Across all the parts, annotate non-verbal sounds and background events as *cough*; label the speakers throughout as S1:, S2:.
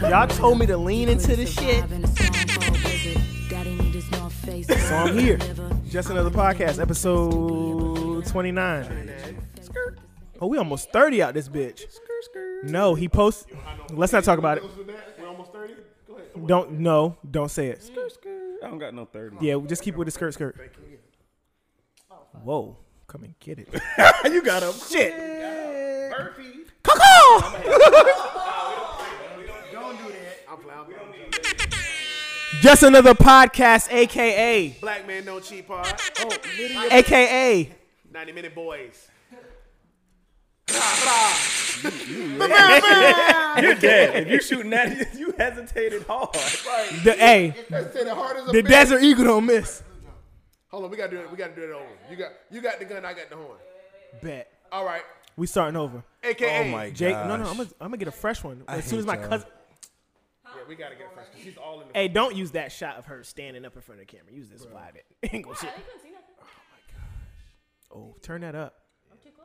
S1: Y'all told me to lean into this shit. So I'm here. Just another podcast, episode 29. Skirt. Oh, we almost 30 out this bitch. No, he posts. Let's not talk about it.
S2: We're almost 30? Go ahead.
S1: Don't, no, don't say it.
S2: I don't got no 30.
S1: Yeah, we just keep it with the skirt, skirt. Whoa, come and get it.
S2: *laughs* you got him.
S1: Shit. Cuckoo! Just another podcast, aka,
S3: Black man don't cheat part.
S1: aka.
S3: 90 minute boys.
S2: You're dead. If you shooting that, you hesitated hard.
S1: The A.
S4: Let's say the hardest
S1: The
S4: offense.
S1: Desert Eagle don't miss.
S4: Hold on, we gotta do it. We gotta do it over. You got you got the gun. I got the horn.
S1: Bet.
S4: All right,
S1: We starting over.
S4: AKA.
S1: Jake, no, no, I'm gonna, I'm gonna get a fresh one as soon
S2: hate
S1: as my
S2: y'all.
S1: cousin.
S4: Yeah, we gotta get first. She's all in the.
S1: Hey, don't use that shot of her standing up in front of the camera. Use this wide *laughs* angle shit. Oh, turn that up.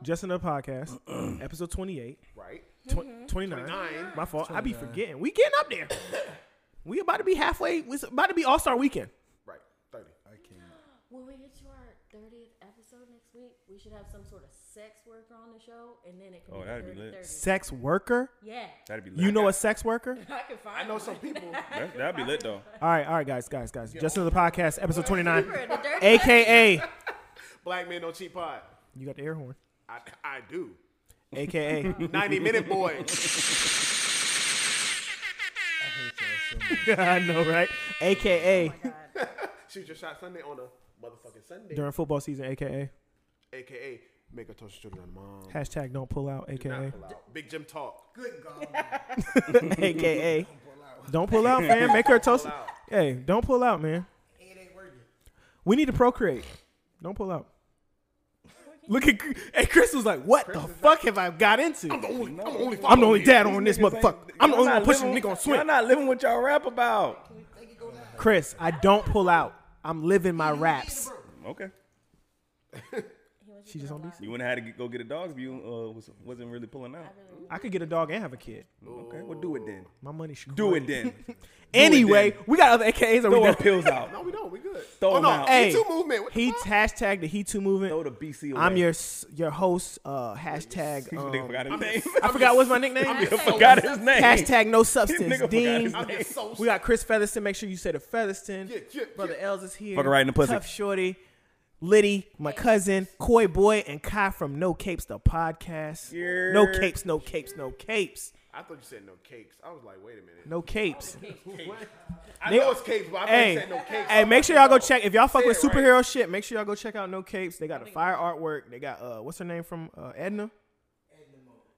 S1: Just another podcast,
S2: *clears throat*
S1: episode 28,
S4: Right.
S1: tw- 29.
S4: 29.
S1: My fault. I be forgetting. We getting up
S2: *coughs*
S1: there. we about to be halfway. It's about to be All Star Weekend.
S4: Right. Thirty.
S5: When we get to our 30th episode next week, we should have some sort of sex worker on the show, and then it could
S2: Oh,
S5: be
S2: that'd be
S5: 30,
S2: lit.
S5: 30.
S1: Sex worker.
S5: Yeah, *laughs*
S2: That'd be lit.
S1: You know a sex worker?
S5: I can find.
S4: I know some people.
S2: That, that'd be lit though.
S1: All right, all right, guys, guys, guys. Just another podcast, episode 29,
S5: Super, the dirty
S1: aka.
S4: Black man don't cheat pod.
S1: You got the air horn.
S4: I I do.
S1: AKA.
S4: 90 minute boys.
S1: *laughs* *laughs* I know, right?
S2: Oh
S1: AKA.
S4: Shoot your shot Sunday on a motherfucking Sunday.
S1: During football season, AKA.
S4: AKA. Make a toast to children and mom.
S1: Hashtag don't pull out, AKA.
S4: Not *laughs* pull out. Big Jim talk. Good God.
S1: AKA. Don't pull out, man. Make her toast. Hey, don't pull out, man. We need to procreate. Don't pull out. Look at hey, Chris was like, "What the fuck have I got into? I'm the only,
S4: I'm only
S1: I'm the only
S4: following
S1: dad on this motherfucker. I'm the only one pushing the nigga on
S2: Y'all
S1: swing."
S2: not living what y'all rap about.
S1: Chris, I don't pull out. I'm living my raps.
S2: Okay.
S1: She just on BC.
S2: You wouldn't have had to get- go get a dog if you uh, was, wasn't really pulling out.
S1: I could get a dog and have a kid.
S2: Okay, well do it then.
S1: My money should
S2: Do
S1: *laughs*
S2: it then.
S1: Anyway, we got other AKAs. Are we
S2: Throw our
S1: done? *laughs*
S2: pills out.
S4: No, we don't. We good.
S2: Throw
S4: oh,
S2: them
S4: no.
S2: out.
S4: Hey.
S1: Hey,
S4: Two movement. What the
S1: He
S4: fuck?
S1: hashtag the He Too movement.
S2: Throw the BC away.
S1: I'm your s- your host. Uh, hashtag.
S2: This
S1: um,
S2: nigga forgot his name. *laughs*
S1: I forgot what's my nickname.
S2: I forgot his name.
S1: hashtag No
S2: This nigga
S1: Substance.
S2: forgot
S1: Dean.
S2: his
S4: I'm just so
S1: *laughs* We got Chris Featherston. Make sure you say the Featherston.
S4: Yeah, yeah,
S1: Brother Els is here.
S2: Fuck her right in the pussy.
S1: Tough Shorty. Liddy, my cousin, Coy Boy, and Kai from No Capes, the podcast.
S2: Yeah.
S1: No capes, no capes, no capes,
S4: I thought you said no cakes. I was like, wait a minute.
S1: no capes.
S4: I
S1: Nigga-
S4: know it's cakes, but I thought you
S1: Hey,
S4: said no cakes.
S1: hey, make sure y'all go check. If y'all fuck
S4: Say
S1: with
S4: it right.
S1: superhero shit, make sure y'all go check out No Capes. They got a fire artwork. They got uh, what's her name from uh, Edna?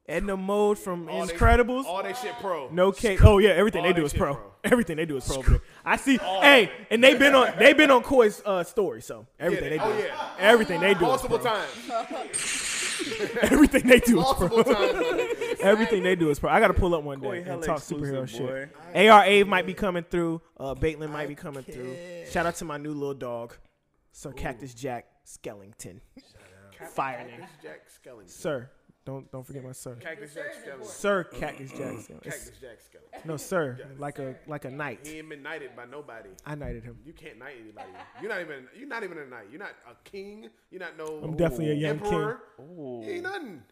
S1: Edna Mode from
S4: All they-
S1: Incredibles.
S4: All that shit pro.
S1: No Cape. Oh yeah, everything
S4: All
S1: they do
S4: that
S1: is
S4: shit,
S1: pro.
S4: bro.
S1: *laughs* Everything they do is pro. bro. I see. Hey, and they've been on they've been on Coy's uh, story, so everything they
S4: Yeah,
S1: do.
S4: oh, yeah.
S1: Everything they do. is
S4: Multiple
S1: pro.
S4: times.
S1: *laughs* Everything
S4: *laughs*
S1: they do is pro.
S4: Multiple times.
S1: *laughs* Everything they do is pro. I gotta pull up one
S2: Coy
S1: day and
S2: hella
S1: talk
S2: exclusive,
S1: superhero
S2: boy.
S1: shit. ARA might be coming through. Uh, Baitland might be coming through. Shout out to my new little dog, Sir Cactus Jack Skellington. Fire name,
S4: Jack Skellington.
S1: sir. Don't don't forget my sir.
S4: Cactus Jack Skellington.
S1: Sir Cactus Jack. Skellington. It's-
S4: Cactus Jack Skellington.
S1: No sir, like a like a
S4: He
S1: knight.
S4: ain't been knighted by nobody.
S1: I knighted him.
S4: You can't knight anybody. You're not even. You're not even a knight. You're not a king. You're not no.
S1: I'm definitely a young king.
S4: emperor. You ain't nothing.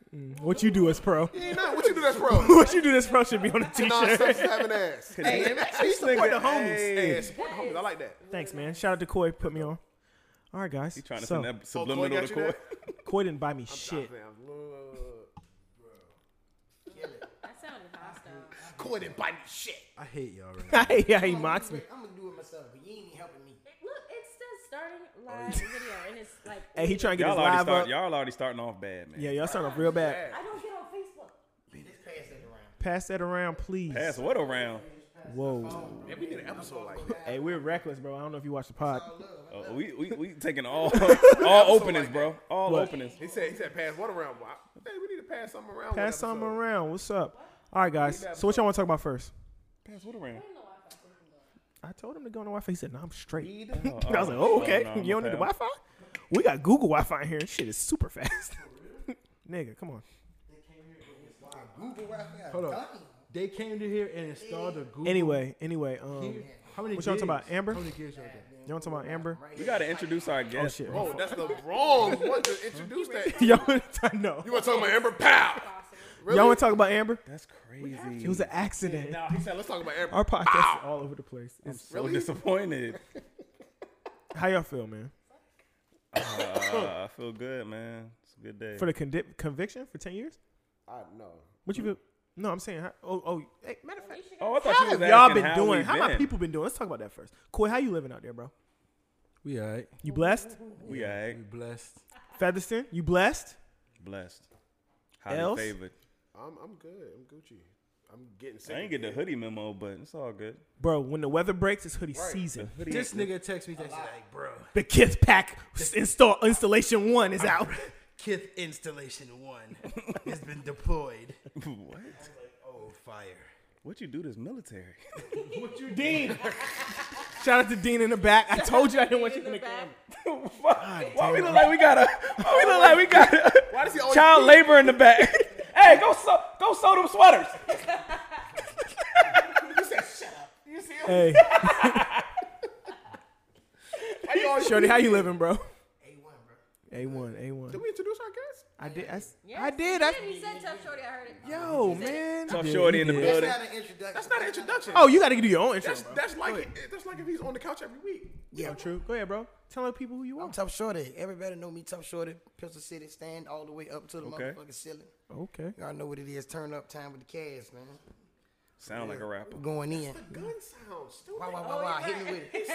S1: What you do is pro. *laughs*
S4: You ain't nothing. What you do that's pro?
S1: What you do this pro should be on a
S4: non
S1: *laughs* t-shirt.
S4: sex having ass.
S2: This
S1: support the
S2: nigga-
S1: homies.
S2: Hey.
S4: Hey, support the homies. I like that.
S1: Thanks, man. Shout out to Koi, put me on. All right, guys.
S2: He trying to
S1: so,
S2: send that
S4: Oh, Chloe
S2: subliminal to
S4: got you
S2: Coy.
S4: there?
S1: Koi didn't buy me shit.
S4: I'm- uh,
S5: That sounded hostile.
S4: Coy didn't buy me shit.
S6: I hate y'all
S4: *laughs*
S6: right now.
S1: *laughs* yeah, he mocks me.
S6: I'm gonna do it myself, but you ain't even helping me.
S5: Look, it says starting
S2: Oh,
S5: live video, and it's like.
S1: Hey, he trying to get
S2: Y'all
S1: his
S2: already
S1: live up.
S2: start. Y'all already starting off bad, man.
S1: Yeah, y'all sound up real bad.
S5: I don't get on Facebook.
S6: Man, just pass that around.
S1: Pass that around, please.
S2: Pass what around?
S1: Whoa.
S4: Man, we did an episode like that.
S1: Hey, we're reckless, bro. I don't know if you watch the pod.
S2: Uh, we, we we
S1: *laughs*
S2: taking all all openings, bro. All
S1: What?
S2: openings.
S4: He said. He said pass one around. Well, I- Hey, we need to pass something around.
S1: Pass
S4: one
S1: something
S4: episode.
S1: around. What's up? All right, guys. So what y'all want to talk about first?
S2: Pass what around?
S1: I told him to go on the Wi-Fi. He said, "No, I'm straight." *laughs* I was like, "Oh, okay.
S2: no, no,
S1: you don't need the
S2: fam.
S1: Wi-Fi? We got Google Wi-Fi in here. Shit is super fast." *laughs* Nigga, come on.
S6: Google Wi-Fi. Hold on.
S7: They came to here and installed a Google.
S1: Anyway, anyway, um,
S7: Here- How many
S1: What y'all talking
S7: gigs?
S1: about, Amber?
S7: How many gigs y'all got?
S1: you want to talk about Amber?
S2: We gotta introduce our
S1: Oh
S2: guest.
S1: shit.
S4: Oh, that's the wrong one to introduce that.
S1: *laughs* Y'all want to talk? No.
S4: You want to talk about Amber? Pow! Really?
S1: Y'all want to talk about Amber?
S2: That's crazy.
S1: It was an accident.
S4: He said, let's talk about Amber.
S1: Our podcast is all over the place. It's, *laughs*
S2: So disappointed.
S1: how y'all feel, man?
S2: Uh, I feel good, man. It's a good day.
S1: For the condi- conviction for ten years?
S4: I know.
S1: What you feel? No, I'm saying. How, oh, oh. Hey, matter of fact,
S2: oh, I thought
S1: how
S2: you was
S1: have
S2: asking
S1: y'all been
S2: how
S1: doing?
S2: we
S1: How my
S2: been.
S1: people been doing? Let's talk about that first. Coy, how you living out there, bro?
S7: We all right.
S1: You blessed?
S2: We
S7: We
S2: alright.
S7: blessed.
S1: Featherston, you blessed?
S2: Blessed. Highly
S1: Else?
S2: favored.
S4: I'm, I'm good. I'm Gucci. I'm getting sick.
S2: I ain't
S4: of
S2: get the
S4: it.
S2: hoodie memo, but it's all good. *laughs*
S1: Bro, when the weather breaks, it's hoodie season.
S7: This nigga text me. Text me like, bro,
S1: The Kith Pack install installation one is
S2: *laughs*
S1: out.
S7: Kith Installation One has been deployed. *laughs*
S2: what?
S7: Oh, fire!
S2: What you do this military? *laughs*
S7: What you did?
S1: Shout out to Dean in the back. I told you I didn't want you in the camera.
S2: why we look like we got a? *laughs* Why we look like we got a? Why
S4: does he always
S2: child labor in the back? *laughs* hey, go sew, go sew them *laughs* sweaters.
S1: Hey,
S4: Why you always-
S1: Shorty, how you living, bro?
S6: A1, bro.
S1: A one, A one.
S4: Did we introduce our guest?
S1: I did. I, s-
S5: Yes,
S1: I
S5: he
S1: did. I,
S5: He said tough shorty. I heard it.
S1: yo, man.
S2: Tough shorty in the building.
S6: That's not an introduction.
S4: That's not an introduction.
S1: Oh, you got to do your own intro,
S4: that's,
S1: bro.
S4: that's like that's like if he's on the couch every week.
S1: Yeah, true. Go ahead, bro. Tell the people who you are.
S6: I'm Tough Shorty. Everybody know me, Tough Shorty. Pistol City, stand all the way up to the
S2: Okay.
S6: motherfucking ceiling.
S1: Oh, Okay.
S6: Y'all know what it is. Turn up time with the cash, man.
S2: Sound like a rapper.
S6: Going in.
S4: Gun sounds stupid.
S6: Wow, wow, wow,
S7: Oh,
S6: wow. Hit me with it.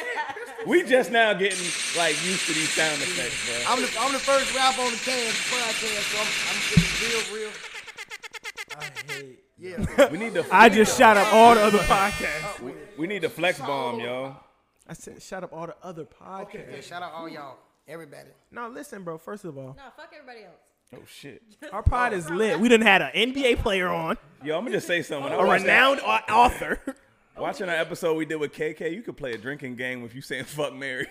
S2: We just now getting like used to these sound effects, bro.
S6: I'm the, I'm the first rap on the cash podcast, so I'm, I'm getting real, real. Yeah.
S2: We need to
S1: I just shot up all the other
S2: *laughs*
S1: podcasts.
S2: we need to flex bomb, yo.
S1: I said shot up all the other podcasts.
S6: yeah. Shout out all y'all. Everybody.
S1: Now listen, bro. First of all,
S5: No, fuck everybody else.
S2: Oh shit.
S1: our pod is lit. We didn't had an NBA player on,
S2: Yo, I'm gonna just say something.
S1: a renowned au- author. *laughs*
S2: Watching an episode we did with KK, you could play a drinking game with you saying *laughs* "fuck Mary."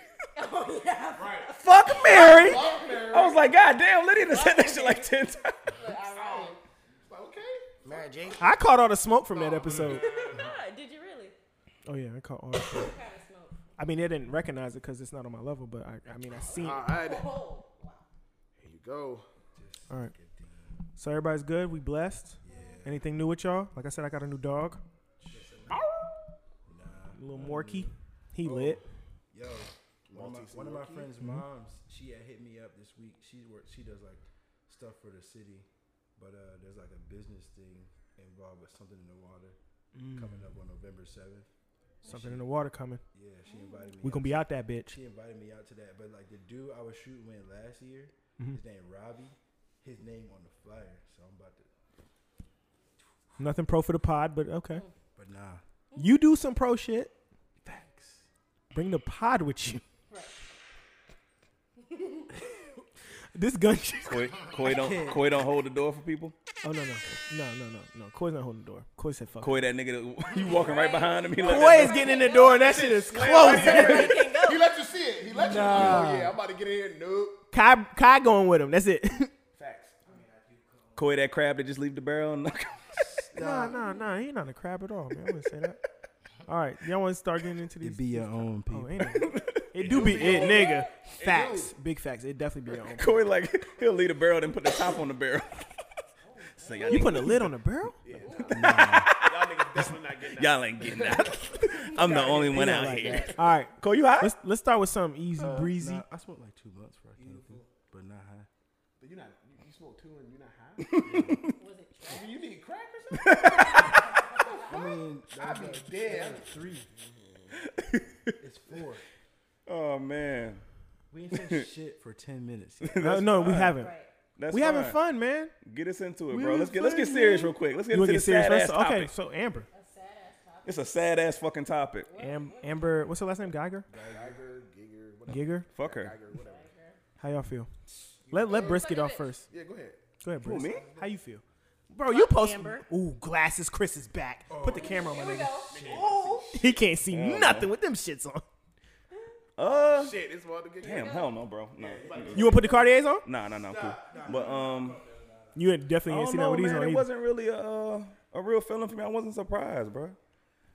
S1: Fuck Mary.
S2: I was like, God damn, Lydia done said that shit like ten times.
S4: Okay.
S6: Mary J.
S1: I caught all the smoke from that episode.
S5: Nah, did you really?
S1: Oh yeah, I caught all. The smoke.
S5: Kind of smoke.
S1: I mean, they didn't recognize it because it's not on my level, but I, I mean, I seen. it.
S4: All right. Here
S5: Oh,
S4: you go.
S1: All right. So everybody's good. We blessed. Anything new with y'all? Like I said, I got a new dog. A little Morky. He lit.
S7: Yo, one of, my, one of my friend's moms, she had hit me up this week. She work, she does like stuff for the city, but uh, there's like a business thing involved with something in the water
S6: Mm.
S7: coming up on November seventh.
S1: Something in the water coming.
S7: Yeah, she invited me.
S1: We gonna be out that bitch.
S7: She invited me out to that, but like the dude I was shooting with last year,
S6: Mm-hmm.
S7: his name Robbie, his name on the flyer. So I'm about to.
S1: Nothing pro for the pod, but okay.
S7: But nah,
S1: You do some pro shit.
S7: thanks.
S1: Bring the pod with *laughs* you. this gun. shit-
S2: Koi, Koi don't Koi don't hold the door for people.
S1: Oh no no no no no no. Coy's not holding the door. Coy said fuck.
S2: Koi, that nigga, that- *laughs* you walking right behind him. He like,
S1: Coy is getting in the door and that shit is closing.
S4: He let you see it. He let you. Oh yeah, I'm about to get in here. Nope.
S1: Kai Kai going with him. That's it. *laughs*
S2: Koi, that crab that just leave the barrel. *laughs* And
S1: Nah, nah, nah. He ain't not a crab at all, man. I wouldn't say
S2: *laughs*
S1: that. All right, y'all want to start getting into these?
S7: It be your own
S1: oh,
S7: people.
S1: ain't
S2: *laughs*
S1: it? It do be it, nigga. Facts, big facts. It definitely be
S2: *laughs*
S1: your own.
S2: Koi like he'll leave the barrel and put the top on the barrel. so y'all,
S1: You
S2: niggas-
S1: putting a lid on the barrel?
S4: Y'all niggas definitely not getting that.
S2: *laughs* y'all ain't getting out.
S1: *laughs*
S2: I'm the only one out
S1: Like
S2: here.
S1: that. All right,
S2: Koi, you Uh, hot?
S1: let's let's start with something easy breezy.
S7: Nah, I smoked like two months before I came through, but not high.
S4: But you not. You, you smoke two and you not high.
S5: was it trash?
S4: you need crack or something.
S7: I mean, that's like
S4: Dead.
S7: three. it's four.
S2: Oh man,
S7: We ain't said
S6: *laughs*
S7: shit for ten minutes.
S1: Uh, no, we haven't.
S5: Right.
S2: that's
S1: We having
S2: fine.
S1: fun, man.
S2: Get us into it,
S1: We
S2: bro.
S1: having
S2: Let's get let's
S1: fun,
S2: get serious
S1: man.
S2: real quick. Let's get
S1: You want
S2: into
S1: to
S2: the
S1: get serious?
S2: sad ass
S1: Let's-
S2: topic.
S1: okay, so Amber,
S5: A sad ass topic.
S2: It's a sad ass fucking topic.
S1: Am, Amber, what's her last name? Geiger.
S4: Tiger, Giger, whatever.
S1: Geiger.
S2: Fuck her.
S4: Tiger, whatever.
S1: How y'all feel? Let let Brisk get off first.
S4: Yeah, go ahead.
S1: Go ahead, Brisk.
S2: me?
S1: How you feel? Bro, you post.
S5: Amber.
S1: Ooh, glasses. Chris is back. Put the camera on my
S5: Here we
S1: nigga.
S5: go. Oh,
S1: He can't see nothing with them shits on.
S2: Uh,
S4: Shit, it's about to get.
S2: damn, hell no, bro. No,
S1: You want to put the Cartiers on?
S2: nah, nah, nah, cool. But um,
S1: You ain't- definitely ain't
S2: I don't
S1: seen that
S2: know,
S1: with these
S2: man.
S1: on
S2: It
S1: either.
S2: wasn't really a. Uh, a real feeling for me. I wasn't surprised, bro.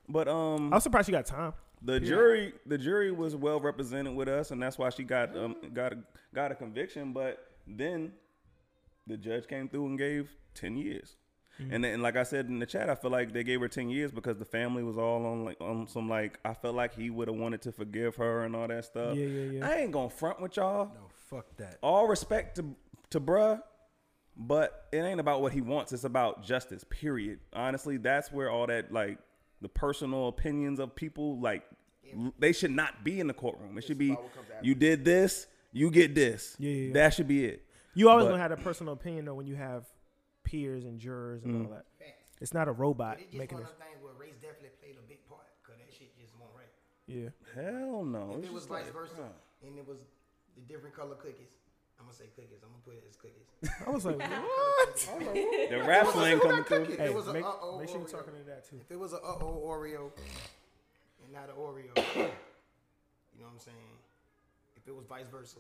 S2: But um,
S1: I was surprised you got time.
S2: the jury the jury was well represented with us, and that's why she got um got a, got a conviction. But then the judge came through and gave ten years.
S1: Mm-hmm.
S2: And then, like I said in the chat, I feel like they gave her ten years because the family was all on like on some like I felt like he would have wanted to forgive her and all that stuff.
S1: Yeah, yeah, yeah.
S2: I ain't gonna front with y'all
S7: No, fuck that.
S2: all respect to to bruh, but it ain't about what he wants. It's about justice. Period. Honestly, that's where all that like the personal opinions of people like l- they should not be in the courtroom. It should be you did this, you get this.
S1: Yeah, yeah, yeah.
S2: that should be it.
S1: You always
S2: But-
S1: gonna have a personal opinion though when you have peers and jurors and all that. It's not a robot
S6: But it's just
S1: making
S6: one
S1: this.
S6: of the things where race definitely played a big part because that shit just won't right.
S1: Yeah.
S2: Hell no.
S6: If
S2: It's
S6: it was
S2: just
S6: vice
S2: like,
S6: versa
S2: huh.
S6: and it was the different color cookies, I'm gonna say cookies. I'm gonna put it as cookies.
S1: I was
S5: *laughs*
S1: like, what?
S2: The rap slang coming through.
S6: If
S1: Hey,
S6: it was a
S1: make,
S6: uh-oh
S1: make sure you're
S6: Oreo.
S1: talking to that too.
S6: If it was a uh oh Oreo and not an Oreo, *coughs* you know what I'm saying? If it was vice versa,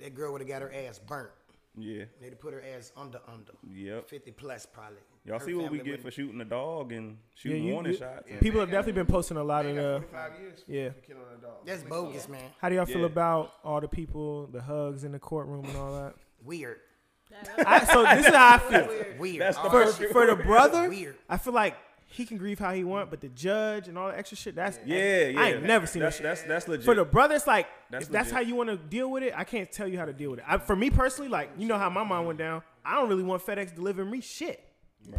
S6: that girl would have got her ass burnt.
S2: Yeah.
S6: They'd have put her ass under under.
S2: Yep.
S6: 50 plus probably.
S2: Y'all
S6: Her
S2: see what we
S6: family
S2: get for
S6: wouldn't-
S2: shooting a dog and
S1: Yeah,
S2: shooting
S1: you-
S2: warning
S1: you-
S2: shots. and-
S1: People have definitely been posting a lot of the.
S4: Five years. for
S1: Yeah.
S4: Killing a dog.
S6: That's bogus, man.
S1: How do y'all feel
S2: Yeah.
S1: about all the people, the hugs in the courtroom and all that?
S6: Weird.
S1: *laughs* I, so this is how I
S2: *laughs*
S1: feel.
S6: Weird.
S2: That's the
S6: All
S1: For,
S6: that shit
S1: for the
S6: weird.
S1: brother,
S6: Weird.
S1: I feel like he can grieve how he want, but the judge and all that extra shit, that's
S2: Yeah, yeah.
S1: I ain't never seen
S2: that's,
S1: that shit.
S2: That's that's legit.
S1: For the brother, it's like
S2: That's
S1: if that's
S2: legit.
S1: how you want to deal with it, I can't tell you how to deal with it. I, for me personally, like you know how my mind went down. I don't really want FedEx delivering me shit.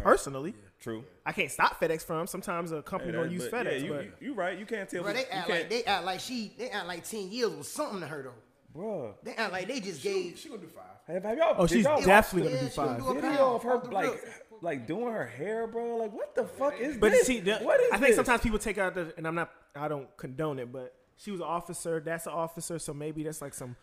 S1: Personally,
S2: True.
S1: I can't stop FedEx from. Sometimes a company
S2: Yeah,
S1: don't use
S2: but-
S1: FedEx,
S2: yeah, you,
S1: but
S2: you, you right. You can't tell.
S6: Bro,
S2: who-
S6: they
S2: you
S6: act
S2: can't-
S6: like they act like she they act like ten years was something to her though.
S2: Bruh.
S6: They act like they just gave
S4: She gonna do five.
S2: Have, have y'all?
S1: oh,
S2: did
S1: she's
S2: y'all watch
S1: definitely
S6: yeah,
S1: gonna do
S6: she gonna
S1: five.
S6: do a
S2: video of her
S6: Off the
S2: like
S6: roof.
S2: like doing her hair, bro. Like what the fuck is
S1: But
S2: this?
S1: see, the,
S2: what is
S1: I think
S2: this?
S1: sometimes people take out the, and I'm not, I don't condone it, but she was an officer. That's an officer, so maybe that's like some.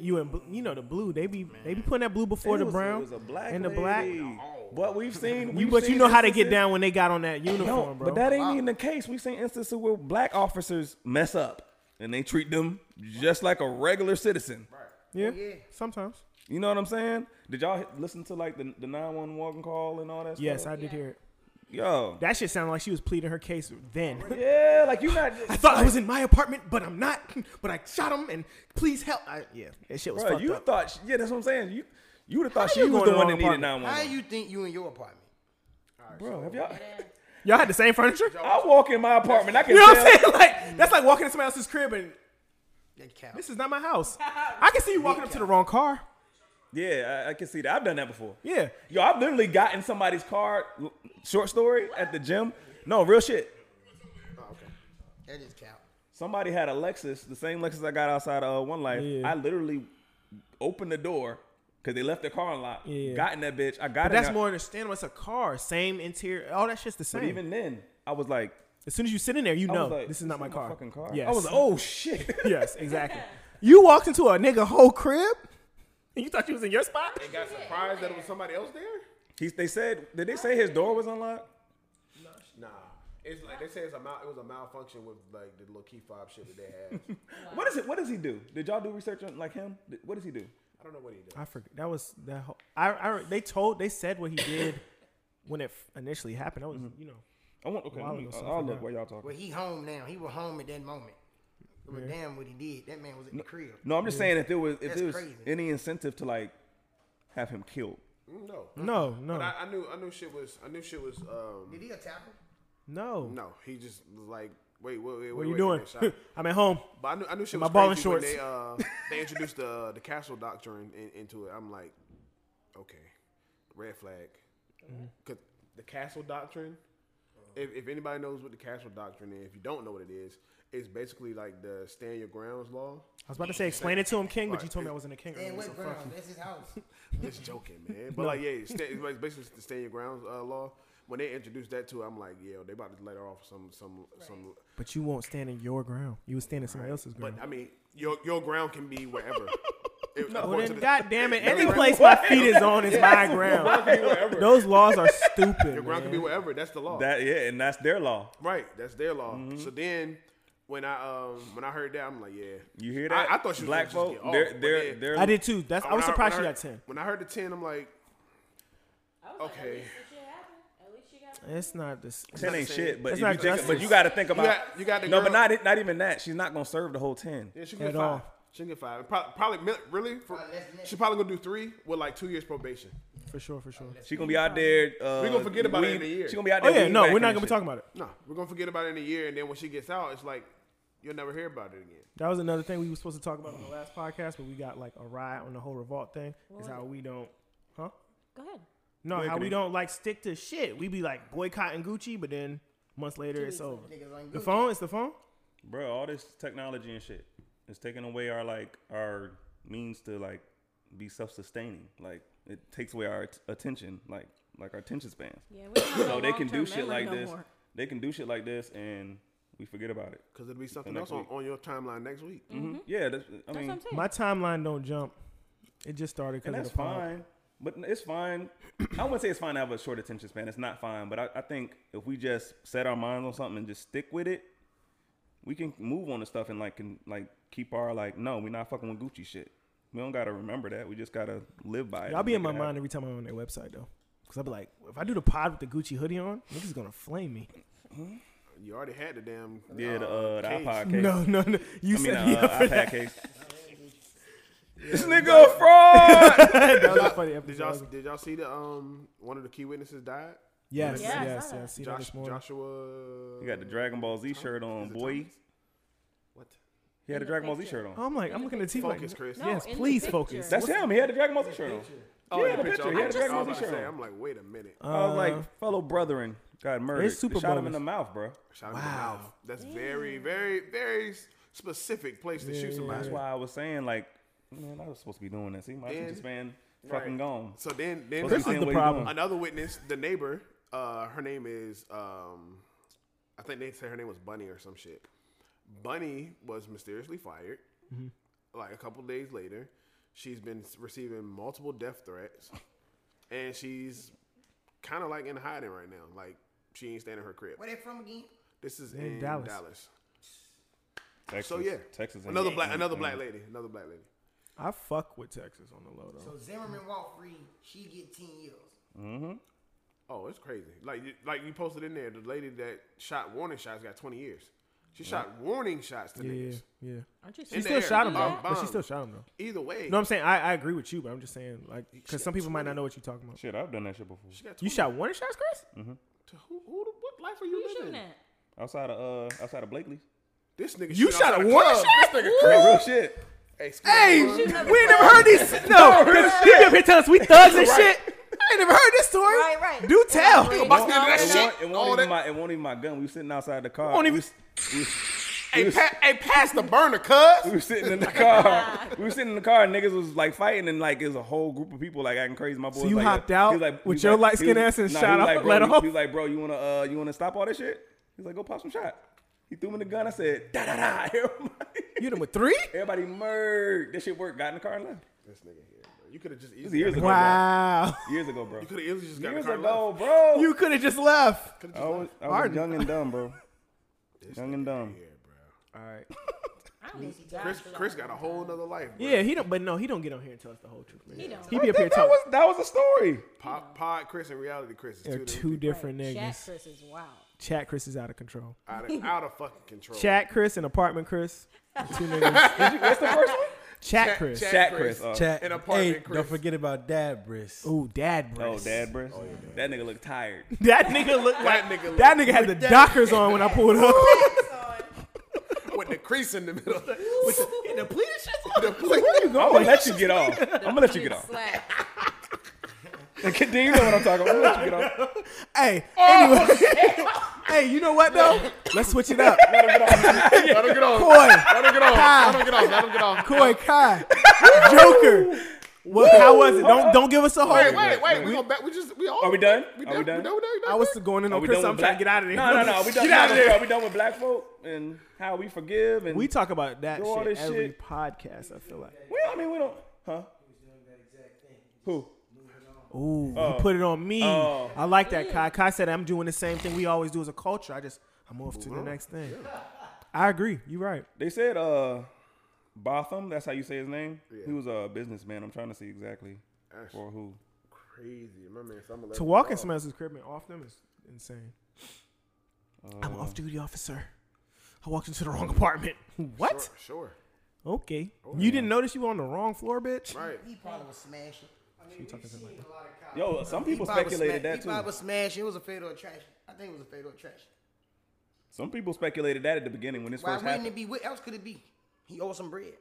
S1: You and bl- you know the blue, they be they be putting that blue before
S2: It
S1: the
S2: was-
S1: brown
S2: it was a black
S1: and the
S2: lady.
S1: black.
S2: What we've seen,
S1: You
S2: we've
S1: but you
S2: seen
S1: know how they get
S2: instances-
S1: down when they got on that uniform,
S2: No,
S1: bro.
S2: Oh, but that ain't even the case. We've seen instances where black officers mess up and they treat them just like a regular citizen. Oh,
S1: yeah,
S6: yeah.
S1: sometimes.
S2: You know what I'm saying? Did y'all h- listen to like the the 911 call and all that?
S1: Yes, I
S2: stuff?
S1: did hear it.
S2: Yo,
S1: That shit sounded like she was pleading her case then.
S2: Oh, yeah, like you not.
S1: *laughs* I thought I was in my apartment, but I'm not. *laughs* But I shot him, and please help. I, yeah, that shit was
S2: Bro,
S1: fucked
S2: you
S1: up.
S2: thought, yeah, that's what I'm saying. You you would have thought she
S1: you
S2: was
S1: going
S2: the
S1: to
S2: one
S1: the
S2: that needed
S1: apartment?
S6: How
S2: 911.
S6: you think you in your apartment?
S2: Bro, have y'all?
S1: Y'all had the same furniture.
S2: I walk in my apartment. I
S1: *laughs*
S2: can
S1: You know what
S2: tell.
S1: I'm saying? *laughs* Like that's like walking in somebody else's crib and
S6: That cow.
S1: This is not my house. I can see you walking up to the wrong car.
S2: Yeah, I, I can see that. I've done that before.
S1: Yeah.
S2: Yo, I've literally got in somebody's car. l- Short story at the gym. No, real shit.
S6: That is cow.
S2: Somebody had a Lexus, the same Lexus I got outside of uh, One Life.
S1: Yeah.
S2: I literally opened the door because they left their car unlocked.
S1: Yeah.
S2: Got in that bitch. I got
S1: But
S2: in.
S1: that's
S2: there.
S1: more understandable. It's a car, same interior, all that shit's the
S2: But
S1: same.
S2: even then, I was like,
S1: as soon as you sit in there, you
S2: I
S1: know
S2: was like,
S1: this is not my car.
S2: Fucking car.
S1: Yes.
S2: I was like, oh shit.
S1: *laughs*
S2: *laughs*
S1: yes, *laughs* exactly. You walked into a nigga whole crib, and you thought you was in your spot.
S4: They got surprised that it was somebody else there.
S2: He, they said, did they say his door was unlocked?
S4: Nah. It's like they say it's a mal- it was a malfunction with like the little key fob shit that they had.
S2: What is it? What does he do? Did y'all do research on like him? Did- What does he do?
S4: I don't know what he did.
S1: I forget. That was that. Whole, I, I. They told. They said what he did when it initially happened. That was you know.
S2: I want. Okay,
S1: Well, I
S2: let me,
S1: don't know
S2: I'll,
S1: something
S2: I'll
S1: like
S2: look
S1: that.
S2: while y'all talking.
S6: Well, he home now. He was home at that moment. But damn what he did. That man was at the crib.
S2: No, I'm just saying if there was if
S6: That's
S2: there was
S6: crazy.
S2: any incentive to like have him killed.
S4: Mm, No.
S1: No, no,
S4: But I, I knew I knew shit was I knew shit was um
S6: Did he attack her?
S1: no.
S4: no he just was like wait wait wait
S1: What
S4: wait,
S1: are you
S4: wait,
S1: doing?
S4: and
S1: *laughs*
S4: they shot.
S1: I'm at home.
S4: But I knew I knew shit
S1: My
S4: was
S1: ball
S4: crazy
S1: and
S4: when they uh
S1: *laughs*
S4: they introduced the the castle doctrine in, into it. I'm like okay red flag 'Cause the castle doctrine if, if anybody knows what the castle doctrine is if you don't know what it is it's basically like the stand your grounds law.
S1: I was about to say explain it to him, King, but you
S4: Right.
S1: told me I wasn't a king.
S6: And
S1: earlier, so
S6: what
S1: fuck
S6: ground? That's
S8: *laughs*
S6: his house.
S4: Just joking,
S1: *laughs*
S4: man. But like, yeah, sta it's like basically the stand your grounds uh, law. When they introduced that to, it, I'm like, yeah, they about to let her off some, some, some.
S1: But you won't stand in your ground. You would stand in somebody else's
S4: But
S2: Mm-hmm.
S1: ground.
S4: I mean, your your ground can be
S2: *laughs*
S4: wherever. It-
S1: well,
S4: according to
S1: then,
S4: the-
S1: God damn
S4: *laughs*
S1: it, any
S4: Your
S1: place my feet is on is my
S2: Ground
S1: ground.
S2: can be *laughs* wherever.
S1: Those laws are stupid.
S4: your ground can be
S1: man.
S4: wherever. That's the law.
S2: That Mm-hmm. yeah, and that's their law.
S4: right. That's their law. So then, when I um when I heard that, I'm like, yeah.
S2: You hear
S4: I-
S2: that?
S4: I, thought she was
S2: black
S4: gonna
S2: folk.
S4: just get off,
S2: they're
S4: but
S2: they're
S4: then-
S2: they're.
S1: I did too. That's I
S4: when
S1: was surprised
S4: when
S1: she
S4: I
S1: got
S4: heard-
S1: ten.
S4: When I heard the ten, I'm like,
S5: I was like, at
S4: Okay.
S5: least this shit happened. At least
S1: It's not this.
S2: Ten ain't shit, but
S1: That's
S2: if
S1: not
S2: you think, but
S1: justice.
S2: you got to think about
S4: got- you got the
S2: no, but
S4: girl-
S2: not e, not even that. She's not gonna serve the whole ten.
S4: Yeah, she can get
S1: At all.
S4: five. She can get five. Pro- Probably, mi- really? For,
S6: Probably less than that.
S4: she probably gonna do three with like two years probation.
S1: For sure, for sure.
S2: She gonna be out there. Uh,
S4: We gonna forget about it in
S2: weed-
S4: a year.
S2: She gonna be out
S1: Oh
S2: there.
S1: yeah,
S2: weed
S1: no, we're
S2: whacking
S1: not gonna
S2: and
S1: be
S2: shit.
S1: talking about it.
S4: No, we're gonna forget about it in a year, and then when she gets out, it's like you'll never hear about it again.
S1: That was another thing we were supposed to talk about on the last podcast, but we got like a ride on the whole revolt thing. Is how we don't, huh?
S5: Go ahead.
S1: No,
S2: ahead,
S1: how we
S2: Kadeem.
S1: don't like stick to shit. We be like boycotting Gucci, but then months later it's over.
S6: Niggas on
S1: The
S6: Gucci.
S1: phone, it's the phone.
S2: Bro, all this technology and shit is taking away our like our means to like be self-sustaining. Like it takes away our t- attention, like like our attention spans.
S5: Yeah, we're not
S2: So
S5: on
S2: they can do
S5: long-term
S2: shit
S5: memory
S2: like
S5: no
S2: this.
S5: more.
S2: They can do shit like this, and we forget about it.
S4: Because it'll be something
S2: next
S4: else on,
S2: week.
S4: on your timeline next week.
S2: Mhm. Yeah, that's, I
S5: Mm-hmm. That's
S2: mean,
S5: what I'm saying.
S1: My timeline don't jump. It just started
S2: and
S1: because of the
S2: that's
S1: phone.
S2: fine. But it's fine. I wouldn't say it's fine to have a short attention span. It's not fine. But I, I think if we just set our minds on something and just stick with it, we can move on to stuff and like can like keep our like no, we're not fucking with Gucci shit. We don't gotta remember that. We just gotta live by it.
S1: Y'all be in
S2: and
S1: my
S2: make it
S1: mind
S2: happen.
S1: every time I'm on their website though, because I be like, if I do the pod with the Gucci hoodie on, niggas gonna flame me.
S4: You already had the damn
S2: Yeah, the, uh, the
S4: Oh, case.
S2: iPod case.
S1: No, no, no. *laughs* You
S2: I mean,
S1: set
S2: uh,
S1: me up for
S2: iPad
S1: that.
S2: case. this nigga a fraud.
S1: that was a funny
S4: Did
S1: episode.
S4: y'all did y'all see the um one of the key witnesses died?
S1: yes,
S5: Yeah, I
S1: yes,
S5: saw that.
S1: yes. See that
S4: Josh,
S1: this morning.
S4: Joshua.
S2: you got the Dragon Ball Z shirt on,
S4: Is it
S2: boy.
S4: Thomas? What?
S2: He had a Dragon Ball Z shirt on.
S1: Oh, I'm like, I'm looking at TV.
S4: Focus,
S1: Like,
S4: Chris.
S5: No,
S1: yes,
S5: in the
S1: please
S5: picture.
S1: focus.
S2: That's him. He had a Dragon Ball Z shirt on.
S4: Oh,
S2: yeah, the picture. He had a
S4: I
S2: Dragon Ball
S4: was
S2: Z
S4: about to
S2: shirt
S4: say,
S2: on.
S4: I'm like, wait a minute.
S1: Uh,
S2: I was like, fellow brethren got murdered. They
S1: Super
S2: shot him
S1: Bowlers.
S2: in the mouth, bro.
S4: Shot him in the mouth. That's very, very, very s- specific place to shoot somebody.
S2: That's why I was saying, like, man, I was supposed to be doing that. See, my
S4: Then-
S2: attention span fucking gone.
S4: So then, then
S2: Supposed to be
S1: is
S2: seeing
S1: the
S2: what he doing.
S1: problem.
S4: another witness, the neighbor, uh, her name is, um, I think they say her name was Bunny or some shit. Bunny was mysteriously fired. Like a couple days later, she's been s- receiving multiple death threats, and she's kind of like in hiding right now. Like she ain't staying in her crib.
S6: Where they from again?
S4: This is in,
S1: In Dallas.
S4: Dallas.
S2: Texas,
S4: So yeah,
S2: Texas. ain't-
S4: Another black,
S2: ain't-
S4: another
S2: ain't-
S4: black lady, another black lady.
S1: I fuck with Texas on the low though.
S6: So Zimmerman walk free. She get ten years.
S4: Oh, it's crazy. Like, you- like you posted in there, the lady that shot warning shots got 20 years. She shot warning shots to
S1: Yeah,
S4: niggas.
S1: yeah.
S5: Aren't you
S1: She
S4: In the
S5: supposed
S1: still
S4: air.
S1: shot him
S4: Bomb-
S1: though, but she
S4: bomb.
S1: still shot him though.
S4: Either way,
S1: No, I'm saying I, I agree with you, but I'm just saying like because some people might not know what you're talking about.
S2: Shit, I've done that shit before.
S4: she got 20
S1: You shot warning shots, Chris?
S2: Mm-hmm.
S4: To who, who, the- what life are you,
S5: to be shooting
S4: living?
S5: at?
S2: Outside of uh, outside of Blakely.
S4: This nigga
S1: You
S4: shoot
S1: shot
S4: outside
S1: a
S4: the
S1: warning
S4: club.
S1: shot?
S4: This nigga
S1: Ooh.
S4: crazy.
S2: Hey, real shit.
S4: Hey, excuse
S1: Hey,
S4: me.
S1: we ain't never heard this. No, Chris, you be up here telling us we thugs and shit. I ain't never heard this story.
S5: Right, right.
S1: Do tell.
S5: Right.
S4: Box down to that
S2: It
S4: shit.
S2: won't, it
S4: All
S2: won't even
S4: that-
S2: my it won't even my gun. We were sitting outside the car.
S1: Won't
S2: We
S1: even-
S2: was- we was- we
S4: Hey,
S2: was-
S4: pa- hey, pass the burner, cuz.
S2: we were sitting in the car. we were sitting in the car, and niggas was like fighting, and like it was a whole group of people like acting crazy. My boy,
S1: you
S2: was, like,
S1: hopped
S2: he
S1: out
S2: was, like,
S1: with
S2: he was,
S1: your
S2: like-
S1: light
S2: he
S1: skin
S2: was-
S1: ass and
S2: nah,
S1: shot
S2: he was
S1: up,
S2: like, bro,
S1: let
S2: he-
S1: off.
S2: He was like, bro, you wanna uh, you wanna stop all that shit? He's like, go pop some shot. He threw me the gun. I said, da da da. *laughs* Everybody,
S1: You done with three?
S2: everybody murdered. That shit worked. Got in the car and left.
S4: This nigga here, bro. You could have just
S2: This is
S4: easily.
S2: years ago.
S1: Wow.
S2: Bro. Years ago, bro.
S4: You could have easily just got in the
S2: Years
S4: car. and
S2: ago, bro.
S1: You could have just left.
S2: I was, I was
S1: Pardon.
S2: young and dumb, bro.
S4: left.
S2: Young and dumb.
S4: Yeah, bro.
S1: All right.
S5: I don't think he died
S4: Chris,
S5: for that.
S4: Chris got a whole nother life. Bro.
S1: Yeah, he don't. But no, he don't get on here and tell us the whole truth, man.
S5: He don't.
S1: He be up here
S2: That
S1: talking.
S2: was that was a story.
S4: Pop, pod, Chris, and reality, Chris. Is
S1: They're
S4: two
S1: two
S4: two
S1: different
S5: Right. Shaq
S1: niggas.
S5: Chris is wild.
S1: Chat Chris is out of control.
S4: out of, out of fucking control.
S1: Chat Chris and apartment Chris. are Two niggas.
S2: That's the
S4: *laughs*
S2: first one.
S1: Chat Chris.
S4: Chat
S2: Shaq
S4: Chris.
S2: Chris. uh,
S7: Chat.
S4: An apartment,
S7: hey,
S4: Chris.
S7: don't forget about Dad Briss.
S1: Ooh, dad, bro. *laughs*
S2: Oh, dad, bro. that nigga looked tired.
S1: That nigga looked like
S4: That nigga
S1: that nigga had the Dockers on when I pulled up.
S4: with the crease in
S1: *laughs*
S4: the middle.
S1: the pleated shit's
S4: The plate.
S2: I'm gonna let you get *laughs* off. I'm gonna let you get off.
S5: Slap.
S2: Do you know what I'm talking about? I'm gonna let you get off.
S1: Hey, anyway. *laughs* hey, you know what though? Let's switch it up.
S2: Let him get off.
S4: Let him get off.
S1: Koi,
S4: Let him get off. Let him get off. Let him get off.
S1: Koi Kai, Joker. What? How was it? Don't don't give us a
S4: Wait,
S1: hard.
S4: wait, wait. We gonna back. We just. We all.
S2: Are we done?
S4: We
S2: Are we done?
S4: We done?
S1: I was going in
S2: Are
S1: on
S2: we
S1: Chris.
S2: done
S1: I'm
S2: with
S1: trying
S2: black?
S1: to get out of there.
S2: No, no, no. Are we done,
S1: Get out of there.
S2: Are we done with black folk and how we forgive and
S1: We talk about that
S2: Do all
S1: shit
S2: this
S1: every
S2: shit.
S1: podcast. I feel like.
S2: We, I mean, we don't. Huh? Who?
S1: Ooh, you put it on me.
S2: Oh.
S1: I like that, Kai. Kai said I'm doing the same thing we always do as a culture. I just I move to the next thing. I agree. You're right.
S2: They said uh, Botham. That's how you say his name. He was a businessman. I'm trying to see exactly for who.
S4: Crazy, my man. So I'm gonna let
S1: To walk in somebody else's crib and off them is insane. I'm an off-duty officer. I walked into the wrong apartment. What?
S4: Sure.
S1: Okay. you didn't notice you were on the wrong floor, bitch.
S4: sure. Right.
S9: He probably was smashing.
S2: Yo, some
S9: He
S2: people
S9: probably was
S2: speculated
S9: sma-
S2: that
S9: He
S2: too.
S9: probably was smashing. It was a fatal attraction. I think it was a fatal attraction.
S2: Some people speculated that at the beginning when this
S9: Why
S2: first
S9: wouldn't
S2: happened.
S9: it be? What else could it be? He owed some bread.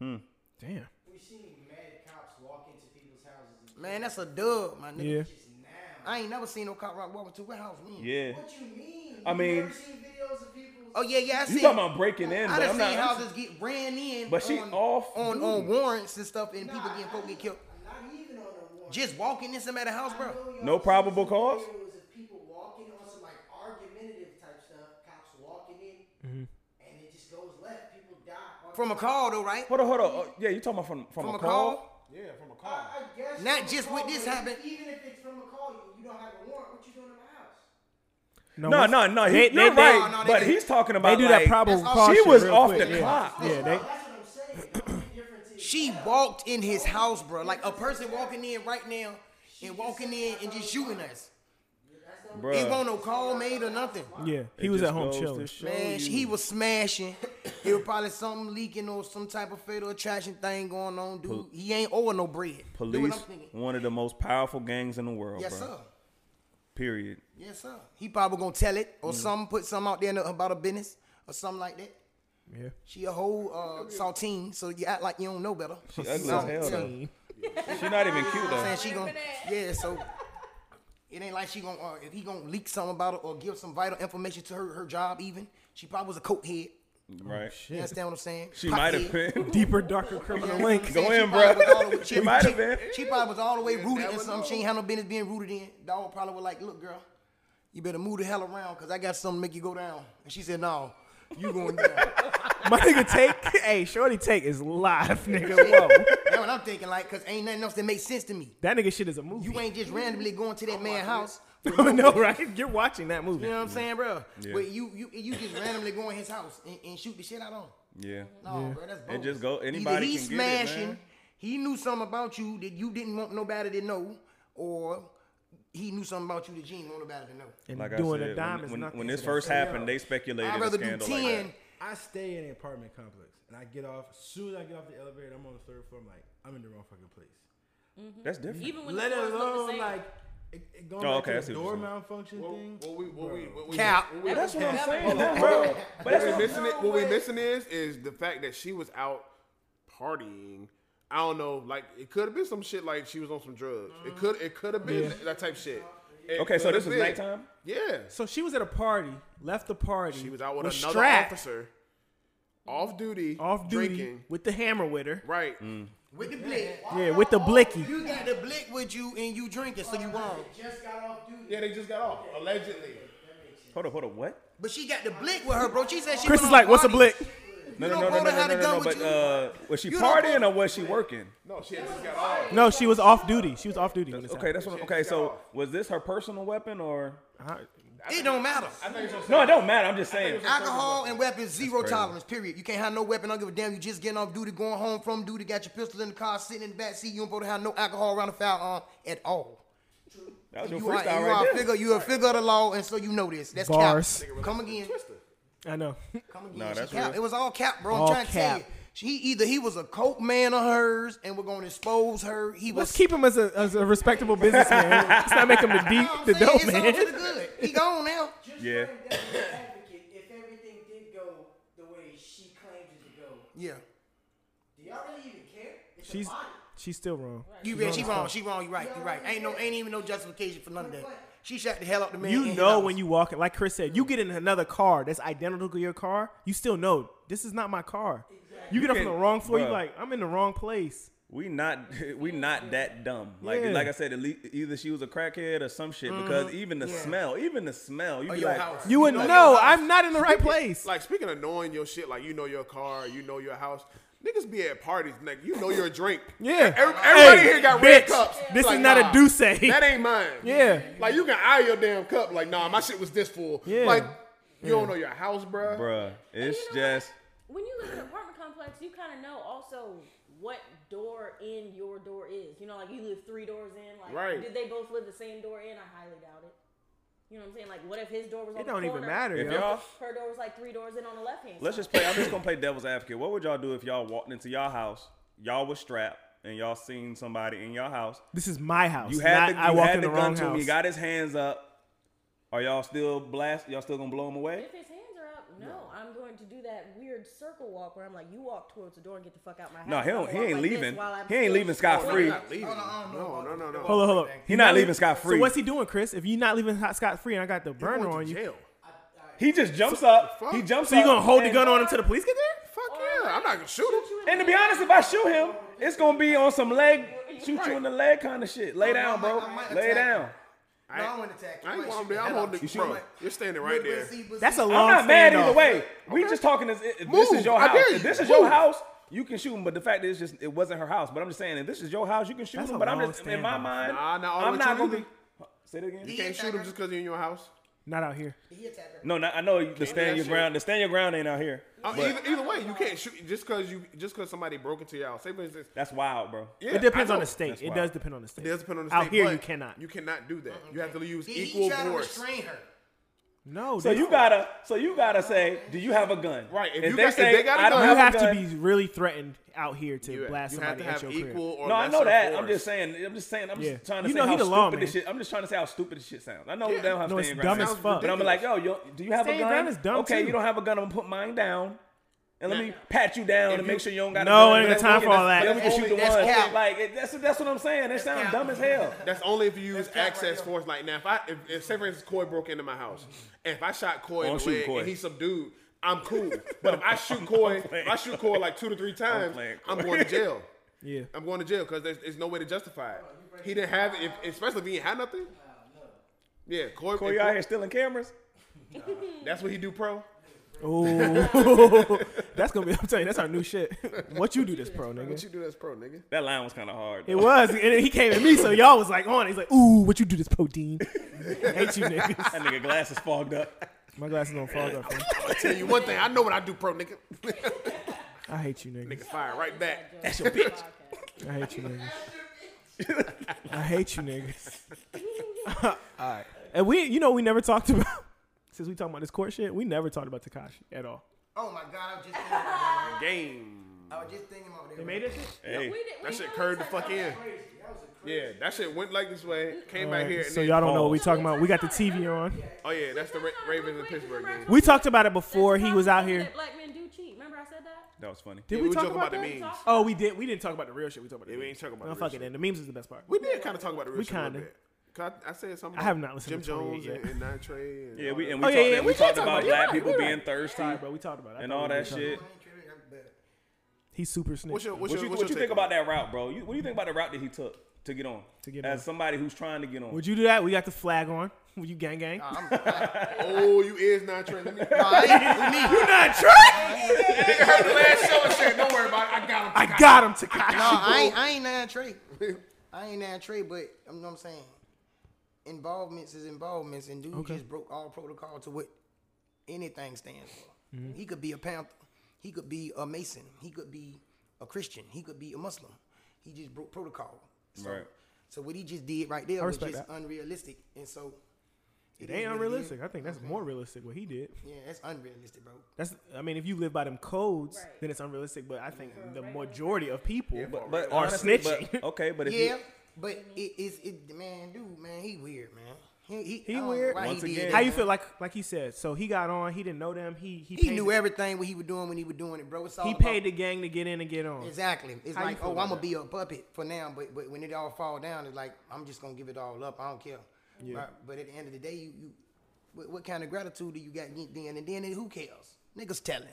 S1: Damn.
S8: We seen mad cops walk into people's houses. And
S9: Man, that's a dub, my nigga.
S1: Yeah.
S8: just now.
S9: I ain't never seen no cop rock walking to warehouse. Man.
S2: Yeah.
S8: What you mean?
S2: I
S8: You
S2: mean-
S8: never seen videos of people.
S9: Oh yeah, yeah. I
S2: You
S9: see.
S2: talking about breaking in,
S9: I
S2: but I'm
S9: done seen
S2: not. I'm-
S9: houses get ran in.
S2: But she
S9: on,
S2: off
S9: on,
S2: duty.
S9: on warrants and stuff, and people getting folk get killed.
S8: Not even on a warrant.
S9: Just walking in somebody's house, bro.
S2: No probable cause?
S8: It was people walking on some like argumentative type stuff. Cops walking in,
S2: Mm-hmm.
S8: and it just goes left. People die.
S9: From a call though, right?
S2: Hold on, hold on. Uh, yeah, you talking about from from,
S9: From
S2: a, call?
S4: Yeah, from a
S8: I,
S4: car.
S8: I guess
S9: Not
S8: from a
S9: just
S8: call,
S9: what this
S8: but
S9: happened.
S8: Even if it's from a call, you, you don't have a warrant. What you doing in my house?
S2: No,
S1: what's-
S2: no, no. He,
S1: They- they-
S2: you're
S1: they-
S2: right,
S9: No, no, they
S2: but
S9: do-
S2: he's talking
S1: They
S2: about
S1: do
S2: like,
S1: that probable
S9: that's all-
S1: cause.
S2: She
S1: shit
S2: was
S1: real
S2: off
S1: quick,
S2: the
S1: yeah.
S2: clock.
S1: Yeah, they.
S8: That's what I'm saying. The only difference is
S9: She walked in his house, bro. Like a person walking in right now and walking in and just shooting us. It
S2: Bruh,
S9: won't no call made or nothing.
S1: Yeah, he
S2: it
S1: was
S2: just
S1: at home
S2: goes to
S1: chilling.
S2: show
S9: Man,
S2: you.
S9: he was smashing. it was probably something leaking or some type of fatal attraction thing going on, dude. he ain't owing no bread. Do what I'm
S2: police,
S9: thinking.
S2: one of the most powerful gangs in the world.
S9: Yes,
S2: Oh, bro.
S9: sir.
S2: Period.
S9: Yes, sir. He probably gonna tell it
S2: Mm.
S9: or something, put something out there about a business or something like that.
S1: Yeah.
S9: She a whole uh, saltine, so you act like you don't know better.
S2: She
S9: Oh,
S2: ugly as hell. Though. She's not even cute though.
S9: saying she gonna, yeah. So it ain't like she gonna uh, if he gonna leak something about her or give some vital information to her her job. Even she probably was a coke head.
S2: Right.
S9: You understand what I'm saying?
S2: She
S9: Pop
S2: might have
S9: head.
S2: been.
S1: Deeper, darker criminal
S9: You know what I'm
S1: link.
S2: Go
S9: saying?
S2: in,
S9: She probably
S2: bruh.
S9: was all the
S2: *laughs*
S9: way-
S2: She might have been.
S9: She probably was all the way rooted in something she ain't had no business being rooted in. Dog probably was like, look, girl, you better move the hell around because I got something to make you go down. And she said, no, you going down.
S2: *laughs*
S1: My nigga take. *laughs* Hey, Shorty take is live, nigga. Whoa.
S9: That's what I'm thinking, like, because ain't nothing else that makes sense to me.
S1: That nigga shit is a movie. *laughs*
S9: You ain't just randomly going to that man's house.
S2: *laughs*
S1: I know, right? You're watching that movie.
S9: You know what I'm saying, bro?
S2: Yeah.
S9: But you, you you just randomly go in his house and, and shoot the shit out on him.
S2: Yeah.
S9: No, bro, that's bogus.
S2: just go-
S9: Either
S2: anybody
S9: he
S2: can get it, man.
S9: smashing. He knew something about you that you didn't want nobody to know, or he knew something about you that you didn't want nobody to know.
S1: And
S2: Like
S1: doing
S2: I said,
S1: a dime
S2: when-
S1: is
S2: when,
S1: nothing.
S2: when this first happened, they speculated
S9: I'd
S2: a
S9: rather do
S2: scandal like that.
S9: ten.
S6: I stay in an apartment complex and I get off. As soon as I get off the elevator, I'm on the third floor. I'm like, I'm in the wrong fucking place.
S2: That's different.
S5: Even when
S6: Let
S5: the floors look the
S6: alone
S5: same.
S6: like it, it going
S2: Oh,
S6: back
S2: okay, I
S6: to
S2: see
S6: the
S2: what
S6: door
S2: you're saying.
S6: malfunction
S4: What,
S6: thing.
S4: what we what we what we
S9: Cap.
S4: what we-
S2: That's what I'm
S5: Yeah.
S2: saying, bro. But that's
S4: what
S2: what
S4: we missing it. What we
S2: No way.
S4: missing is is the fact that she was out partying. I don't know, like it could have been some shit like she was on some drugs. It could it could have been that- that type shit. It
S2: Okay, so
S4: coulda
S2: this was
S4: been.
S2: nighttime?
S4: Yeah,
S1: So she was at a party, left the party.
S4: she was out with
S1: was
S4: another
S1: strapped,
S4: officer, off duty,
S1: off duty,
S4: drinking.
S1: with the hammer with her.
S4: Right,
S2: Mm.
S9: With the blick.
S1: Yeah, with the blicky.
S9: You got the blick with you and you drinking, so you wrong.
S8: Just got off duty.
S4: yeah, they just got off allegedly.
S2: Hold on, hold on. What?
S9: But she got the blick with her, bro. She said she
S1: Chris is
S9: went on
S1: like, "What's a
S9: parties."
S1: blick?"
S2: No,
S9: You
S2: no,
S9: don't
S2: no, no,
S9: go to
S2: no,
S9: have
S2: no,
S9: to
S2: no.
S9: go with
S2: But
S9: you.
S2: uh, was she
S9: You don't
S2: partying
S9: go-
S2: or was she working?
S4: No, she had just got off.
S1: No, she was off duty. She was off duty when this
S2: Okay,
S1: happened.
S2: that's what. Okay, so was this her personal weapon or?
S9: It don't matter.
S2: No, it don't matter. I'm just saying.
S9: Alcohol and weapons, zero
S2: crazy.
S9: tolerance, period. You can't have no weapon. I don't give a damn. You just getting off duty, going home from duty, got your pistol in the car, sitting in the back seat. You ain't supposed to have no alcohol around the firearm at all.
S2: That was your
S9: You are, you
S2: freestyle
S9: are
S2: right
S9: a
S2: there.
S9: figure, you a figure of the law, and so you know this. That's
S1: Bars.
S9: cap. Come again.
S1: I know.
S9: Come again.
S2: Nah,
S9: She
S2: that's
S9: cap.
S2: real.
S9: It was all cap, bro. I'm
S1: All
S9: trying to tell
S1: cap.
S9: you. She either he was a coke man of hers, and we're gonna expose her. He
S1: Let's
S9: was
S1: keep him as a, as a respectable
S9: *laughs*
S1: businessman. Let's not make him the deep,
S9: I'm
S1: the
S9: saying,
S1: dope
S9: it's all to the
S1: man.
S9: good. He gone now.
S8: Just
S2: Yeah.
S8: playing devil's advocate, if everything did go the way she claims it to go,
S9: Yeah.
S8: do y'all really even care? It's
S1: She's
S8: a body.
S1: she's still wrong.
S9: You
S1: She's
S9: right, she
S1: on
S9: wrong,
S1: the
S9: she wrong, you right, you right. Ain't no ain't even no justification for none of that. She shot the hell out the man.
S1: You know when you walk in, like Chris said, you get in another car that's identical to your car, you still know this is not my car. You get up on the
S2: can't-
S1: wrong floor, you
S2: bruh.
S1: like, I'm in the wrong place.
S2: We not *laughs* we not that dumb. Like
S1: Yeah.
S2: like I said, at least, either she was a crackhead or some shit.
S9: Mm-hmm.
S2: Because even the smell, even the smell, you be like,
S1: You would
S9: know
S1: know,
S9: your house.
S1: I'm not in the right place.
S4: Like speaking of knowing your shit, like you know your car, you know your house. Niggas be at parties, nigga. You know your drink.
S1: Yeah.
S4: Every, everybody
S1: Hey,
S4: here got red
S1: bitch,
S4: cups.
S1: This
S4: Like,
S1: is not
S4: nah,
S1: a douce.
S4: That ain't mine.
S1: Yeah.
S4: Like you can eye your damn cup. Like nah, my shit was this full.
S1: Yeah.
S4: Like you don't know your house, bruh.
S2: bruh, it's
S5: you know
S2: just
S5: When you live in an apartment complex, you kind of know also what door in your door is. You know, like you live three doors in. Like,
S4: Right.
S5: did they both live the same door in? I highly doubt it. You know what I'm saying? Like, what if his door was on
S1: It
S5: the
S1: don't even
S5: corner,
S1: matter,
S5: and
S1: yo.
S2: Y'all-
S5: Her door was like three doors in on the left hand.
S2: Let's just play. I'm just gonna play devil's advocate. What would y'all do if y'all walked into y'all house, y'all was strapped, and y'all seen somebody in y'all house?
S1: This is my house.
S2: You had
S1: not,
S2: the,
S1: I
S2: you
S1: walk
S2: had
S1: in
S2: the
S1: the,
S2: gun
S1: wrong
S2: to him.
S1: house.
S2: He got his hands up. Are y'all still blast? Y'all still gonna blow him away?
S5: If his hands are up, no, I'm going to do that weird circle walk where I'm like, you walk towards the door and get the fuck out my house.
S2: No, he
S5: I'm
S2: don't-
S5: gonna
S2: he
S5: walk
S2: ain't
S5: like this
S2: leaving.
S5: while I'm
S2: He ain't
S5: still-
S2: leaving scot
S5: Wait,
S2: free.
S9: Hold on, I don't know
S4: No, no,
S9: about this.
S4: no, no.
S1: hold on, hold on.
S2: He not leaving
S1: leaving-
S2: scot free.
S1: So what's he doing, Chris? If you're not leaving scot free and I got the burner
S4: going
S1: on
S4: to
S1: you,
S4: jail.
S2: He just jumps up.
S4: fuck?
S2: He jumps
S1: so you
S2: up
S1: gonna hold the
S2: and-
S1: gun on him till the police get there?
S4: Fuck yeah, I'm not gonna shoot him.
S5: you in
S2: And to
S5: the
S2: be honest, if I shoot him, it's gonna be on some leg, shoot you in the leg kind of shit. Lay
S9: Oh, no, I
S2: down,
S9: might-
S2: bro.
S9: I might
S2: Lay
S9: attack
S2: down.
S9: No, I wouldn't attack you.
S4: I ain't
S9: might
S4: going
S9: shoot
S4: there.
S9: the
S4: I'm
S9: hell out
S4: holding
S9: of
S4: the
S9: you.
S4: bro.
S9: Might-
S4: You're standing
S9: But-
S4: right
S9: but
S4: there.
S9: see- but
S1: That's
S9: see-
S1: a long
S2: I'm not mad either
S1: standoff.
S2: way. We just talking. As, if this is
S4: Move.
S2: your
S4: I
S2: house.
S4: dare
S2: If
S4: you.
S2: this is your
S4: Move.
S2: house, you can shoot him. But the fact is, just it wasn't her house. But I'm just saying, if this is your house, you can shoot
S1: That's
S2: him.
S1: a
S2: But I'm
S1: long
S2: just in my
S1: standoff.
S2: mind,
S4: Nah, nah, I'll
S2: I'm
S4: let
S2: not
S4: you
S2: gonna be.
S4: either.
S2: Say that again.
S4: You can't shoot him just because he's in your house.
S1: Not out here.
S9: He attacked her.
S2: No, no, I know you- the stand your ground. The stand your ground ain't out here.
S4: Uh, either, either way, you can't shoot just because you just because somebody broke into your house. Say for instance,
S2: That's wild, bro.
S4: yeah,
S1: It depends
S4: I
S1: on
S4: know.
S1: the state.
S2: That's
S1: It
S2: wild.
S1: does depend on the state.
S4: It does depend on the
S1: out
S4: state.
S1: here,
S4: but
S1: you cannot.
S4: You cannot do that. You have to use
S9: He,
S4: equal
S9: he tried to
S4: force.
S9: restrain her.
S1: no,
S2: So you gotta, so you gotta say, do you have a gun?
S4: Right, if you got- if they got a
S2: I don't
S4: gun,
S1: You
S2: have,
S1: have
S2: a
S1: to
S2: gun,
S1: be really threatened out here to
S4: You,
S1: blast
S4: you have
S1: somebody
S4: to
S1: at
S4: have
S1: your
S4: equal
S1: crib.
S4: or
S2: No, I
S4: lesser
S2: know that.
S4: Force.
S2: I'm just saying. I'm just saying. I'm
S1: Yeah.
S2: just trying to
S1: You
S2: say
S1: know he
S2: how
S1: the
S2: stupid
S1: lawman.
S2: this shit. I'm just trying to say how stupid this shit sounds. I know
S4: Yeah.
S2: they don't have
S1: No, it's
S2: stand
S1: dumb
S2: ground.
S1: as fuck.
S2: But I'm like, yo, yo, do you have
S1: Stand
S2: a gun?
S1: ground is dumb,
S2: okay,
S1: too.
S2: you don't have a gun. I'm gonna put mine down. And let me pat you down and
S4: you-
S2: make sure you don't got
S1: No,
S2: a gun.
S1: ain't
S2: But
S1: got
S2: let
S1: time
S2: me-
S1: for all that.
S2: Let me just
S9: That's
S2: shoot the
S9: only- that's
S2: one.
S9: cap.
S2: Like it- that's that's what I'm saying. That sounds
S9: cap.
S2: dumb as hell.
S4: That's only if you use
S9: cap right
S4: access
S9: there.
S4: force. Like now, if I if, if say for instance Coy broke into my house, and if I shot Coy
S2: I'm
S4: in the
S2: shooting
S4: leg
S2: Coy.
S4: and he subdued, I'm
S2: *laughs*
S4: cool. But if I shoot Coy,
S2: playing
S4: if I shoot Coy like two to three times,
S2: playing
S4: I'm,
S2: Coy.
S4: going to jail.
S1: *laughs* Yeah.
S4: I'm going to jail because there's, there's no way to justify it. He didn't have it, if, especially if he ain't had nothing. Yeah, Coy.
S2: Boy,
S4: if
S2: you out here stealing cameras?
S4: That's what he do, pro. *laughs*
S1: Ooh. *laughs* that's gonna be. I'm telling you, that's our new shit. *laughs* what you do this pro, nigga?
S4: you do as pro, nigga?
S2: That line was kind of hard.
S1: It
S2: though.
S1: was, and then he came at me, so y'all was like on. it. He's like, "Ooh, what you do this pro, Dean? Hate you, niggas."
S2: That nigga glasses fogged up. *laughs*
S1: My glasses don't fog up. man.
S4: I tell you one thing, I know what I do, pro, nigga. *laughs*
S1: I hate you, niggas.
S4: nigga, fire right back.
S5: That's your bitch.
S1: I hate you niggas. I hate you niggas. All right. And we, you know, we never talked about since we talking about this court shit. We never talked about Takashi at all.
S9: Oh my god, I was just thinking about that.
S4: Game.
S9: I was just thinking about that. They
S1: Made that shit?
S2: Hey,
S4: That shit curved the fuck in. Yeah, that shit went like this way, came back here. And
S1: so
S4: then,
S1: y'all don't know what we
S2: pause.
S1: talking about. We got the TV on.
S4: Oh yeah, that's the Ra- Ravens and Pittsburgh game.
S1: We talked about it before he was out here.
S5: That black men do cheat. Remember I said that?
S2: that was funny.
S1: Did
S4: Yeah,
S1: we,
S4: we
S1: talk
S4: joking
S1: about,
S4: about the
S1: that?
S4: memes.
S1: Oh, we did. We didn't talk about the real shit. We talked about the
S4: Yeah, we
S1: memes.
S4: ain't talking about
S1: No,
S4: the
S1: fuck
S4: real
S1: it. Then the memes is the best part.
S4: We did kind of talk about the real
S1: We
S4: shit a little
S1: kinda.
S4: bit. 'Cause I, I said something.
S1: I
S4: about
S1: have not listened
S4: Jim
S1: to
S4: Jones
S1: 28
S4: and,
S1: yet.
S4: and Nitre. And
S2: Yeah,
S4: all
S2: we
S4: that.
S2: and we
S1: Oh, yeah,
S2: talked,
S1: yeah, we
S2: and we
S1: did
S2: talked
S1: talk
S2: about
S1: about it.
S2: black
S1: You're
S2: people
S1: right,
S2: being
S1: you're
S2: thirsty
S1: Sorry, bro. We talked about it. I
S2: and
S1: thought
S2: all
S1: we were
S2: that
S1: talking-
S2: shit.
S1: He's super snake.
S4: What's your what's
S2: What
S4: your
S2: you,
S4: what's
S2: what you
S4: your
S2: think
S4: take
S2: about that route, bro? You, what do you think about the route that he took to get on?
S1: To get
S2: As
S1: on.
S2: somebody who's trying to get on.
S1: Would you do that? We got the flag on. *laughs* Would you gang gang?
S4: on it? Oh, you is Nitre. *laughs* Let me
S1: You're not trying.
S4: heard the last show and said, "Don't worry about it. I got him."
S1: I got him, Takashi.
S9: No, I ain't, I ain't nine Trey. *laughs* I ain't nine Trey, but you know what I'm saying. Involvements is involvements, and dude just broke all protocol to what anything stands for.
S1: Mm-hmm.
S9: He could be a Panther, he could be a Mason, he could be a Christian, he could be a Muslim. He just broke protocol. So,
S2: Right.
S9: so what he just did right there was
S1: respect
S9: just
S1: that.
S9: unrealistic, and so
S1: It
S9: is
S1: ain't
S9: what is.
S1: unrealistic. I think that's more realistic what he did.
S9: Yeah, that's unrealistic, bro.
S1: That's I mean, if you live by them codes,
S5: Right.
S1: then it's unrealistic. But I think the majority of people
S2: But, but
S1: are
S2: honestly,
S1: snitching. *laughs*
S2: But, okay, but if
S9: Yeah,
S2: you,
S9: but it is it man, dude, man, he weird, man. He he,
S1: He
S9: I don't know
S1: weird.
S9: why he
S2: Once
S9: did
S2: again-
S9: that,
S1: How you
S9: man.
S1: feel like like he said? So he got on. He didn't know them. He he,
S9: He
S1: paid
S9: knew
S1: the-
S9: everything what he was doing when he was doing it, bro. It's all
S1: He
S9: about-
S1: paid the gang to get in and get on.
S9: exactly. It's
S1: How you
S9: like,
S1: feel
S9: oh,
S1: about
S9: I'm
S1: that?
S9: gonna be a puppet for now, but but when it all fall down, it's like I'm just gonna give it all up. I don't care. Right? But at the end of the day, you, you what, what kind of gratitude do you got then? And then who cares? Niggas telling.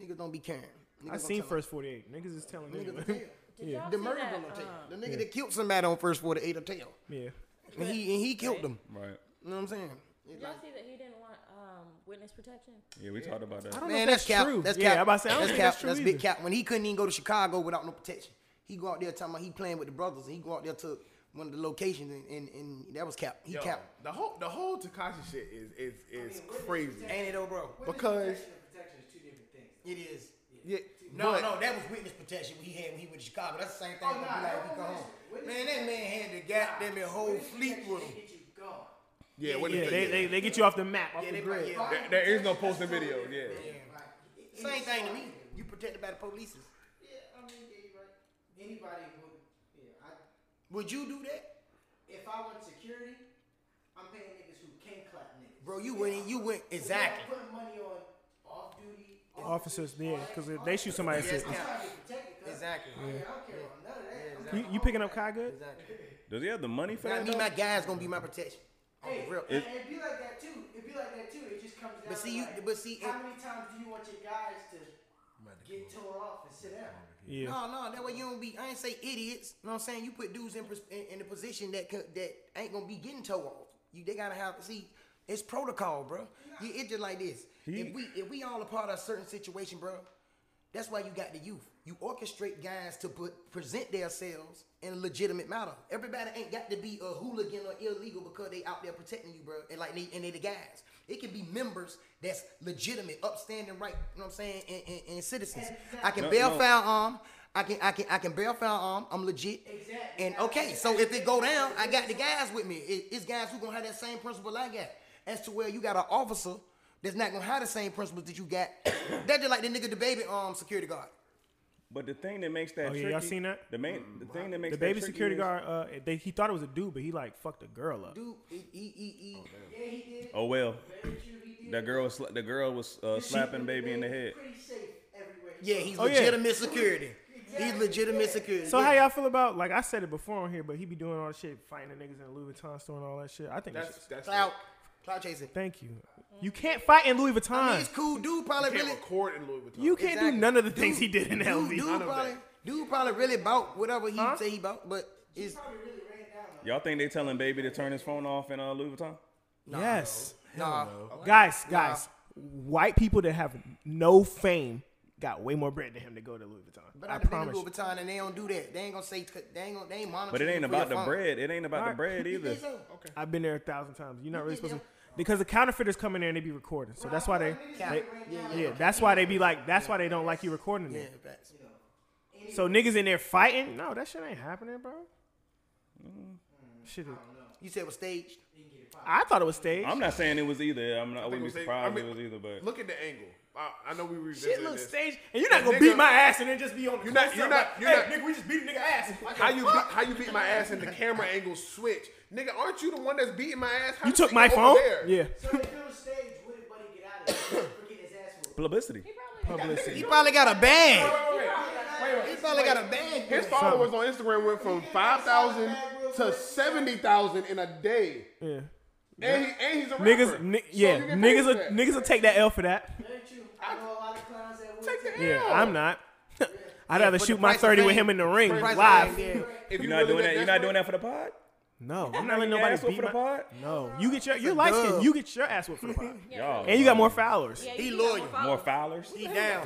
S9: Niggas don't be caring. Niggas
S1: I
S9: don't
S1: seen
S9: tell 'em.
S1: first forty eight. Niggas is telling
S9: Niggas
S1: anyway.
S9: will tell.
S5: Yeah.
S9: The murder gonna
S5: uh,
S9: tell. The nigga that killed somebody on first 48 will tell.
S1: *laughs* Yeah.
S9: And he and he killed them.
S2: right.
S9: You know what I'm saying? It's
S5: Did y'all
S9: like-
S5: see that he didn't want um, witness protection?
S2: Yeah, we talked about that.
S1: I don't
S9: Man,
S1: know if
S9: that's,
S1: that's,
S9: cap.
S1: true.
S9: That's
S1: yeah,
S9: cap.
S1: I'm about to say, I don't
S9: that's
S1: think
S9: cap.
S1: that's true
S9: big
S1: either.
S9: cap. When he couldn't even go to Chicago without no protection, he go out there talking about he playing with the brothers. And he go out there to one of the locations, and, and, and that was cap. He
S4: Yo,
S9: cap.
S4: the whole the whole Takashi shit is is is crazy
S9: Ain't it though, bro?
S4: because
S10: Protection is two different things.
S9: It is.
S4: yeah,
S9: No,
S4: but-
S9: no, that was witness protection he had when he went to Chicago. That's the same
S10: Oh,
S9: thing. gonna be like, if he go home. Man, that man had the goddamn whole fleet with him.
S10: Get you gone.
S4: Yeah, what is
S1: Yeah,
S4: it?
S1: they, they, they get you off the map, off the grid.
S4: There- there is no posting video. Yeah.
S9: Same thing to me. You protected by the police.
S6: Yeah, I mean, yeah, you're right. Anybody would. Yeah, I,
S9: Would you do that?
S6: if I want security, I'm paying niggas who can't clap niggas.
S9: Bro, you went in, you went
S6: I'm
S9: exactly.
S6: putting money on off duty.
S1: Officers, yeah, because they shoot somebody.
S9: Yes,
S1: assistant.
S9: count.
S6: Exactly.
S9: Exactly.
S6: I don't care about none of that. I'm
S1: You, you picking up Kai good?
S9: Exactly.
S2: Does he have the money for
S9: Gotta
S2: that?
S9: be
S2: though?
S9: my guy's gonna be my protection. Oh,
S6: Hey,
S9: for real.
S6: and it'd be like that too. It'd be like that too. It just comes down.
S9: But see, you,
S6: to like,
S9: but see, it,
S6: how many times do you want your guys to get tore off and sit down?
S1: Yeah.
S9: no, no, that way you don't be. I ain't say idiots. You know what I'm saying? You put dudes in pers- in, in a position that could, that ain't gonna be getting toe off. You they gotta have see. It's protocol, bro. You, it's just like this. if we if we all a part of a certain situation, bro, that's why you got the youth. You orchestrate guys to put, present themselves in a legitimate manner. Everybody ain't got to be a hooligan or illegal because they out there protecting you, bro. And like they and they the guys. It can be members that's legitimate, upstanding, right? You know what I'm saying? And, and, and citizens. I can
S2: No,
S9: bail
S2: no.
S9: firearm. I can I can I can bail firearm. I'm legit.
S6: Exactly.
S9: And okay, so if it go down, I got the guys with me. It, it's guys who gonna have that same principle I got. As to where you got an officer that's not gonna have the same principles that you got. *coughs* that just like the nigga the baby um security guard.
S2: But the thing that makes that
S1: Oh, yeah,
S2: tricky,
S1: y'all seen that?
S2: The main, the thing that makes
S1: The baby
S2: that tricky
S1: security
S2: is-
S1: guard, uh, they, he thought it was a dude, but he like fucked a girl up.
S9: Dude, he he he. he.
S2: Oh well, the girl, was sla- the girl was uh, slapping baby in the head.
S6: Pretty safe everywhere.
S9: Yeah, he's
S1: Oh, yeah.
S9: legitimate security. He's legitimate security.
S1: So how y'all feel about like I said it before on here, but he be doing all the shit, fighting the niggas in the Louis Vuitton store and all that shit. I think that's,
S4: That's that's.
S9: cloud cloud chasing?
S1: thank you. You can't fight in Louis Vuitton.
S9: I mean, it's cool. Dude probably
S4: You can't
S9: really.
S4: record in Louis Vuitton.
S1: you can't
S9: Exactly.
S1: do none of the things he
S9: Dude-
S1: did in
S9: dude-
S1: LV.
S9: Dude,
S4: I know
S9: probably,
S4: that.
S9: dude probably really bought whatever he
S1: Huh?
S9: say he bought, but it's
S2: Y'all think they telling baby to turn his phone off in uh, Louis Vuitton?
S1: yes,
S9: nah.
S1: guys, guys, white people that have no fame got way more bread than him to go to Louis Vuitton.
S9: But
S1: I,
S9: I've been to
S1: promise.
S9: Louis
S1: you.
S9: Vuitton and they don't do that. They ain't gonna say. They ain't gonna. They ain't monitor.
S2: But it
S9: you
S2: ain't
S9: for your
S2: about the
S9: phone.
S2: bread. It ain't about the
S1: Alright. *laughs*
S2: bread
S9: You
S2: either.
S9: think so?
S1: I've been there a thousand times. You're not really supposed to,
S9: yeah.
S1: because the counterfeiters come in there and they be recording. So that's why they,
S9: Yeah.
S1: they
S9: Yeah,
S1: yeah, that's why they be like, that's why they don't like you recording
S9: Yeah,
S1: it.
S9: facts.
S1: So niggas in there fighting? No, that shit ain't happening, bro.
S4: Mm.
S1: Shit, is-
S9: You said it was staged.
S1: I thought it was staged.
S2: I'm not saying it was either. I'm not, I wouldn't be
S4: was-
S2: surprised
S4: I mean-
S2: it was either. But
S4: Look at the angle. I, I know we revisited
S1: shit look
S4: this.
S1: staged, and you're not
S4: That
S1: gonna
S4: nigga-
S1: beat my ass and then just be on. The
S4: You're not-
S1: close-up
S4: you're not-
S1: like,
S4: you're
S1: "Hey,
S4: not-
S1: nigga, we just beat the nigga ass.
S4: How you beat, how you beat my ass and the camera angle switch, nigga? Aren't you the one that's beating my ass? How
S1: You
S4: the
S1: took
S4: shit
S1: my
S4: go
S1: phone?
S4: over there?
S1: Yeah.
S6: So if it was staged, wouldn't Buddy get out of it? *coughs* For getting his ass whooped.
S2: publicity.
S9: He probably got a bag.
S4: Wait, wait, wait.
S9: He probably got a bag.
S4: His followers on Instagram went from five thousand to seventy thousand in a day,
S1: Yeah,
S4: and, he, and he's a
S1: niggas,
S4: rapper.
S1: ni-
S4: So
S1: yeah,
S4: you get paid
S1: niggas,
S4: for
S1: will,
S4: that.
S1: niggas will take that L for that.
S6: Very true. I know a lot of clowns that would
S4: Take the
S6: take
S1: Yeah,
S4: L.
S1: I'm not. *laughs* I'd rather
S9: but
S1: shoot
S9: the
S1: my
S9: price of
S1: thirty with
S9: fame-
S1: him in the ring
S4: price of
S1: live.
S9: Yeah.
S4: If
S2: You're not doing that. You're not doing
S4: desperate-
S2: that for the pod.
S1: No, I'm not letting
S2: Your
S1: nobody
S2: ass whooped
S1: beat
S2: for
S1: my.
S2: the pod.
S1: No, you get your your life skin.
S9: dub.
S1: You get your ass whooped for the pot.
S2: Y'all,
S1: and you got more followers.
S5: Yeah,
S9: He
S5: you got
S9: loyal.
S2: more foulers.
S9: He down.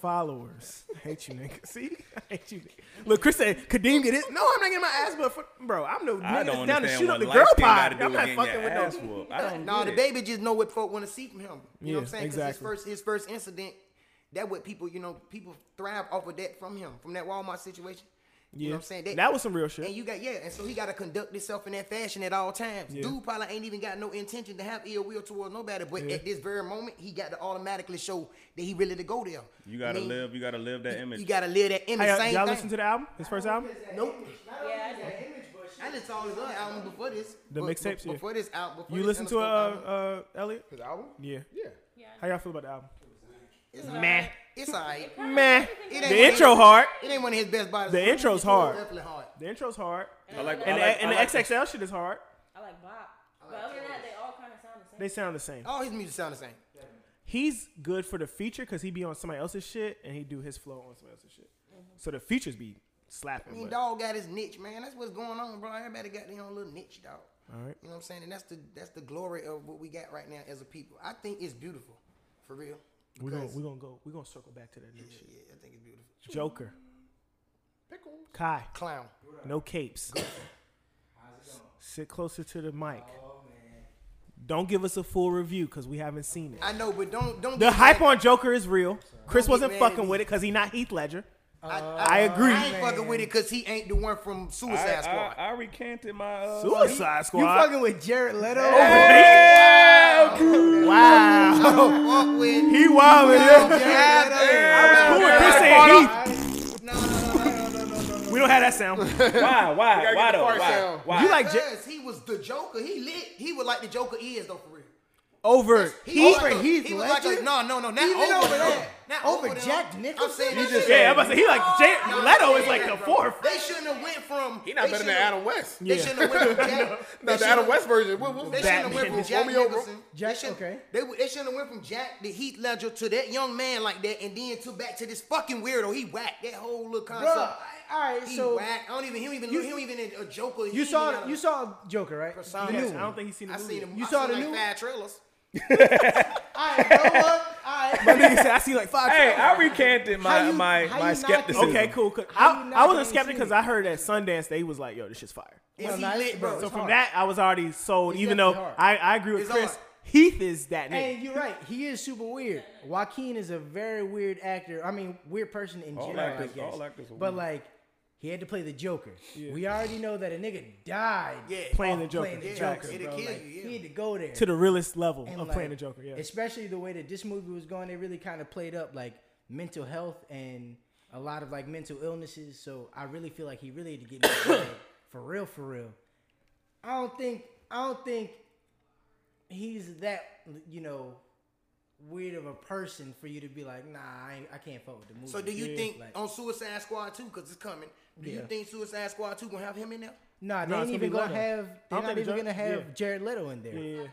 S1: followers. *laughs* I hate you, nigga. See, I hate you. Nigga. Look, Chris said, "Kadeem get it." No, I'm not getting my ass, but for, bro, I'm no
S2: I
S1: nigga
S2: don't
S1: that's down to
S2: understand
S1: shoot up
S2: what
S1: the girl
S2: life got to
S1: pod.
S2: do
S1: I'm
S2: with
S1: not
S2: getting
S1: fucking
S2: your
S1: with
S2: ass
S1: no.
S2: whoop. I don't
S9: No,
S2: get
S9: the
S2: it.
S9: baby just know what folk want to see from him. You
S1: Yeah,
S9: know what I'm saying? 'Cause
S1: exactly.
S9: His first, his first incident, that what people, you know, people thrive off of that from him, from that Walmart situation. You know
S1: Yeah.
S9: what I'm saying? That,
S1: That was some real
S9: and
S1: shit.
S9: you got yeah, and so he got to conduct himself in that fashion at all times.
S1: Yeah.
S9: Dude probably ain't even got no intention to have ill will toward nobody, but
S1: Yeah.
S9: at this very moment, he got to automatically show that he really to go there.
S2: You gotta
S9: I mean,
S2: live. You gotta live that image.
S9: You gotta live that
S1: Hey,
S9: image.
S1: y'all-
S9: Same
S1: y'all
S9: thing.
S1: listen to the album? His first album?
S9: nope.
S5: Yeah, I
S6: that image, but shit.
S9: I listened to all his other albums before this.
S1: The
S9: Be-
S1: mixtapes,
S9: be-
S1: yeah.
S9: Before this album. Before
S1: You
S9: this
S1: listen to uh,
S9: Interscope album.
S1: uh Elliot?
S4: his album.
S1: Yeah.
S4: Yeah,
S1: How y'all feel about the album?
S9: It's
S1: Meh.
S9: It's alright.
S1: Meh.
S9: It ain't one of
S1: The
S9: his-
S1: intro hard.
S9: It ain't one of his best bodies.
S1: The intro's
S9: It's
S1: hard.
S9: Definitely hard.
S1: The intro's hard.
S2: I like.
S1: And
S2: I
S1: the,
S2: like.
S1: and
S2: I
S1: the
S2: like
S1: XXL shit is hard.
S5: I like Bop. But other than that, they all kind of sound the same.
S1: They sound the same.
S9: All his music sound the same.
S1: He's good for the feature because he be on somebody else's shit and he do his flow on somebody else's shit.
S9: Mm-hmm.
S1: So the features be
S9: I
S1: slapping.
S9: mean,
S1: but-
S9: dog got his niche, man. That's what's going on, bro. Everybody got their own little niche, dog.
S1: All right.
S9: You know what I'm saying? And that's the that's the glory of what we got right now as a people. I think it's beautiful, for real.
S1: We're gonna
S9: Because-
S1: we're gonna go we're gonna circle back to that new shit.
S9: yeah, I think it's beautiful.
S1: Joker.
S4: pickles.
S1: Kai.
S9: Clown.
S1: No capes. Sit closer to the mic.
S9: Oh,
S1: Don't give us a full review because we haven't seen it.
S9: I know, but don't don't.
S1: The
S9: get
S1: hype
S9: mad-
S1: on Joker is real. Chris
S9: Don't get
S1: wasn't
S9: mad at
S1: fucking
S9: me.
S1: with it because he not Heath Ledger.
S9: I,
S1: I agree.
S9: I ain't fucking with it because he ain't the one from
S2: I,
S9: Suicide
S2: I,
S9: Squad.
S2: I recanted my uh,
S1: Suicide
S6: You
S1: Squad.
S6: fucking with Jared Leto?
S9: I don't fuck with.
S1: he wildin'.
S9: Jared
S1: Yeah. ¿eh?
S9: Leto.
S1: Who would Chris say
S9: No, no, no, no, no, no, no, no.
S1: he? We don't have that
S9: *laughs*
S1: sound.
S2: Why? Why? Why though?
S4: fart
S2: Why?
S4: sound.
S2: Why?
S1: You like J-
S9: Because he was the Joker. He lit. He was like the Joker is though for real.
S1: over?
S6: He
S9: was
S6: over
S9: like a-
S6: Heath
S9: he was like a,
S6: Ledger?
S9: no, no, no, not
S6: Even
S9: over,
S6: over
S9: them.
S6: that.
S9: Not
S6: Over
S9: them.
S6: Jack
S9: I'm saying
S6: Nicholson?
S9: they
S6: He
S9: shouldn't-
S1: Yeah, I'm about to say he like J- Leto is like the fourth.
S9: They shouldn't have went from.
S4: He not
S9: they
S4: better than
S9: shouldn't-
S4: Adam West.
S9: They
S1: Yeah.
S9: shouldn't have went from
S6: *laughs*
S9: Jack.
S4: Not the Adam West version. What, what,
S9: They shouldn't have went
S1: Batman.
S9: from Jack
S4: Romeo-
S9: Nicholson.
S6: Jack-
S9: they shouldn't-
S6: okay.
S9: They, w- they shouldn't have went from Jack the Heath Ledger to that young man like that, and then to back to this fucking weirdo. He whacked that whole little
S6: Bro,
S9: concept.
S6: all right,
S9: he
S6: so
S9: whack. I don't even. He don't even.
S6: You-
S9: he don't even a Joker.
S6: you saw you saw Joker, right? The new
S1: I
S6: one.
S1: don't think he's seen the
S9: I
S1: movie.
S9: seen him.
S6: You
S9: I
S6: saw
S9: seen
S6: the
S9: like
S6: new-
S9: five trailers.
S6: All right, you know what? All right.
S1: My nigga said I see like five.
S9: *laughs*
S2: Hey, I recanted my
S6: How you-
S2: my
S6: how
S2: my
S6: you not-
S2: skepticism.
S1: Okay, cool. 'cause
S6: How you
S1: I,
S6: not
S1: I wasn't
S6: gonna
S1: skeptic
S6: see
S1: because
S6: it?
S1: I heard at Sundance they was like, "Yo, this shit's fire."
S9: Is
S6: Well,
S9: he
S6: now it's-
S9: lit,
S6: bro,
S9: bro?
S6: it's
S1: So from
S6: hard.
S1: that, I was already sold.
S6: It's
S1: even though
S6: definitely hard.
S1: I, I agree with
S9: It's
S1: Chris,
S9: hard.
S1: Heath is that nigga.
S6: And you're right. He is super weird. Joaquin is a very weird actor. I mean, weird person in
S2: All
S6: general,
S2: actors-
S6: I guess.
S2: all actors are weird.
S6: but like, he had to play the Joker. We already know that a nigga died
S9: Yeah.
S1: Playing the
S6: off
S1: Joker.
S6: Playing the
S1: Yeah,
S6: Joker.
S9: it'll
S6: bro.
S9: kill
S6: Like,
S9: you, yeah.
S6: He had to go there
S1: to the realest level
S6: And,
S1: of
S6: like,
S1: playing the Joker. Yeah,
S6: Especially the way that this movie was going, they really kind of played up like mental health and a lot of like mental illnesses. So I really feel like he really had to get me together. *coughs* for real, for real. I don't think I don't think he's that you know weird of a person for you to be like, nah, I, ain't, I can't fuck with the movie.
S9: So do you think
S6: Like,
S9: on Suicide Squad 2, because it's coming, do you
S6: Yeah.
S9: think Suicide Squad 2 gonna have him in there?
S6: nah, they
S1: Nah, it's gonna
S6: ain't even
S1: be
S6: gonna
S1: Leto.
S6: have.
S1: I
S6: They're
S1: don't
S6: not
S1: think
S6: even
S1: Jo-
S6: gonna have
S1: yeah.
S6: Jared Leto in there.
S1: yeah, yeah.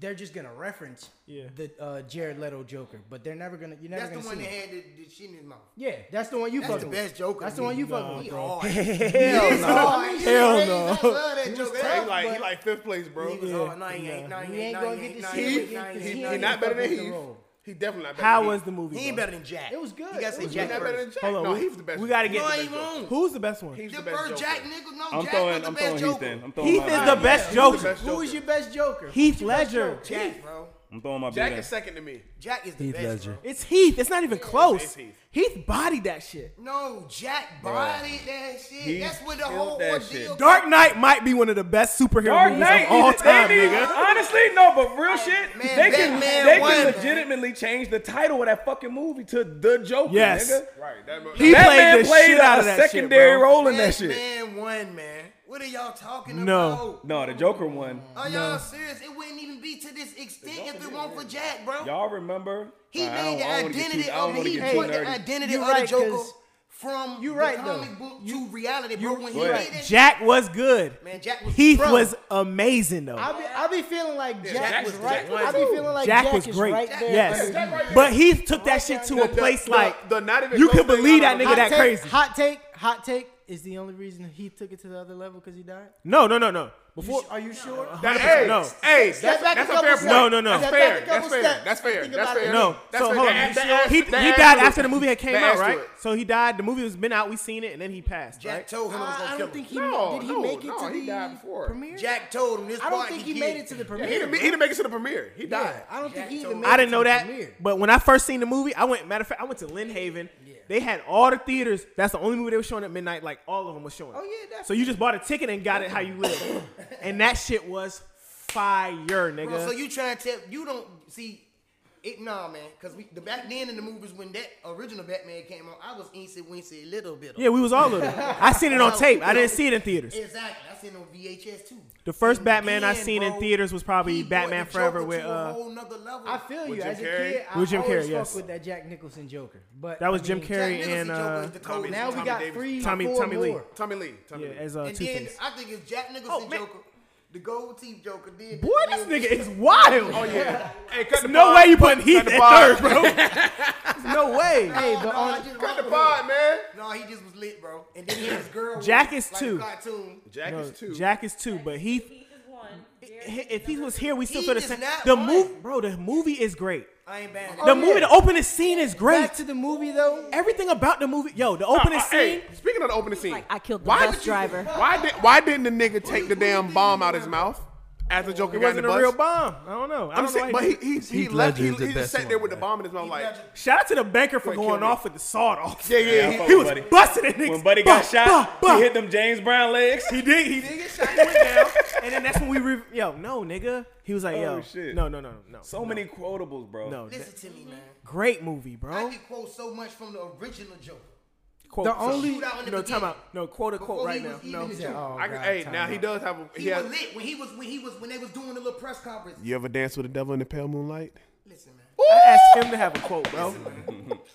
S6: They're just gonna reference
S1: Yeah.
S6: the uh, Jared Leto Joker, but they're never gonna. You're never
S9: That's the
S6: gonna
S9: one
S6: see
S9: that
S6: him.
S9: had the, the shit in his mouth.
S6: Yeah, that's the one you
S9: That's
S6: fucking
S9: the
S6: with.
S9: best Joker.
S6: That's the one you fucking
S9: He
S6: with.
S9: hard.
S1: Hell Hell no.
S9: I love that Joker.
S4: He
S9: That-
S4: like he like fifth place,
S9: He
S4: bro.
S9: was hard. No, he ain't. No,
S6: He
S9: he
S6: ain't
S9: ain't. No,
S6: gonna
S9: he
S6: get
S9: ain't.
S6: to
S9: No,
S6: see
S9: he
S6: it
S9: ain't. No,
S6: because
S9: he
S6: he
S9: ain't.
S6: ain't
S4: He not better than
S6: fucking with the
S4: Heath.
S6: role.
S4: He definitely not better.
S1: How
S4: than
S1: was
S4: Heath.
S1: the movie?
S9: He ain't
S1: though?
S9: better than Jack.
S6: It was good.
S9: You gotta say
S6: It was
S9: Jack
S4: He not better
S9: first.
S4: than Jack.
S1: Hold on,
S4: no,
S1: we,
S4: he was the best.
S1: We gotta
S4: Joker.
S1: get
S9: No,
S4: the
S9: he
S4: best Joker.
S9: won't.
S1: who's the best one.
S4: He's
S9: The
S4: the best
S9: first
S4: Joker.
S9: Jack Nichols, no,
S2: I'm
S9: Jack was
S2: throwing
S9: the
S2: I'm
S9: best
S2: throwing Heath in.
S9: Joker.
S2: I'm throwing
S1: Heath
S2: my
S1: is
S2: bid
S1: the
S2: in.
S1: best
S4: He was
S1: Joker.
S4: the best
S6: Who was your
S4: Joker.
S6: best Joker?
S1: Heath Ledger.
S9: Jack, bro.
S2: I'm throwing my
S4: Jack
S2: bid in.
S4: is second to me.
S9: Jack is the best, bro.
S1: It's Heath. It's not even close.
S4: it's Heath.
S1: Heath bodied that shit.
S9: No, Jack bodied that shit. That's what the
S2: killed
S9: whole
S2: that
S9: ordeal.
S2: shit.
S1: Dark Knight might be one of the best superhero
S2: Dark
S1: movies
S2: Knight
S1: of all
S2: they
S1: time,
S2: need-
S1: nigga.
S2: Honestly, no, but real shit,
S9: man,
S2: they can
S9: Batman
S2: they
S9: won,
S2: can
S9: man.
S2: legitimately change the title of that fucking movie to the Joker,
S1: Yes.
S2: nigga.
S4: Right. That,
S1: He
S2: That
S1: played
S2: man
S1: the
S2: played
S1: shit out
S2: out
S1: of
S2: a
S1: that shit,
S2: secondary
S1: bro.
S2: role in that shit.
S9: Man won, man. What are y'all talking
S1: No.
S9: about?
S2: No, the Joker won.
S9: Are y'all serious? It wouldn't even be to this extent if it weren't for Jack, bro.
S2: Y'all remember?
S9: he
S2: Nah, I
S9: made
S2: don't- I
S9: the
S2: don't wanna get
S9: identity
S2: too- I don't
S9: of
S2: wanna
S9: he
S2: get too
S9: put the
S2: nerdy.
S9: identity
S6: You
S9: of
S6: right,
S9: the Joker
S6: 'cause-
S9: from
S6: you
S9: the
S6: right,
S9: comic
S6: though.
S9: book to reality, bro. When he
S2: Go
S9: did
S2: ahead.
S9: that,
S1: Jack was good.
S9: man, Jack was
S1: Heath
S9: bro,
S1: was amazing though.
S6: I be, I be feeling like Jack,
S4: Jack
S6: was
S4: was-
S6: right.
S4: Jack was
S6: I be
S4: cool.
S6: feeling like
S1: Jack, was
S6: is
S1: great.
S6: right there.
S1: yes,
S6: under Heath.
S1: but Heath took that shit to
S4: the-
S1: a place
S4: the-
S1: like
S4: the not even
S1: you
S4: close
S1: can
S4: thing
S1: believe that
S4: I've
S1: nigga
S4: ever
S1: that
S6: Hot take,
S1: crazy.
S6: Hot take. Hot take is the only reason he took it to the other level because he died.
S1: No, no, no, no.
S6: You
S1: Before
S6: sh- are you sure?
S4: That, hey,
S1: no.
S4: hey,
S6: Step
S4: that's,
S6: back
S4: that's
S6: a
S4: a
S6: couple
S4: fair
S6: steps.
S4: point.
S1: No, no, no.
S4: That's
S6: Step
S4: fair.
S6: back a
S4: That's
S6: couple
S4: fair.
S6: steps.
S4: That's fair.
S6: Think
S4: That's
S6: about
S4: fair.
S6: it.
S1: No.
S4: That's
S1: so
S4: fair.
S1: hold on.
S4: That- that
S1: he
S4: adds-
S1: he
S4: that adds
S1: died
S4: to it.
S1: after the movie had came
S4: That
S1: out,
S4: adds to
S1: right?
S4: it.
S1: So he died. The movie was been out. We seen it, and then he passed.
S9: Jack
S1: right?
S9: told him it was
S6: I, I
S9: gonna kill
S6: don't
S9: him.
S6: think he
S4: No,
S6: did. He
S4: no,
S6: make it
S4: no,
S6: to
S4: he
S6: the
S4: died before.
S6: premiere.
S9: Jack told him this
S6: I
S9: part
S6: don't think he
S9: get.
S6: made it to the
S4: He
S6: premiere.
S4: didn't, he didn't make it to the premiere. He died.
S6: Yeah, I don't think he even made
S1: I didn't
S6: it
S1: know
S6: to the
S1: that,
S6: premiere.
S1: but when I first seen the movie, I went. Matter of fact, I went to Lynn Haven. They had all the theaters. That's the only movie they were showing at midnight. Like all of them were showing.
S6: Oh, yeah, that's-
S1: So you just bought a ticket and got it how you live, and that shit was fire, nigga.
S9: Bro, so you trying to tell you don't see it? Nah, man, because we the back then in the movies when that original Batman came on, I was incy wincy little bit.
S1: yeah, we was all little. I seen it on
S9: No,
S1: tape. I
S9: no.
S1: didn't see it in theaters.
S9: Exactly. I seen it on VHS too.
S1: The first
S9: And
S1: Batman I
S9: then,
S1: seen in
S9: bro,
S1: theaters was probably
S9: he brought
S1: Batman
S9: the
S1: Forever
S9: Joker
S1: with,
S9: to a
S1: uh,
S9: whole nother level.
S6: I feel you.
S4: Jim
S6: As a
S4: Carrey?
S6: kid, I
S1: With Jim
S6: always
S1: Carrey,
S6: fuck
S1: yes.
S6: with that Jack Nicholson Joker. But
S1: That was
S6: I
S1: Jim
S6: mean,
S1: Carrey
S9: Jack Nicholson
S1: and
S9: Joker
S1: uh,
S9: is the coldest.
S6: Now we
S4: Tommy
S6: got
S4: Davis.
S6: three,
S1: Tommy-
S6: four
S1: Tommy
S6: more.
S1: Lee.
S4: Tommy Lee. Tommy
S1: yeah,
S4: Lee.
S1: as uh,
S9: and
S1: Two
S9: then
S1: Face.
S9: I think it's Jack
S1: Oh,
S9: Nicholson
S1: man.
S9: Joker, the gold teeth Joker. Did
S1: Boy, this nigga is wild. Oh
S4: yeah. Hey, cut the
S1: No
S4: pod.
S1: way you putting Heath
S4: Cut the
S1: at third,
S4: pod.
S1: bro. There's no way.
S6: Hey, but
S9: Nah,
S6: on,
S9: I just
S4: Cut
S9: rock
S4: the
S9: with
S4: pod,
S9: him.
S4: man.
S9: Nah, he just was lit, bro. And then he and his girl.
S1: Jack
S9: was
S1: is
S9: like a
S1: two.
S9: Cartoon.
S4: Jack
S1: No,
S4: is two.
S1: Jack is two, but Heath.
S5: Heath is one. Jared
S1: Hi-
S5: is
S1: if he
S5: number
S1: was
S5: two.
S1: here, we still
S9: He
S1: feel the
S9: is
S1: same.
S9: not
S1: The
S9: one.
S1: movie, bro, the movie is great.
S9: I ain't bad.
S1: The
S6: Oh,
S1: movie,
S6: yeah.
S1: the opening scene is great.
S6: back to the movie though.
S1: Everything about the movie, yo, the opening
S4: Uh, uh,
S1: scene.
S4: hey, speaking of the opening scene,
S5: I killed the
S4: Why
S5: bus
S4: would you-
S5: driver.
S4: why did why didn't the nigga take the damn bomb out his mouth? After Joker
S1: It
S4: got in the
S1: wasn't a
S4: bus,
S1: real bomb. I don't know. I don't
S4: I'm
S1: know. why
S4: saying, but
S1: he-
S4: he he, he
S11: Heath
S4: left. He,
S11: Ledger's the
S4: he
S11: best
S4: just sat there
S11: one,
S4: with the
S11: man.
S4: bomb in his mouth, like
S1: Shout out to the banker for
S4: kill
S1: going
S4: me.
S1: off with the sawed off.
S4: yeah, yeah.
S2: I
S4: he-
S2: fuck
S4: he
S2: with
S4: was
S2: Buddy.
S1: Busting it, niggas.
S2: When Buddy
S1: Bah,
S2: got shot,
S1: bah, bah.
S2: he hit them James Brown
S9: *laughs*
S2: legs.
S1: He did. He did get shot. He *laughs* went down. And then that's when we re- yo no nigga. He was like yo
S2: Oh, shit.
S1: no no no no.
S2: So
S1: no,
S2: many quotables, bro.
S1: no. that-
S9: Listen to me, man.
S1: great movie, bro.
S9: I can quote so much from the original Joker.
S1: Quote,
S6: The only-
S9: Shootout in the
S1: no time
S9: beginning.
S1: out no quote a
S9: Before
S1: quote right
S9: he
S1: now
S9: was
S1: no.
S9: even a Joker.
S6: Oh,
S4: I,
S6: God,
S4: hey,
S6: time
S4: now he
S6: out.
S4: does have a.
S9: He
S4: He has,
S9: was lit when he was when he was when they was doing the little press conference.
S4: you ever dance with the devil in the pale moonlight?
S9: Listen, man.
S1: I asked him to have a quote, bro.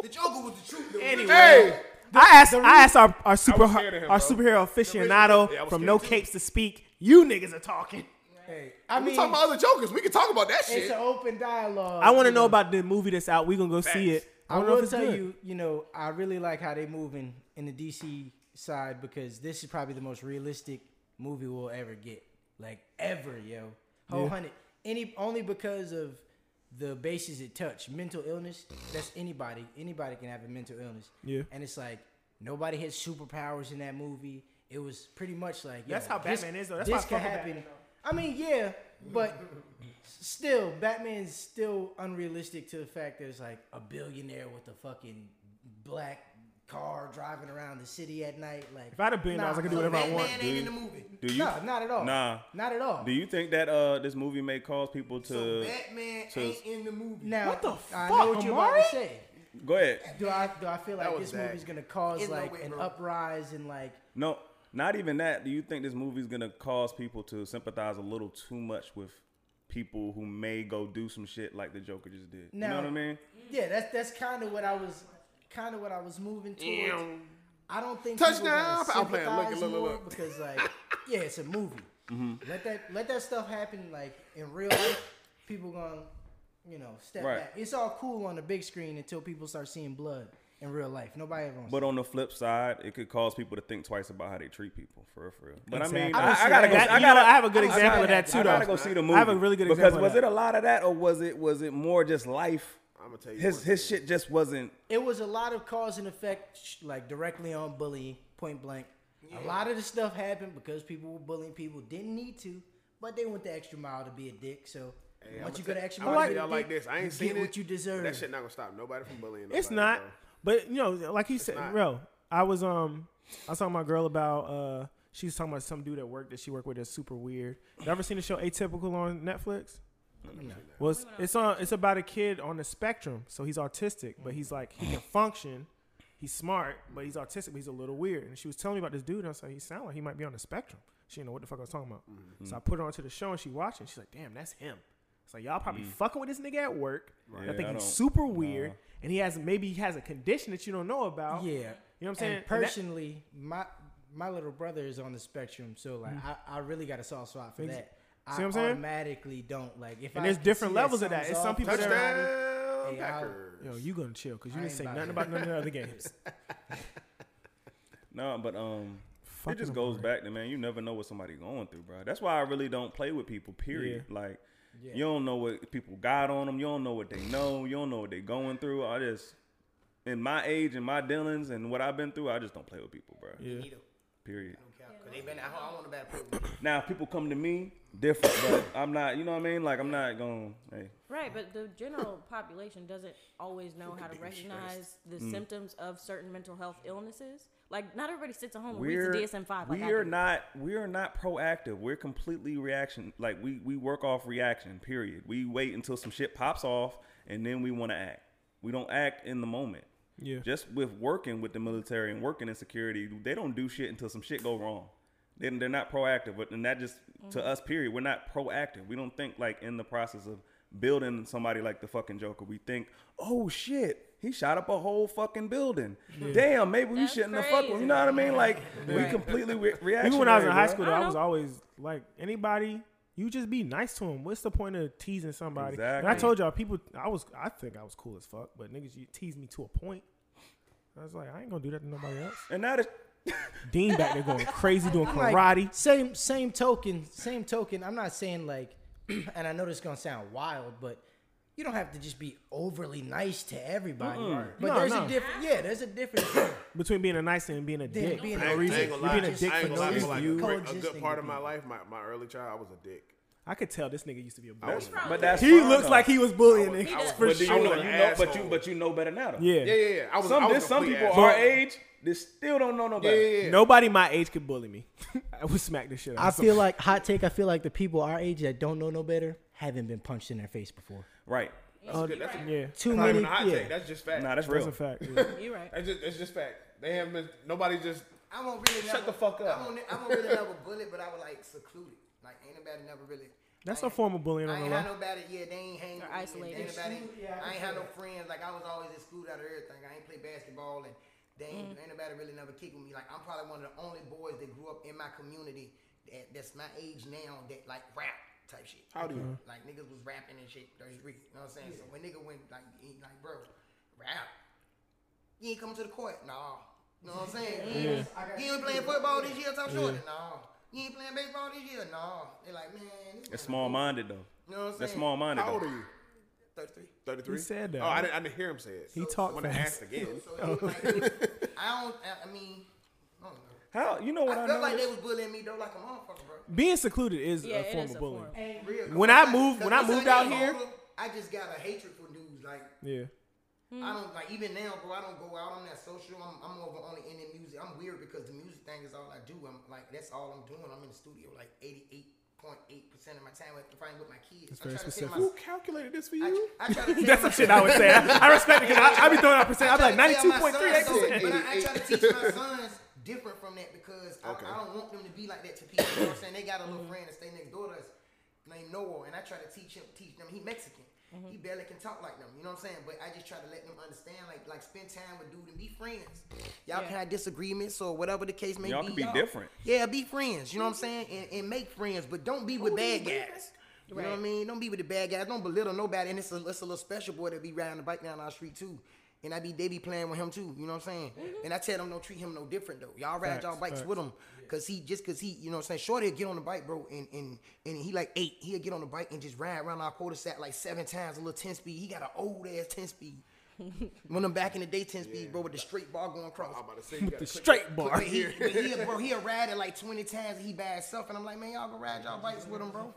S9: The Joker was the truth. The original
S1: Anyway, I asked I asked our our super
S4: scared of him,
S1: our
S4: bro.
S1: superhero aficionado
S4: Yeah, I
S1: from
S4: was scared
S1: No
S4: too.
S1: Capes to Speak. You niggas are talking.
S6: Hey, I
S4: We
S6: mean,
S4: talking about other jokers. We can talk about that
S6: it's
S4: shit.
S6: an open dialogue.
S1: I want to know about the movie that's out. We gonna go see
S4: Facts.
S1: it.
S6: I
S1: wanna know if
S6: will
S1: it's
S6: tell
S1: good.
S6: you, you know, I really like how they moving in the DC side because this is probably the most realistic movie we'll ever get, like ever, yo. Whole hundred, any only because of the bases it touched, mental illness. That's anybody. Anybody can have a mental illness.
S1: Yeah.
S6: and it's like nobody has superpowers in that movie. It was pretty much like yo,
S1: That's how
S6: this-
S1: Batman is, though. That's
S6: this
S1: why I
S6: could
S1: fuck with
S6: happen.
S1: Batman,
S6: I mean, yeah, but still, Batman's still unrealistic to the fact that it's like a billionaire with a fucking black car driving around the city at night. Like,
S1: If I had a billion dollars, I could do whatever I want.
S9: Batman ain't in the movie.
S2: Do you?
S6: No, not at all.
S2: Nah.
S6: not at all.
S2: Do you think that uh this movie may cause people to
S9: So Batman
S2: to-
S9: ain't in the movie.
S6: now,
S1: What the
S6: I
S1: fuck,
S6: know what you're about
S1: Amari?
S6: to say.
S2: go ahead?
S6: Do I do I feel like
S4: was
S6: this
S4: Zach.
S6: movie's gonna cause
S9: There's no
S6: like
S9: way,
S6: an
S9: bro.
S6: uprise and like
S2: No, not even that. Do you think this movie's gonna cause people to sympathize a little too much with people who may go do some shit like the Joker just did? you know
S6: Now-
S2: what I mean?
S6: yeah? That's that's kind of what I was kind of what I was moving towards. I don't think
S4: Touchdown,
S6: People
S4: I'm playing. Look,
S6: sympathize
S4: look, look,
S6: more
S4: look. Mm-hmm.
S6: Because like, yeah, it's a movie. Let that let that stuff happen like in real life. people gonna you know step
S2: Right.
S6: back. It's all cool on the big screen until people start seeing blood in real life. Nobody ever. Wants
S2: But on the flip side, it could cause people to think twice about how they treat people, for real, for real. But I mean,
S1: Exactly.
S2: I, I gotta
S6: see that.
S2: go.
S1: That-
S2: I
S1: you know,
S2: gotta.
S1: I have a good
S6: I
S1: example
S6: see
S1: of that
S6: that.
S1: too,
S2: I
S1: though.
S2: gotta go see the movie.
S1: I have a really good
S2: because
S1: example.
S2: was
S1: of that.
S2: it a lot of that, or was it was it more just life?
S4: I'm gonna tell you.
S2: His
S4: one
S2: his
S4: thing.
S2: shit just wasn't.
S6: it was a lot of cause and effect, sh- like directly on bullying, point blank. A lot of the stuff happened because people were bullying people didn't need to, but they went the extra mile to be a dick. So once you go the extra
S4: I
S6: mile,
S4: like
S6: to be a
S4: y'all like
S6: dick,
S4: this. I
S6: you
S4: ain't seen
S6: get
S4: it.
S6: what you deserve.
S4: That shit not gonna stop nobody from bullying.
S1: It's not.
S4: nobody,
S2: uh,
S4: bro.
S1: But you know, like he said,
S4: not.
S1: bro, I was um I was talking to my girl about uh she was talking about some dude at work that she worked with that's super weird. You ever seen the show Atypical on Netflix? Well, it's, it's on. It's about a kid on the spectrum, so he's autistic, but he's like he can function. He's smart, but he's autistic. But he's a little weird. And she was telling me about this dude, and I was like, he sounded like he might be on the spectrum. She didn't know what the fuck I was talking about.
S2: Mm-hmm.
S1: So I put her onto the show, and she watching. She's like, damn, that's him. It's like y'all probably fucking with this nigga at work. I
S2: Mm-hmm. Yeah,
S1: think
S2: I
S1: he's
S2: don't-
S1: super weird,
S2: Uh-huh.
S1: and he has maybe he has a condition that you don't know about.
S6: Yeah,
S1: Oh. you know what I'm saying. And
S6: And
S1: that-
S6: personally, my my little brother is on the spectrum, so like I, I really got a soft spot for
S1: Ex-
S6: that.
S1: Mm-hmm. See what
S6: I
S1: I'm saying?
S6: automatically don't like if
S1: And
S6: I
S1: there's
S6: can
S1: different
S6: see that
S1: levels of that.
S6: something's
S1: It's some
S6: off,
S1: people that are-
S4: Touchdown,
S6: Hey, I'll-
S4: Packers.
S1: yo, you gonna chill because you
S6: I
S1: didn't
S6: ain't
S1: say
S6: about
S1: nothing
S6: it.
S1: about none of the *laughs* other games.
S2: No, but um,
S1: Fucking
S2: it just goes back to man, you never know what somebody going through, bro. That's why I really don't play with people. Period. Like, you don't know what people got on them. You don't know what they know. You don't know what they going through. I just, in my age and my dealings and what I've been through, I just don't play with people, bro.
S1: Yeah.
S2: Period.
S9: Cause they been at home. I want a bad person.
S2: Now, if people come to me, different, but I'm not. You know what I mean? Like, I'm not going. Hey,
S5: Right, but the general population doesn't always know how to recognize the symptoms of certain mental health illnesses. Like, not everybody sits at home and
S2: we're
S5: reads the DSM five. Like
S2: we
S5: I
S2: are
S5: do.
S2: not. We are not proactive. We're completely reaction. Like we we work off reaction. Period. We wait until some shit pops off, and then we want to act. We don't act in the moment.
S1: Yeah.
S2: Just with working with the military and working in security, they don't do shit until some shit go wrong. Then they're not proactive. But and that just to us, period. We're not proactive. We don't think like in the process of building somebody like the fucking Joker. We think, oh shit. He shot up a whole fucking building. Damn, maybe we
S5: That's
S2: shouldn't have fucked with. You know what I mean? Like we completely re- react.
S1: Even when I was in high school, though,
S5: I
S1: I
S5: know.
S1: was always like, anybody, you just be nice to them. What's the point of teasing somebody? And I
S2: Exactly.
S1: told y'all, people, I was, I think I was cool as fuck, but niggas, you teased me to a point. I was like, I ain't gonna do that to nobody else. *laughs*
S2: and now that
S1: Dean back there going crazy doing
S6: like,
S1: karate.
S6: Same same token, same token. I'm not saying like, *clears throat* and I know this is gonna sound wild, but you don't have to just be overly nice to everybody. But
S1: No,
S6: there's
S1: no.
S6: a difference. Yeah, there's a difference.
S1: Between being a nice and being a
S6: Then
S1: dick
S6: being
S1: for
S6: a
S1: no
S6: dick.
S1: reason.
S4: I ain't
S1: You
S4: gonna
S1: being
S4: lie.
S1: a dick
S4: I
S1: for
S4: ain't
S1: no
S4: gonna lie.
S1: reason.
S4: Like a, great- a
S6: Coexisting
S4: good part of
S6: with
S4: my
S6: people.
S4: life, my, my early child, I was a dick.
S1: I could tell this nigga used to be a bully.
S2: That's-
S5: probably-
S2: but that's
S1: He
S2: fine,
S1: looks
S2: though.
S1: like he was bullying
S5: He
S1: niggas
S5: does.
S1: for
S2: But do you
S1: sure.
S2: know,
S4: an
S2: you know but you
S4: asshole.
S2: but you know better now. Though.
S1: Yeah.
S4: Yeah, yeah, yeah. I was,
S2: Some
S4: I was
S2: there's some
S4: complete
S2: people
S4: asshole.
S2: our age that still don't know
S4: Yeah,
S2: nobody.
S4: yeah, yeah.
S1: Nobody my age could bully me. *laughs* I would smack the shit out.
S6: I
S1: of
S6: feel
S1: somebody.
S6: like hot take. I feel like the people our age that don't know no better haven't been punched in their face before.
S2: Right.
S5: That's
S12: a good- that's a-
S1: yeah,
S6: Too
S4: Not
S6: many.
S4: even a hot
S6: Yeah.
S4: take. That's just fact.
S2: Nah, that's
S1: that's
S2: real.
S1: a fact. yeah.
S5: You're right.
S4: That's just, it's just fact. They haven't been. Nobody just.
S9: I won't really
S4: Shut
S9: never,
S4: the fuck up.
S9: I won't, I won't really never bullet, but I would like seclude it. Like ain't nobody never really.
S1: That's a
S9: I ain't-
S1: form of bullying
S9: I
S1: on the
S9: ain't
S1: law.
S9: had nobody. Yeah, they ain't hang.
S5: Or
S9: with me,
S5: isolated.
S9: and Ain't nobody, I ain't had no friends. Like I was always excluded out of everything. I ain't play basketball, and they ain't, ain't nobody really never kicked with me. Like I'm probably one of the only boys that grew up in my community that, that's my age now that like rap type shit. How do you? Like niggas was rapping and shit. Those re- You know what I'm saying? So when nigga went like, he, like bro, rap. You ain't coming to the court, nah. You know what I'm saying? You ain't- You ain't playing football this year, Top Shorty, nah. You ain't playing baseball this year, nah. They like, man, this
S2: It's
S9: man-
S2: small minded though.
S9: You know what I'm
S2: That's
S9: saying?
S2: small minded.
S4: How old are you?
S9: 33.
S4: Thirty-three.
S1: He said that.
S4: Oh, I didn't, I didn't hear him say it.
S1: He
S4: So-
S1: talked
S4: When I
S1: fast.
S4: asked
S1: *laughs*
S4: again. *laughs*
S9: So it was like, *laughs* it was- I don't. I, I mean, I don't know.
S2: How you know what
S9: I,
S2: I, know?
S9: felt like they was bullying me though, like a motherfucker, bro.
S1: Being secluded is
S5: Yeah,
S1: a
S5: it
S1: form
S5: is
S1: of
S5: a
S1: bullying.
S5: form.
S9: Real, 'cause
S1: When I
S9: once
S1: moved- when
S9: 'cause
S1: I
S9: once
S1: moved out
S9: got
S1: here-
S9: older, I just got a hatred for dudes. Like
S1: Yeah,
S9: I don't like even now, bro. I don't go out. I'm not social. I'm, I'm over only in the music. I'm weird because the music thing is all I do. I'm like that's all I'm doing. I'm in the studio like 88.8 percent of my time. If I ain't with my kids,
S1: very
S9: I try
S1: specific.
S9: to tell
S4: Who calculated this for
S9: my,
S4: you?
S9: I, I try to tell
S1: *laughs* that's
S9: my
S1: some shit
S9: *laughs*
S1: I would
S5: *laughs*
S1: say. I, I respect it because I, I be throwing out percent.
S9: I
S1: I be like
S9: try to
S1: ninety
S9: tell
S1: two
S9: my
S1: point three eight
S9: sons, though,
S1: percent.
S9: But I, I try to teach my sons different from that because I, I don't want them to be like that to people. You know what I'm saying? They got a little friend that stay next door to us named Noah, and I try to teach him, teach them. He Mexican. He barely can talk like them. You know what I'm saying? But I just try to let them understand, like, like spend time with dude and be friends.
S5: Yeah.
S9: Y'all can have disagreements or whatever the case may
S2: Y'all
S9: be.
S2: can be different.
S9: Yeah, be friends. You know what I'm saying? And, and make friends, but don't be with bad guys. You know what I
S5: Right.
S9: mean? Don't be with the bad guys. Don't belittle nobody. And it's a, it's a little special boy that be riding the bike down our street too. And I be they be playing with him too. You know what I'm saying? And I tell them don't treat him no different though. Y'all ride y'all
S1: Facts,
S9: bikes
S1: facts.
S9: with him, cause he just cause he you know what I'm saying. Shorty'll get on the bike, bro, and and and he like eight. He'll get on the bike and just ride around our cul-de-sac like seven times a little ten speed. He got an old ass ten speed. when them back in the day ten speed, bro, with the straight bar going across.
S4: I'm about to say you got
S1: The
S4: to
S1: straight bar.
S9: But he, but he, bro, he'll ride it like 20 times and he by himself. And I'm like, man, y'all go ride y'all bikes with him, bro.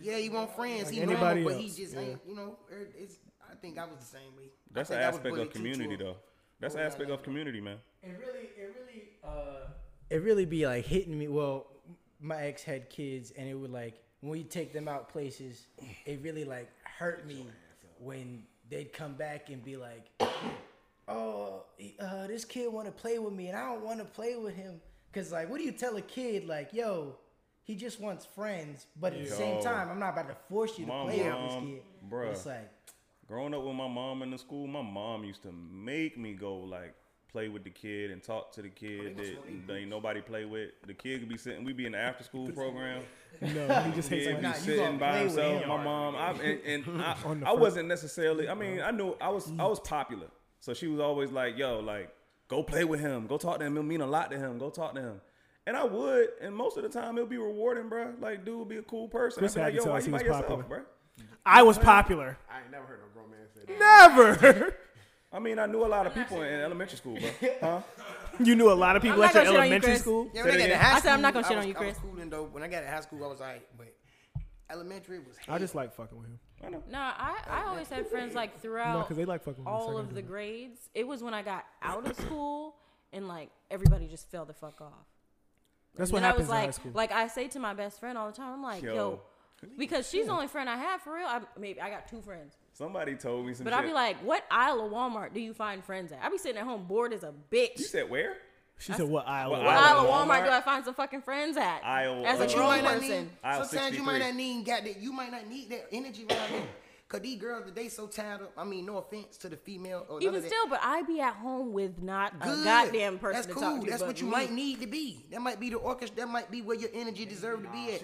S9: Yeah, he want friends. he
S1: anybody
S9: normal, but he
S1: else.
S9: just ain't, you know, er, it's, I think I was the same way. I
S2: That's an
S9: think I was
S2: aspect
S9: bullied
S2: of
S9: too,
S2: community
S9: too.
S2: though. That's an aspect of community, man.
S6: It really, it really, uh, it really be like hitting me. Well, my ex had kids, and it would like when we take them out places, it really like hurt me when they'd come back and be like, *clears throat* "Oh, he- uh, this kid want to play with me, and I don't want to play with him." Cause like, what do you tell a kid like, "Yo, he just wants friends," but at the same
S2: Yo.
S6: time, I'm not about to force you to
S2: My
S6: play
S2: mom,
S6: with this kid.
S2: bruh.
S6: It's like,
S2: Growing up with my mom in the school, my mom used to make me go like play with the kid and talk to the kid that ain't nobody play with. The kid could be sitting, we'd be in the after school program.
S1: No, he just hates
S2: Yeah,
S1: on
S2: be
S6: Nah, you
S2: sitting
S6: gonna
S2: by
S6: play with
S2: himself.
S6: him.
S2: My mom, I, and,
S1: *laughs*
S2: and I,
S1: On the
S2: I
S1: front.
S2: wasn't necessarily. I mean, I knew I was I was popular, so she was always like, "Yo, like, go play with him. Go talk to him. It'll mean a lot to him. Go talk to him." And I would, and most of the time it'll be rewarding, bro. Like, dude, be a cool person.
S1: Chris
S2: I'd be like,
S1: had to
S2: "Yo,
S1: tell
S2: why
S1: us
S2: you
S1: he
S2: by
S1: was
S2: yourself,
S1: popular.
S2: bro?"
S1: I was popular.
S4: I ain't never heard no grown man say that.
S1: Never.
S2: I mean, I knew a lot of people in elementary school, bro. Huh?
S1: *laughs* You knew a lot of people
S5: I'm
S1: at
S5: not
S1: your
S5: gonna shit on you,
S1: elementary
S5: Chris.
S1: school.
S9: Yeah, when I, got to
S2: again.
S9: high
S5: I said I'm not
S9: school,
S5: gonna shit
S9: I
S5: on you,
S9: was- I was
S5: Chris.
S9: cool and dope. When I got to high school, I was like, but elementary was hate.
S1: I just like fucking with him.
S5: No, I, I always had friends like
S1: No,
S5: throughout
S1: because they like fucking with me, so I
S5: all
S1: gotta
S5: of
S1: do
S5: the
S1: that.
S5: grades. It was when I got out of school and like everybody just fell the fuck off.
S1: That's
S5: And
S1: what
S5: then I was
S1: happens in
S5: like,
S1: high school.
S5: like I say to my best friend all the time, I'm like, yo,
S2: Yo.
S5: because she's the only friend I have for real. I, maybe I got two friends,
S2: Somebody told me some
S5: but
S2: shit.
S5: I'd be like, what aisle of Walmart do you find friends at? I'd be sitting at home bored as a bitch.
S2: "You said where?"
S1: She said, "What aisle?"
S2: What
S5: What
S2: aisle
S5: aisle of
S2: of
S5: Walmart do
S2: Walmart?
S5: I find some fucking friends at?
S2: Aisle
S5: as a
S2: of
S9: But you
S5: grown
S9: might not
S5: person.
S9: need.
S2: Aisle
S9: Sometimes you might
S2: 63.
S9: not need got that. You might not need that energy right there. Cause these girls today so tired of. I mean, no offense to the female or none
S5: Even
S9: of that.
S5: still, but I'd be at home with not a
S9: Good.
S5: goddamn person
S9: That's
S5: to
S9: cool.
S5: talk to.
S9: That's
S5: but
S9: what you
S5: me.
S9: might need to be. That might be the orchestra. That might be where your energy deserve to be at.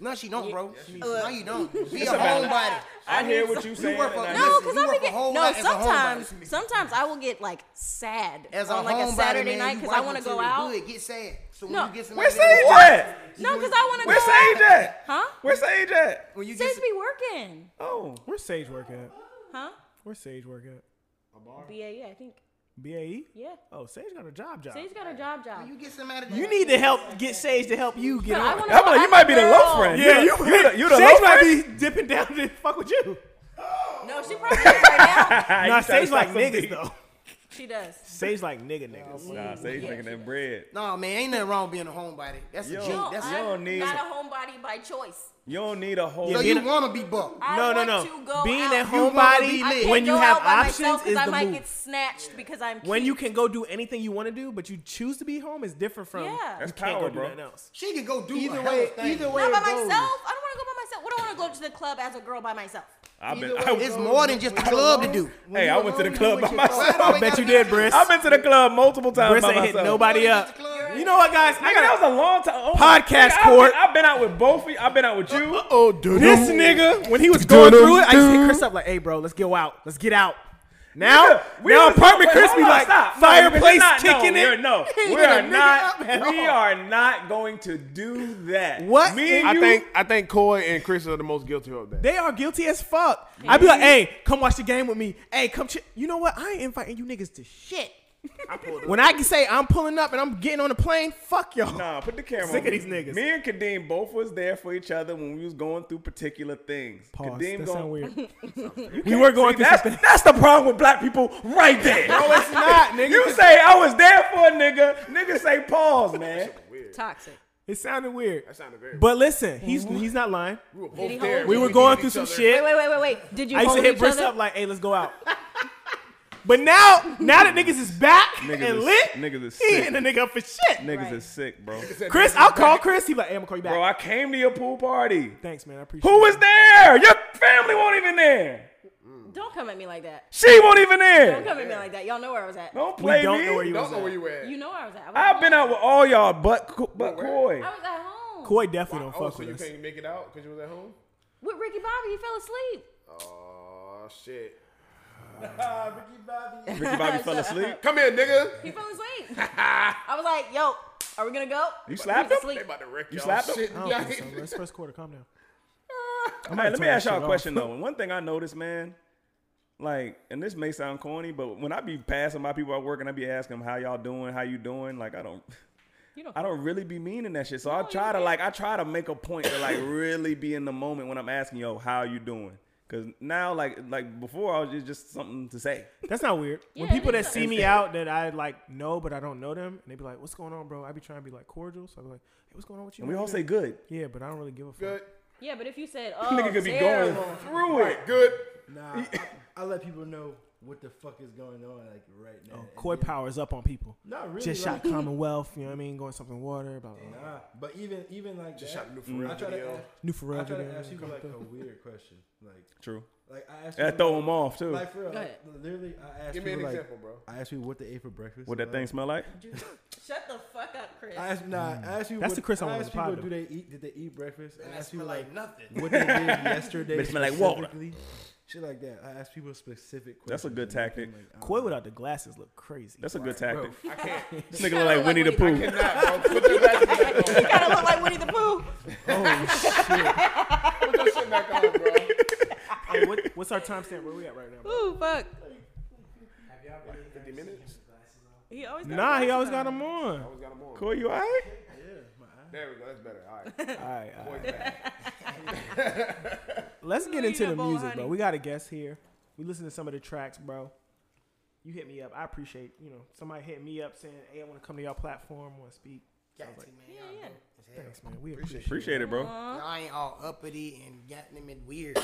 S9: No, she don't, bro. no, you don't. Be a homebody.
S2: I hear what you saying.
S9: work for-
S2: and I
S5: No,
S9: Listen,
S5: because
S9: you
S5: I
S9: work
S5: be
S9: a whole
S5: getting no.
S9: lot as a
S5: Sometimes,
S9: homebody.
S5: sometimes I will get like sad
S9: As a
S5: on like a
S9: homebody,
S5: Saturday
S9: man,
S5: night
S9: you
S5: because I
S9: wife
S5: want to
S9: into
S5: go
S9: the
S5: out.
S9: hood, Get sad. So when
S5: No.
S9: you get somebody
S2: Where's
S9: that-
S2: Sage at?
S5: No, because I want to go.
S2: Where's
S5: out.
S2: Sage at?
S5: Huh?
S2: Where's Sage at?
S9: When you get
S5: Sage be working?
S2: Oh,
S1: Where's Sage work at?
S5: Huh?
S1: Where's Sage work at?
S5: BAE, I think.
S1: BAE?
S5: Yeah.
S1: Oh, Sage got a job job.
S5: Sage got a job job.
S6: You get somebody that
S1: You need to help get Sage to help you get
S5: But I
S1: on.
S5: wanna
S2: I'm
S5: know-
S2: like,
S5: I
S2: you might be the low
S5: know.
S2: friend.
S1: Yeah,
S2: you,
S1: you,
S2: the- you, the- you the
S1: Sage
S2: low
S1: might
S2: friend.
S1: be dipping down to fuck with you.
S5: No, she probably is right
S9: *laughs*
S5: now.
S1: Nah,
S2: you trying to
S1: Sage like
S2: stop some
S1: niggas
S2: beef.
S1: though.
S5: She does.
S1: Sage like *laughs* nigga niggas.
S2: Nah, Sage making that bread.
S6: No, man, ain't nothing wrong with being a homebody. That's a
S2: Yo.
S6: cheat.
S5: No,
S6: That's
S5: I'm
S2: don't need-
S5: not a homebody by choice.
S2: You don't need a whole.
S6: so
S1: being
S6: you
S1: a-
S6: want to be bucked.
S5: I
S1: No, no,
S5: want
S1: no.
S5: to go
S1: Being
S5: out.
S1: that
S6: You wanna be
S1: homebody
S6: lit.
S1: when you
S5: go
S1: have
S5: out by myself
S1: options
S5: 'cause
S1: is
S5: I
S1: the
S5: might
S1: move.
S5: get snatched because I'm.
S1: when you
S5: cute.
S1: can go do anything you want to do, but you choose to be home is different from
S5: Yeah.
S1: you
S5: That's
S1: can't
S2: power,
S1: go do
S2: bro.
S1: nothing else.
S6: She could go do
S9: Either
S6: a
S9: way,
S6: hell of a thing.
S9: either way,
S5: not by
S9: it goes.
S5: myself. I don't want to go by myself. What do I want to go to the club as a girl by myself?
S2: I've been.
S9: Either way
S2: I,
S9: it
S6: It's
S9: goes,
S6: more
S9: when-
S6: than just
S9: when
S6: the
S9: you
S6: club to
S9: alone-
S6: do.
S9: when
S2: Hey,
S9: you
S2: I went to the
S9: alone, you
S2: club
S9: with
S2: by
S9: your
S2: myself.
S9: thoughts.
S1: I bet you did, Briss.
S2: I've been to the club multiple times
S1: Briss
S2: by
S1: ain't
S2: myself.
S1: hitting nobody up. You know what, guys? I
S2: Nigga, that
S1: got
S2: was a long time. Oh,
S1: Podcast
S2: nigga, I've been-
S1: court.
S2: I've been out with both of you. I've been out with you.
S1: oh, this nigga when he was going through it, I used to hit Chris up like, "Hey, bro, let's go out. Let's get out." Now,
S2: Nigga, we
S1: now
S2: was-
S1: apartment
S2: wait,
S1: Chris
S2: hold
S1: be
S2: on,
S1: like
S2: stop. No,
S1: fireplace
S2: we're not- no,
S1: kicking
S2: we're-
S1: it. *laughs*
S2: No,
S1: He
S2: we
S1: hit a
S2: are
S1: nigga
S2: not.
S1: up at
S2: We
S1: all.
S2: are not going to do that.
S1: What?
S2: Me and
S4: I
S2: you.
S4: think I think Coy and Chris are the most guilty of that.
S1: They are guilty as fuck. I'd be like, "Hey, come watch the game with me. Hey, come. Ch-. You know what? I ain't inviting you niggas to shit." When I can say I'm pulling up and I'm getting on the plane, fuck y'all.
S2: Nah, put the camera.
S1: Sick of
S2: on.
S1: these niggas.
S2: Me and Kadeem both was there for each other when we was going through particular things.
S1: *laughs* Pause.
S2: Kadeem
S1: That
S2: gon-
S1: sound weird.
S2: *laughs* You
S1: We
S2: can't-
S1: were going
S2: see,
S1: through
S2: that's,
S1: something. *laughs*
S2: that's the problem with black people right there.
S1: No, it's not,
S2: *laughs*
S1: nigga.
S2: You say I was there for a nigga. Nigga say pause, man.
S5: Toxic.
S1: It sounded weird.
S4: That sounded very.
S1: But listen, he's
S2: Mm-hmm.
S1: he's not lying.
S4: we were
S5: Did he
S4: both
S5: hold?
S4: there.
S1: We
S5: you?
S1: were going through some shit.
S5: Wait, wait, wait, wait, wait. Did you
S1: I used to
S5: hold
S1: hit
S5: each
S1: Briss
S5: other?
S1: up like, "Hey, let's go out." But now, now that niggas is back and
S2: is-
S1: lit,
S2: niggas is
S1: he
S2: sick.
S1: ain't a nigga up for shit.
S2: Niggas
S5: Right.
S2: is sick, bro.
S1: Chris, I'll call Chris. He be like, "Hey, I'm gonna call you back."
S2: *laughs* Bro, I came to your pool party.
S1: Thanks, man. I appreciate.
S2: Who
S1: it.
S2: was there? Your family won't even there.
S5: Don't come at me like that.
S2: She won't even
S5: Don't
S2: there.
S5: come at me like that. Y'all know where I was at.
S2: Don't
S1: We
S2: play
S1: don't
S2: me.
S1: know where you
S4: Don't
S1: was.
S4: know where
S1: at.
S4: you at.
S5: You know where I was at. I was
S2: I've
S5: at
S2: been
S5: home.
S2: out with all y'all, but Co- but Coy.
S5: I was at home
S1: Koi definitely don't
S4: Oh,
S1: fuck
S4: so
S1: with
S4: you
S1: us.
S4: can't make it out because you was at home.
S5: with Ricky Bobby. He fell asleep.
S4: Oh shit!
S2: Ricky Bobby
S5: *laughs*
S2: fell asleep.
S4: Come here, nigga.
S5: He fell asleep. I was like, yo, are we gonna go?
S2: You
S5: He's
S2: slapped him?
S5: asleep.
S4: They about to wreck
S2: You
S4: y'all
S2: slapped him?
S4: shit
S1: I don't
S4: tonight.
S1: think so. bro. It's first quarter. Calm down.
S2: All right, let me
S1: turn
S2: ask
S1: that
S2: y'all a
S1: shit
S2: question though. And one thing I noticed, man, like, and this may sound corny, but when I be passing my people at work and I be asking them how y'all doing, how you doing, like I don't,
S5: *laughs* You don't-
S2: I don't really be meaning that shit. So I
S5: you
S2: try to
S5: don't.
S2: like, I try to make a point to like really be in the moment when I'm asking yo, how you doing? Cause now, like, like before, I was it's just something to say.
S1: That's not weird. when
S5: Yeah, it
S1: people that
S5: is
S1: see
S5: not-
S1: me out that I like know but I don't know them, and they be like, "What's going on, bro?" I be trying to be like cordial, so I be like, "Hey, what's going on with you?"
S2: And we
S1: man?
S2: all say
S5: *laughs*
S2: good.
S1: "Yeah," but I don't really give a fuck.
S4: Good,
S5: Yeah, but if you said, oh,
S2: Nigga could be going
S5: terrible.
S2: through it.
S4: good.
S7: Nah, I, I let people know what the fuck is going on like right
S2: Oh,
S7: now. And
S1: Koi
S7: then-
S1: powers up on people.
S7: Not really.
S1: Just
S7: like,
S1: shot Commonwealth. You know what I mean? Going something water. Blah blah. blah.
S7: Nah, but even even like just
S4: shot a new Pharrell
S7: I try
S4: video.
S7: to ask,
S1: New
S7: I
S1: Pharrell.
S7: try to
S1: video,
S7: ask people
S1: come
S7: like
S1: through.
S7: a weird question, like
S2: True.
S7: like I asked
S2: That
S7: people,
S2: throw them off too.
S7: like for real,
S5: Go
S7: like, literally I asked
S4: Give me an
S7: people like
S4: example, bro.
S7: I asked people what they ate for breakfast.
S2: What that
S7: uh,
S2: thing smell like?
S5: Shut the fuck up, Chris.
S7: I asked nah, I asked people
S1: That's
S7: what,
S1: the Chris I
S7: I
S1: want
S7: asked
S1: on the
S7: people
S1: pod,
S7: do they eat did they eat breakfast? I asked people like
S6: nothing.
S7: what they did yesterday.
S9: *laughs*
S2: But it smell like water.
S7: specifically. Shit like that. I asked people specific questions.
S2: That's a good
S7: and they
S2: tactic.
S7: came, like, I don't
S1: Koi
S7: know.
S1: without the glasses look crazy.
S2: That's a good tactic.
S4: I can't.
S2: This nigga look like Winnie the Pooh.
S4: Nah, bro. Put your back,
S5: you gotta look like Winnie the Pooh.
S4: put your shit back on, bro.
S1: Hey, Oh, what, what's our timestamp? Where we at right now? Bro?
S5: Ooh, fuck.
S4: Fifty minutes.
S5: He always got
S1: Nah, he
S5: glasses
S1: always
S5: on.
S1: got them on.
S4: I was got him on.
S2: Coy, you alright?
S4: There we go. That's better. All right.
S1: All right, all right.
S4: Boy, back.
S1: *laughs* Let's get
S5: Ooh,
S1: into
S5: you
S1: the
S5: know,
S1: music, bro.
S5: honey.
S1: We got a guest here. We listen to some of the tracks, bro. You hit me up. I appreciate. You know, somebody hit me up saying, "Hey, I want to come to y'all platform. Want to speak."
S6: Got
S1: Sounds
S6: to,
S1: like-
S6: man.
S5: Yeah,
S6: Y'all
S5: yeah.
S6: dope as hell.
S1: Thanks, man. We
S6: Appreciate
S1: appreciate. it.
S2: Appreciate it, bro.
S6: Y'all ain't all uppity and got them
S2: *coughs*
S6: and weird.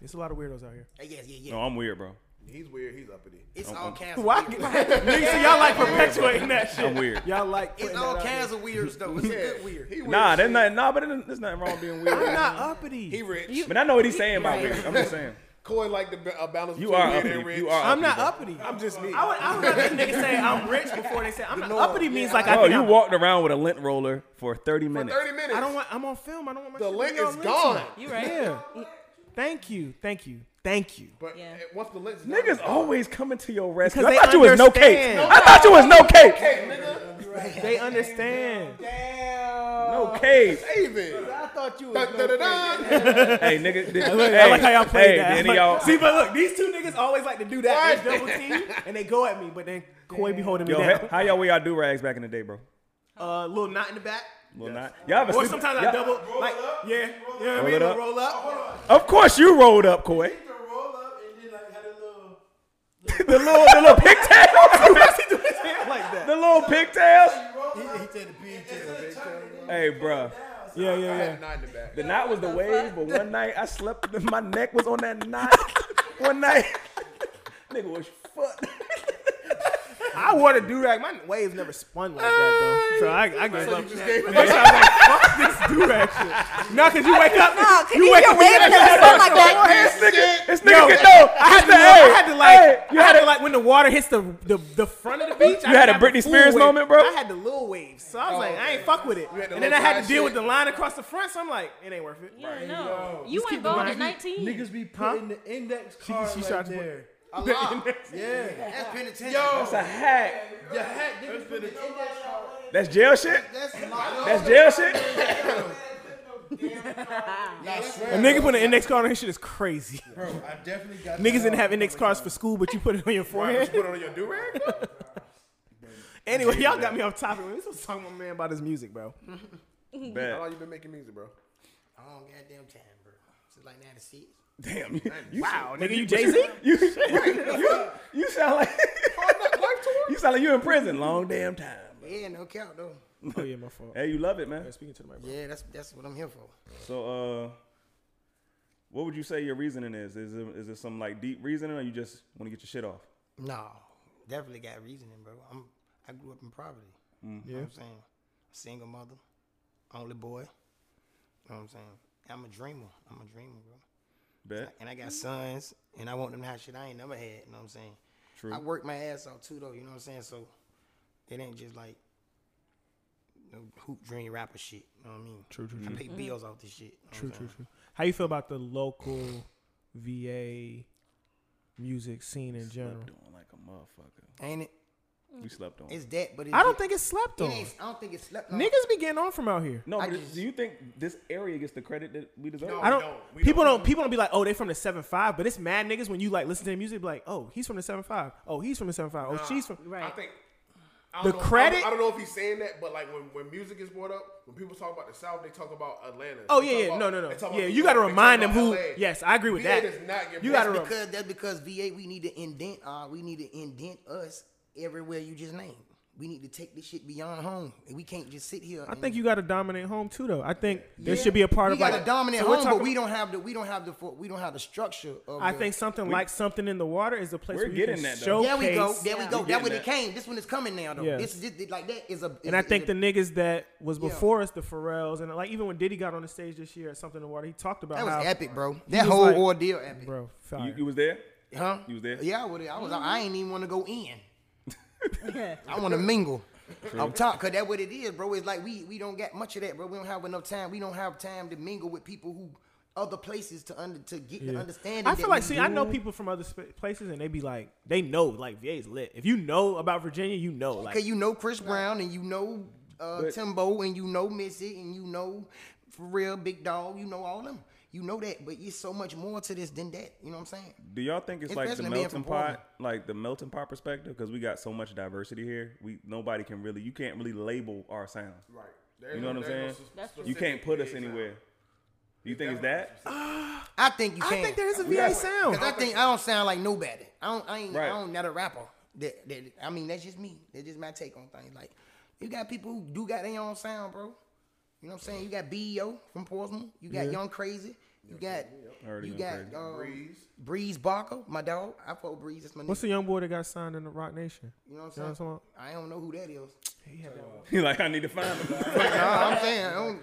S1: There's a lot of weirdos out here.
S6: Hey, yes, yeah, yeah.
S2: No, I'm weird, bro.
S4: He's weird. He's uppity.
S6: It's all kinds of
S1: Why? *laughs*
S6: weird.
S1: Nigga, so y'all like perpetuating that shit.
S2: I'm weird.
S1: Y'all like
S6: It's
S1: putting
S6: all
S1: that out
S6: kinds of weird stuff. It's good
S4: He
S6: weird.
S4: weird.
S2: Nah, there's nothing. Nah, but there's nothing wrong with being
S1: there. I'm
S2: weird.
S1: not uppity.
S4: He rich.
S2: But I know what he's saying about weird. I'm just saying.
S4: Coy like the ba- uh, balance
S2: You
S4: between
S2: are
S4: weird
S2: uppity.
S4: and rich.
S2: You are.
S1: I'm not
S2: uppity,
S1: uppity.
S4: I'm just me.
S1: I would, I would rather niggas say I'm rich before they say I'm not.
S4: norm.
S1: Uppity means
S4: Yeah,
S1: like
S2: bro.
S1: I
S2: Bro,
S1: think
S2: Oh, you
S1: I'm,
S2: walked around with a lint roller for 30 minutes.
S4: Thirty minutes.
S1: I don't want. I'm on film. I don't want my.
S4: The
S1: shit to
S4: lint
S1: be on
S4: is gone.
S1: tape.
S5: You right.
S1: Yeah. Thank you. Thank you. Thank you.
S4: But
S5: Yeah.
S4: uh, once the lens
S2: Niggas always coming to your rescue.
S1: Because
S2: I
S1: they
S2: thought you was no cake.
S1: understand.
S2: I thought you was no cake.
S4: Hey, nigga.
S1: They understand.
S2: No, okay.
S4: Saving.
S9: I thought you was
S4: Da, da, da, da.
S2: hey, nigga. Did,
S1: I like how y'all played
S2: hey,
S1: that.
S2: did any y'all,
S1: See, but look, these two niggas always like to do that. They double team and they go at me, but then Koi be holding me
S2: yo,
S1: down.
S2: he- how y'all wear y'all do rags back in the day, bro?
S1: Uh, little knot in the back.
S2: Well, not. Y'all ever
S1: Or
S2: sleep-
S1: sometimes I
S2: y'all-
S1: double, like, *laughs* yeah, you know what I mean?
S2: it up.
S1: Roll up.
S2: Of course, you rolled up, Koi. *laughs* the little, the little *laughs* pigtails.
S1: *laughs* Like that.
S2: the little pigtails. Hey, bruh.
S1: Yeah, yeah, yeah.
S2: The knot was the wave, but one night I slept, my neck was on *laughs* that knot. one night, *laughs* nigga was fucked. *laughs*
S1: I wore the do rag. My waves never spun like that though. So I, I gave up.
S4: Just gave
S1: *laughs* I was like, fuck this do rag shit. No, cause you wake up. you wake up.
S13: wave never spun like that.
S2: This nigga, this nigga
S1: Yo,
S2: could know.
S1: I had to. I had to like.
S2: you
S1: I
S2: had
S1: had
S2: a
S1: to like when the water hits the the, the front of the beach. I
S2: You had a
S1: have the
S2: Britney
S1: full
S2: Spears
S1: wave.
S2: moment, bro?
S1: I had the little waves, so I was like,
S7: Oh,
S1: I ain't fuck with it.
S4: the
S1: And then I
S4: low
S1: had
S4: tide
S1: to deal with
S4: shit.
S1: the line across the front, so I'm like, it ain't worth it.
S5: Yeah, no. You
S1: keep
S5: ain't bald
S1: lying.
S5: at 19.
S7: Niggas be putting the index card
S1: she
S7: right
S1: tried to put-
S7: there. Yeah.
S1: *laughs*
S6: That's penitentiary.
S2: That's a hack.
S7: Your hat, niggas put the
S2: That's jail shit.
S6: That's locked up.
S2: That's jail *laughs* shit.
S1: A nigga put an index card on his shit is crazy.
S7: Bro, I definitely got
S1: Niggas didn't have index cards for school, but you put it on your
S4: Put
S1: forehead. *laughs*
S4: it on your do rag.
S1: Anyway, y'all got me off topic. This was talking to my man about his music, bro.
S4: How
S2: Bet.
S4: long you Oh, been making music, bro?
S6: I don't goddamn time, bro. It's like 96.
S2: Damn. You,
S1: Wow, nigga, you Jay Z? *laughs*
S2: you, you, you sound like *laughs* you sound like you in prison. Long damn time.
S6: Yeah, no count though.
S1: Oh yeah, my fault.
S2: Hey, you love it, man.
S1: Speaking to the mic, bro.
S6: Yeah, that's that's what I'm here for.
S2: So, uh, what would you say your reasoning is? Is it, is it some like deep reasoning, or you just want to get your shit off?
S6: No, definitely got reasoning, bro. I'm I grew up in poverty. You know what I'm saying? Single mother, only boy. You know what I'm saying? I'm a dreamer. I'm a dreamer, bro.
S2: Bet.
S6: And I
S1: Mm.
S6: got sons, and I want them to have shit I ain't never had. You know what I'm saying? True. I worked my ass off too, though. You know what I'm saying? So it ain't just like no hoop dream rapper shit. You know what I mean? True, true, true. I pay bills off this shit.
S1: True, true, true. How you feel about the local VA music scene in general?
S2: Doing like a motherfucker.
S6: Ain't it?
S2: We slept on.
S6: Mm. It's that, but it's
S1: I don't think it's slept
S6: it
S1: on.
S6: ain't, I don't think it's slept on.
S1: Niggas be getting on from out here.
S2: no,
S6: I
S2: but
S6: just-
S2: do you think this area gets the credit that we deserve?
S1: I don't.
S4: don't. We
S1: people don't. People don't be like, oh, they from the seven five. But it's mad niggas when you like listen to their music, be like, oh, he's from the seven five. Oh, he's from the seven five. Oh, she's from.
S5: Right.
S4: I think I don't
S1: The
S4: know- I don't-
S1: credit-
S4: I don't know if he's saying that, but like when, when music is brought up, when people talk about the South, they talk about Atlanta.
S1: Oh
S4: They
S1: yeah,
S4: talk
S1: yeah.
S4: about-
S1: No, no,
S4: they talk
S1: no.
S4: about
S1: Yeah,
S4: New
S1: you got to
S4: York, they
S1: remind them
S4: talk
S1: who.
S4: about LA.
S1: Yes, I agree with
S4: VA
S1: that.
S4: does not get
S1: You
S4: blamed.
S1: got to.
S6: That's
S1: Rem-
S6: because that's because VA we need to indent uh we need to indent us everywhere you just named. We need to take this shit beyond home. And we can't just sit here.
S1: I think you got to dominate home too, though. I think there should be a part
S6: we
S1: of
S6: got
S1: like
S6: a dominant
S1: so we're
S6: home,
S1: talking-
S6: but we don't have the we don't have the fo- we don't have the structure of.
S1: I
S6: the-
S1: think something like something in the water is a place
S2: We're
S1: where you
S2: getting
S1: can
S2: that, though.
S1: showcase.
S6: There we go. There we go. That
S2: getting
S6: when it
S2: that.
S6: came. This one is coming now though.
S1: Yeah.
S6: This, this, this like that is a. Is
S1: And I think the niggas that was
S6: Yeah.
S1: before us, the Pharrells, and like even when Diddy got on the stage this year at something in the water, he talked about
S6: that was
S1: how
S6: epic, bro. That
S1: was
S6: whole
S1: like-
S6: ordeal epic,
S1: bro, fire.
S2: You, you was there?
S6: huh?
S2: You was there?
S6: Yeah, I was. I was. I ain't even want to go in.
S1: *laughs*
S6: I want to mingle. Up top, cause that's what it is, bro. It's like we we don't get much of that, bro. We don't have enough time. We don't have time to mingle with people who other places to under to get the understanding.
S1: I feel
S6: that
S1: like,
S6: we
S1: see,
S6: do.
S1: I know people from other sp- places, and they be like, they know, like VA's lit. If you know about Virginia, you know, like,
S6: Cause you know Chris Brown and you know uh, Timbo and you know Missy and you know for real Big Dog. You know all them. You know that, but it's so much more to this than that. You know what I'm saying?
S2: Do y'all think it's like the
S6: Especially being
S2: melting
S6: from Portland.
S2: pot, like the melting pot perspective? Because we got so much diversity here, we nobody can really, you can't really label our sound.
S4: Right. There's
S2: You know
S4: no-
S2: what I'm
S4: there's
S2: saying?
S4: No
S5: That's
S4: specific
S2: You can't put us
S4: VA sound.
S2: anywhere. Do you think it's that? *laughs*
S6: I think you can.
S1: I think there is a VA sound.
S6: Cause I think I don't sound like nobody. I don't. I ain't.
S2: Right.
S6: I don't. Not a rapper. That, that- I mean, that's just me. That's just my take on things. Like, you got people who do got their own sound, bro. You know what I'm saying? You got Bo from Portsmouth. You got Young Crazy. You got.
S2: Already
S6: You
S2: Young
S6: got
S2: Crazy.
S6: um, Breeze. Barker, my dog. I fuck with Breeze. That's my
S1: what's
S6: nigga.
S1: the young boy that got signed in the Rock Nation?
S6: You know what I'm
S1: You know
S6: saying?
S1: what I'm talking
S6: I don't know who that is. *laughs*
S2: You're like, I need to find them. *laughs*
S6: no, I'm saying. I don't,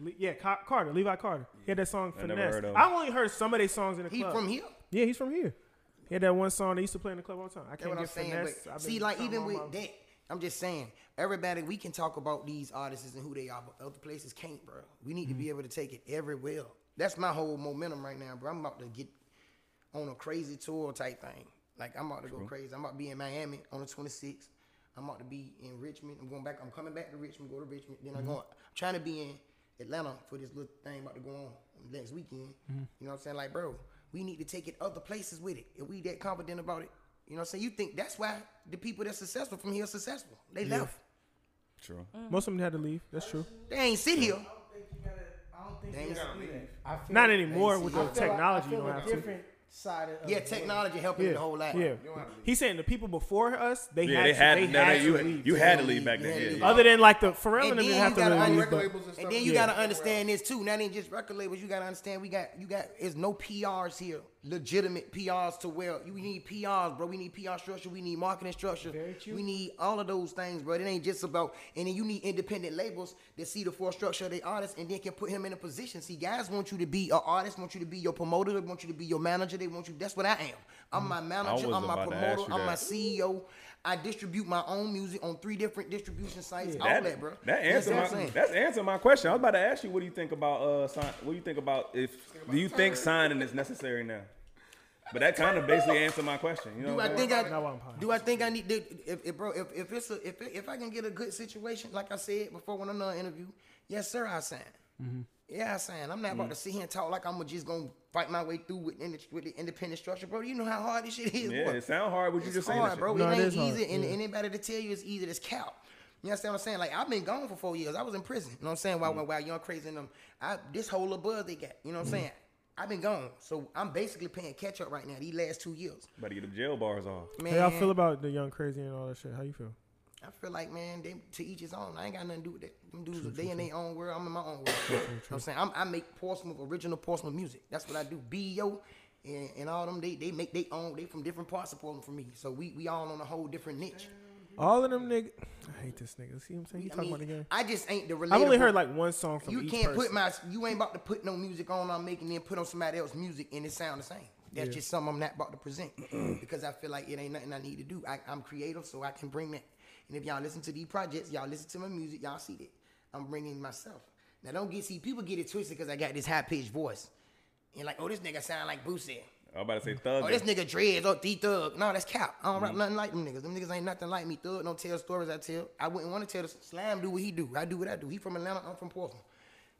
S1: Le- yeah, Ca- Carter, Levi Carter. He had that song
S2: I never
S1: Finesse.
S2: heard of him.
S1: I only heard some of their songs in the
S6: he
S1: club.
S6: from here.
S1: yeah, he's from here. He had that one song they used to play in the club all the time. I
S6: That's
S1: can't
S6: what
S1: get
S6: I'm saying.
S1: finesse. I've
S6: But
S1: been
S6: see, like
S1: trying
S6: even
S1: all
S6: with
S1: my-
S6: that, I'm just saying, everybody, we can talk about these artists and who they are, but other places can't, bro. We need to
S1: Mm-hmm.
S6: be able to take it everywhere. That's my whole momentum right now, bro. I'm about to get on a crazy tour type thing. Like I'm about to go crazy. I'm about to be in Miami on the 26th. I'm about to be in Richmond. I'm going back. I'm coming back to Richmond. Go to Richmond. Then
S1: Mm-hmm.
S6: I'm going. I'm trying to be in Atlanta for this little thing about to go on next weekend.
S1: Mm-hmm.
S6: You know what I'm saying? Like, bro, we need to take it other places with it. If we that confident about it, you know what I'm saying? You think that's why the people that's successful from here are successful? They left.
S2: True.
S1: Most of them had to leave. That's true.
S6: They ain't sit here.
S9: I don't think
S6: They ain't
S9: it's
S6: gotta
S9: either. I feel
S1: Not anymore with
S9: I
S1: the
S9: feel
S1: technology. You
S9: Like, I feel
S1: don't
S9: a
S1: have to.
S9: different side of
S6: Yeah,
S9: of the world.
S6: technology helping
S1: Yeah.
S6: the whole lot.
S1: Yeah. He's saying the people before us, they
S2: Yeah,
S1: had
S2: they
S1: to,
S2: had,
S1: they
S2: no,
S1: had
S2: no,
S1: to
S2: you,
S1: leave.
S2: you had to leave back
S6: You
S2: then.
S6: had to
S2: Yeah,
S6: leave.
S2: yeah.
S1: Other than like the Pharrell
S6: And
S1: and them
S6: then you
S1: didn't have
S6: gotta
S1: to leave.
S6: under-
S1: but-
S4: labels and stuff.
S6: And then you
S1: Yeah.
S6: gotta understand this too. Not even just record labels. You gotta understand we got you got there's no PRs here. Legitimate PRs to where you need PRs, bro. We need PR structure. We need marketing structure.
S9: Very true.
S6: We need all of those things, bro. It ain't just about. And then you need independent labels that see the full structure of the artist and then can put him in a position. See, guys want you to be an artist, want you to be your promoter, they want you to be your manager. They want you. That's what I am. I'm my manager.
S2: was
S6: I'm my
S2: about to ask
S6: promoter.
S2: you
S6: I'm my
S2: that.
S6: CEO. I distribute my own music on three different distribution sites. all
S2: That,
S6: that, bro.
S2: that
S6: That's
S2: answered
S6: what I'm
S2: my
S6: saying.
S2: that's answered my question. I was about to ask you, what do you think about uh, sign, what do you think about if do you think signing is necessary now? But that kind of basically answered my question. You know,
S6: Do I
S2: what I'm
S6: think I
S1: Not while I'm high.
S6: do I think I need to, if, if bro if, if it's a, if if I can get a good situation like I said before when I'm done interview, yes sir I sign.
S1: Mm-hmm.
S6: Yeah, I sign. I'm not about to sit here and talk like I'm just gonna fight my way through with, in- with the independent structure, bro. You know how hard this shit is.
S2: saying?
S6: boy.
S2: yeah, it sound hard. What you
S6: It's
S2: just saying,
S6: hard, bro.
S1: No,
S6: it
S1: it
S6: ain't
S1: is hard,
S6: easy, and
S1: yeah.
S6: anybody to tell you it's easy, that's cap. You understand what I'm saying? Like I've been gone for four years. I was in prison. You know what I'm saying?
S1: Mm.
S6: While while, while young crazy and them, I this whole little buzz they got. You know what I'm saying? I've been gone, so I'm basically paying catch up right now. These last two years,
S2: Better get the jail bars off.
S6: man.
S1: How y'all feel about the young crazy and all that shit? How you feel?
S6: I feel like man, they to each his own. I ain't got nothing to do with that. Them dudes, they in their own world. I'm in my own world. You know what I'm saying I'm, I make Portsmouth original Portsmouth music. That's what I do. Bo and, and all them, they they make their own. They from different parts of Portland from me. So we we all on a whole different niche.
S1: All of them niggas. I hate this nigga. See what I'm saying? You
S6: I
S1: talking
S6: mean,
S1: about the game?
S6: I just ain't the. Relatable.
S1: I've only heard like one song from
S6: You
S1: each
S6: can't
S1: person.
S6: put my. You ain't about to put no music on I'm making, then put on somebody else's music and it sound the same. That's
S1: Yeah.
S6: just something I'm not about to present because I feel like it ain't nothing I need to do. I, I'm creative, so I can bring that. And if y'all listen to these projects, y'all listen to my music, y'all see that I'm bringing myself. Now don't get see people get it twisted because I got this high pitched voice and like, oh this nigga sound like Boosie.
S2: I was about to say thug.
S6: Oh, this nigga dreads or D Thug. No, that's cap. I don't rap nothing like them niggas. Them niggas ain't nothing like me. Thug don't tell stories I tell. I wouldn't want to tell the slam do what he do. I do what I do. He from Atlanta. I'm from Portland.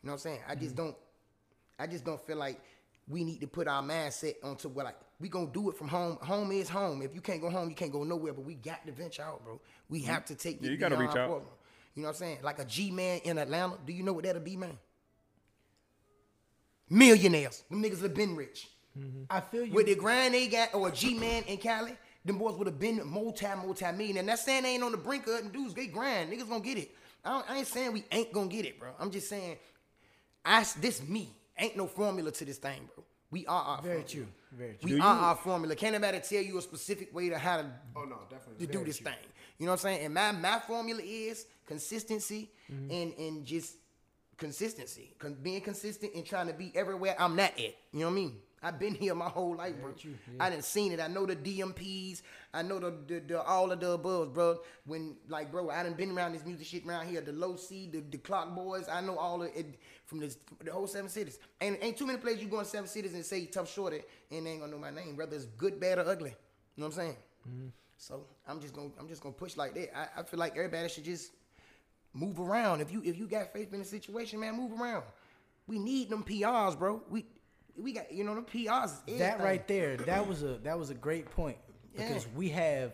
S6: You know what I'm saying? I just don't. I just don't feel like we need to put our mindset onto what like we gonna do it from home. Home is home. If you can't go home, you can't go nowhere. But we got to venture out, bro. We have to take.
S2: Mm-hmm. Yeah,
S6: it
S2: you gotta
S6: beyond
S2: reach out.
S6: Portland. You know what I'm saying? Like a G man in Atlanta. Do you know what that'll be, man? Millionaires. Them niggas have been rich.
S9: Mm-hmm. I feel you.
S6: With the grind they got, or G Man in Cali, them boys would have been multi multi millionaire. Not saying they ain't on the brink of it, and dudes, they grind. Niggas gonna get it. I, don't, I ain't saying we ain't gonna get it, bro. I'm just saying, I s- this me ain't no formula to this thing, bro. We are our
S9: Very
S6: formula.
S9: true. Very true.
S6: We are our formula. Can't nobody tell you a specific way to how to,
S4: Oh no, definitely.
S6: to do this thing. You know what I'm saying? And my my formula is consistency
S9: Mm-hmm.
S6: and and just consistency, Con- being consistent and trying to be everywhere I'm not at. You know what I mean? I've been here my whole life, bro. I done seen it. I know the DMPs. I know the, the, the all of the above, bro. When like, bro, I done been around this music shit around here. The Low C, the, the Clock Boys. I know all of it from the the whole seven cities. And ain't too many places you go in seven cities and say tough shorty and they ain't gonna know my name, whether it's good, bad, or ugly. You know what I'm saying? So I'm just gonna I'm just gonna push like that. I, I feel like everybody should just move around. If you if you got faith in the situation, man, move around. We need them PRs, bro. We we got you know them PRs. Is everything.
S9: that right there that was a that was a great point because
S6: Yeah.
S9: we have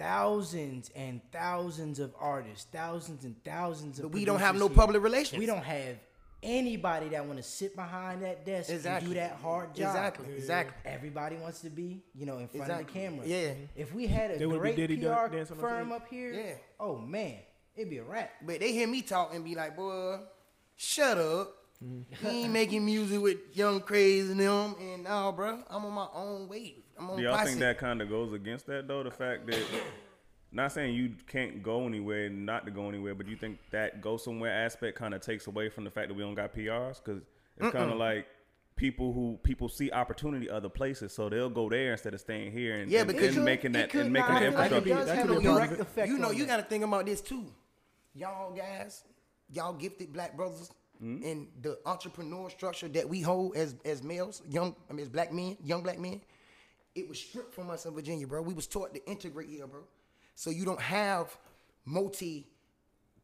S9: thousands and thousands of artists thousands and thousands of
S6: But we don't have
S9: producers
S6: no
S9: here.
S6: public relations.
S9: we don't have anybody that want to sit behind that desk
S6: Exactly.
S9: and do that hard job
S6: Exactly, Yeah. exactly.
S9: everybody wants to be you know in front of the
S6: Exactly.
S9: camera
S6: Yeah.
S9: if we had a
S1: They wouldn't be
S9: great
S1: Diddy
S9: pr
S1: dan- dancing on the
S9: firm
S1: stage.
S9: up here
S6: Yeah.
S9: oh man it'd be a wrap
S6: But they hear me talk and be like, boy, shut up.
S9: Mm-hmm.
S6: He ain't making music with young crazy and them and now, bro. I'm on my own wave. I'm on
S2: Do y'all
S6: posse.
S2: think that kind of goes against that though? The fact that not saying you can't go anywhere, and not to go anywhere, but do you think that go somewhere aspect kind of takes away from the fact that we don't got PRs? Because it's kind of like people who people see opportunity other places, so they'll go there instead of staying here and,
S6: Yeah,
S2: and,
S6: because
S2: and
S6: you-
S2: making
S9: it
S2: that
S9: could
S2: and making
S9: not-
S2: the
S9: I feel like it
S2: infrastructure.
S9: does have
S6: You know,
S9: a
S6: you,
S9: direct effect
S6: you, know,
S9: on
S6: you
S9: that.
S6: got to think about this too. Y'all guys, y'all gifted black brothers,
S2: Mm-hmm.
S6: and the entrepreneur structure that we hold as as males, young, I mean, as black men, young black men, it was stripped from us in Virginia, bro. We was taught to integrate here, bro. So you don't have multi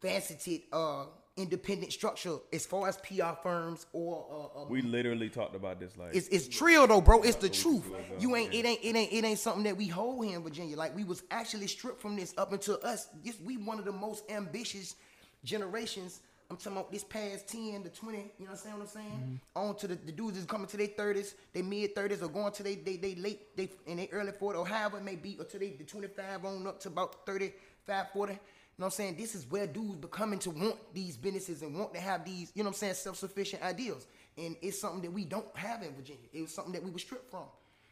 S6: faceted uh, independent structure as far as PR firms or uh, uh,
S2: *laughs* We literally talked about this like
S6: it's it's trill though, bro. It's the truth. You ain't it ain't it ain't it ain't something that we hold here in Virginia. Like we was actually stripped from this up until us. This, we one of the most ambitious generations. I'm talking about this past 10 to 20, you know what I'm saying? What I'm saying? On to the, the dudes that's coming to their 30s, they mid 30s, or going to they they, they late, they in their early 40s, or however it may be, or to they the 25 on up to about 35, 40. You know what I'm saying? This is where dudes becoming to want these businesses and want to have these, you know what I'm saying, self-sufficient ideals. And it's something that we don't have in Virginia. It was something that we were stripped from.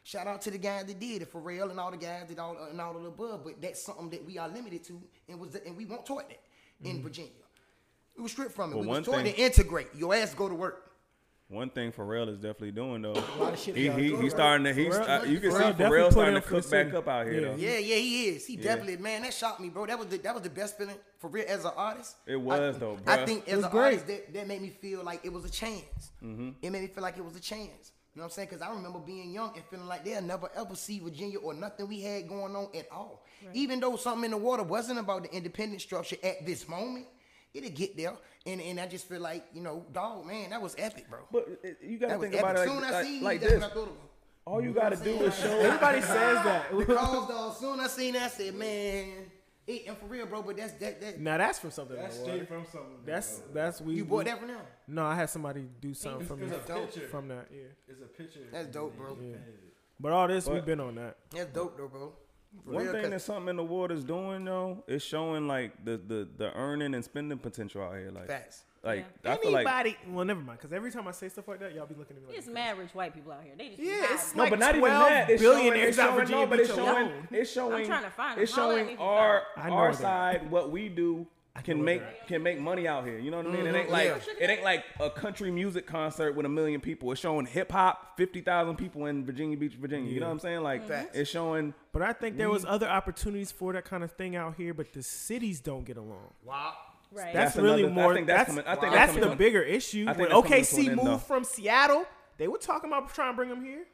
S6: Shout out to the guys that did it, Pharrell and all the guys that all and all of the above. But that's something that we are limited to, and was and we won't taught that in Virginia. We were stripped from
S2: Mm-hmm.
S6: it.
S2: Well,
S6: we
S2: one
S6: was taught
S2: thing-
S6: to integrate. Your ass go to work.
S2: One thing Pharrell is definitely doing though,
S9: of shit
S2: he,
S9: y'all
S2: he,
S9: doing,
S2: he's starting to he's
S1: Pharrell-
S2: uh, you can
S1: Pharrell
S2: see
S1: definitely
S2: Pharrell
S1: put
S2: starting
S1: in
S2: to
S1: for the
S2: cook back
S1: city.
S2: up out here
S1: Yeah.
S2: though.
S6: Yeah, yeah, he is. He definitely man. That shocked me, bro. That was the that was the best feeling for real as an artist.
S2: It was, Mm-hmm.
S6: I,
S2: though,
S6: I
S2: bruh.
S6: think
S1: It
S6: as
S1: was
S6: an
S1: great.
S6: artist, that, that made me feel like it was a chance. It made me feel like it was a chance. You know what I'm saying? Because I remember being young and feeling like they'll never ever see Virginia or nothing we had going on at all. Even though something in the water wasn't about the independent structure at this moment, it'll get there. And and I just feel like you know, dog, man, that was epic, bro.
S2: But uh, you got to
S6: That was
S2: think about
S6: epic.
S2: it
S6: Soon
S2: like,
S6: I
S2: like,
S6: seen
S2: like
S6: you, that's
S2: this.
S6: what I thought about.
S2: All you got to do is
S1: *laughs*
S2: show.
S1: Everybody says that.
S6: *laughs* Because dog, soon I seen that, I said, man, it, and for real, bro. But that's that that
S1: Now that's from something.
S7: That's
S1: That's
S7: straight from something.
S1: that's, that's we.
S6: you bought that from them.
S1: No, I had somebody do something from
S7: There's a
S1: that.
S7: picture.
S1: From that, yeah.
S7: It's a picture.
S6: That's dope, bro.
S1: But all this,
S2: But-
S1: we've been on that.
S6: That's dope though, bro. For
S2: One
S6: real,
S2: thing
S6: 'cause-
S2: that something in the water's doing though is showing like the the the earning and spending potential out here. Like
S6: facts.
S2: like I feel
S1: Anybody?
S2: like
S1: well, never mind. Because every time I say stuff like that, y'all be looking at me like.
S5: It's
S1: I'm
S5: mad rich white people out here. They just be
S1: Yeah,
S5: hiding.
S1: it's
S2: No,
S1: like
S2: but not even
S1: 12
S2: that. It's
S1: billionaires out
S2: showing, it's
S1: Virginia
S2: showing, no, but it's
S1: Beach
S2: showing,
S1: alone.
S2: it's showing,
S5: I'm trying to find 'em.
S2: it's
S5: Holla at
S2: showing
S5: me if you
S2: our
S1: I know
S2: our
S1: that.
S2: side what we do
S1: know
S2: can
S1: Mm-hmm.
S2: make can make money out here. You know what I mean? It ain't like it ain't like a country music concert with a million people. It's showing hip hop, fifty thousand people in Virginia Beach, Virginia. You know what I'm saying? Like it's showing.
S1: But I think there
S2: Mm-hmm.
S1: was other opportunities for that kind of thing out here, but the cities don't get along.
S5: right.
S1: That's,
S2: That's
S1: really
S2: another- I
S1: more.
S2: think
S1: that's
S2: that's
S1: that's,
S2: coming- I think that's
S1: that's,
S2: coming
S1: the
S2: to-
S1: bigger issue.
S2: I think
S1: When
S2: that's coming to
S1: OKC
S2: an end,
S1: moved
S2: though.
S1: from Seattle, they were talking about trying to bring them here,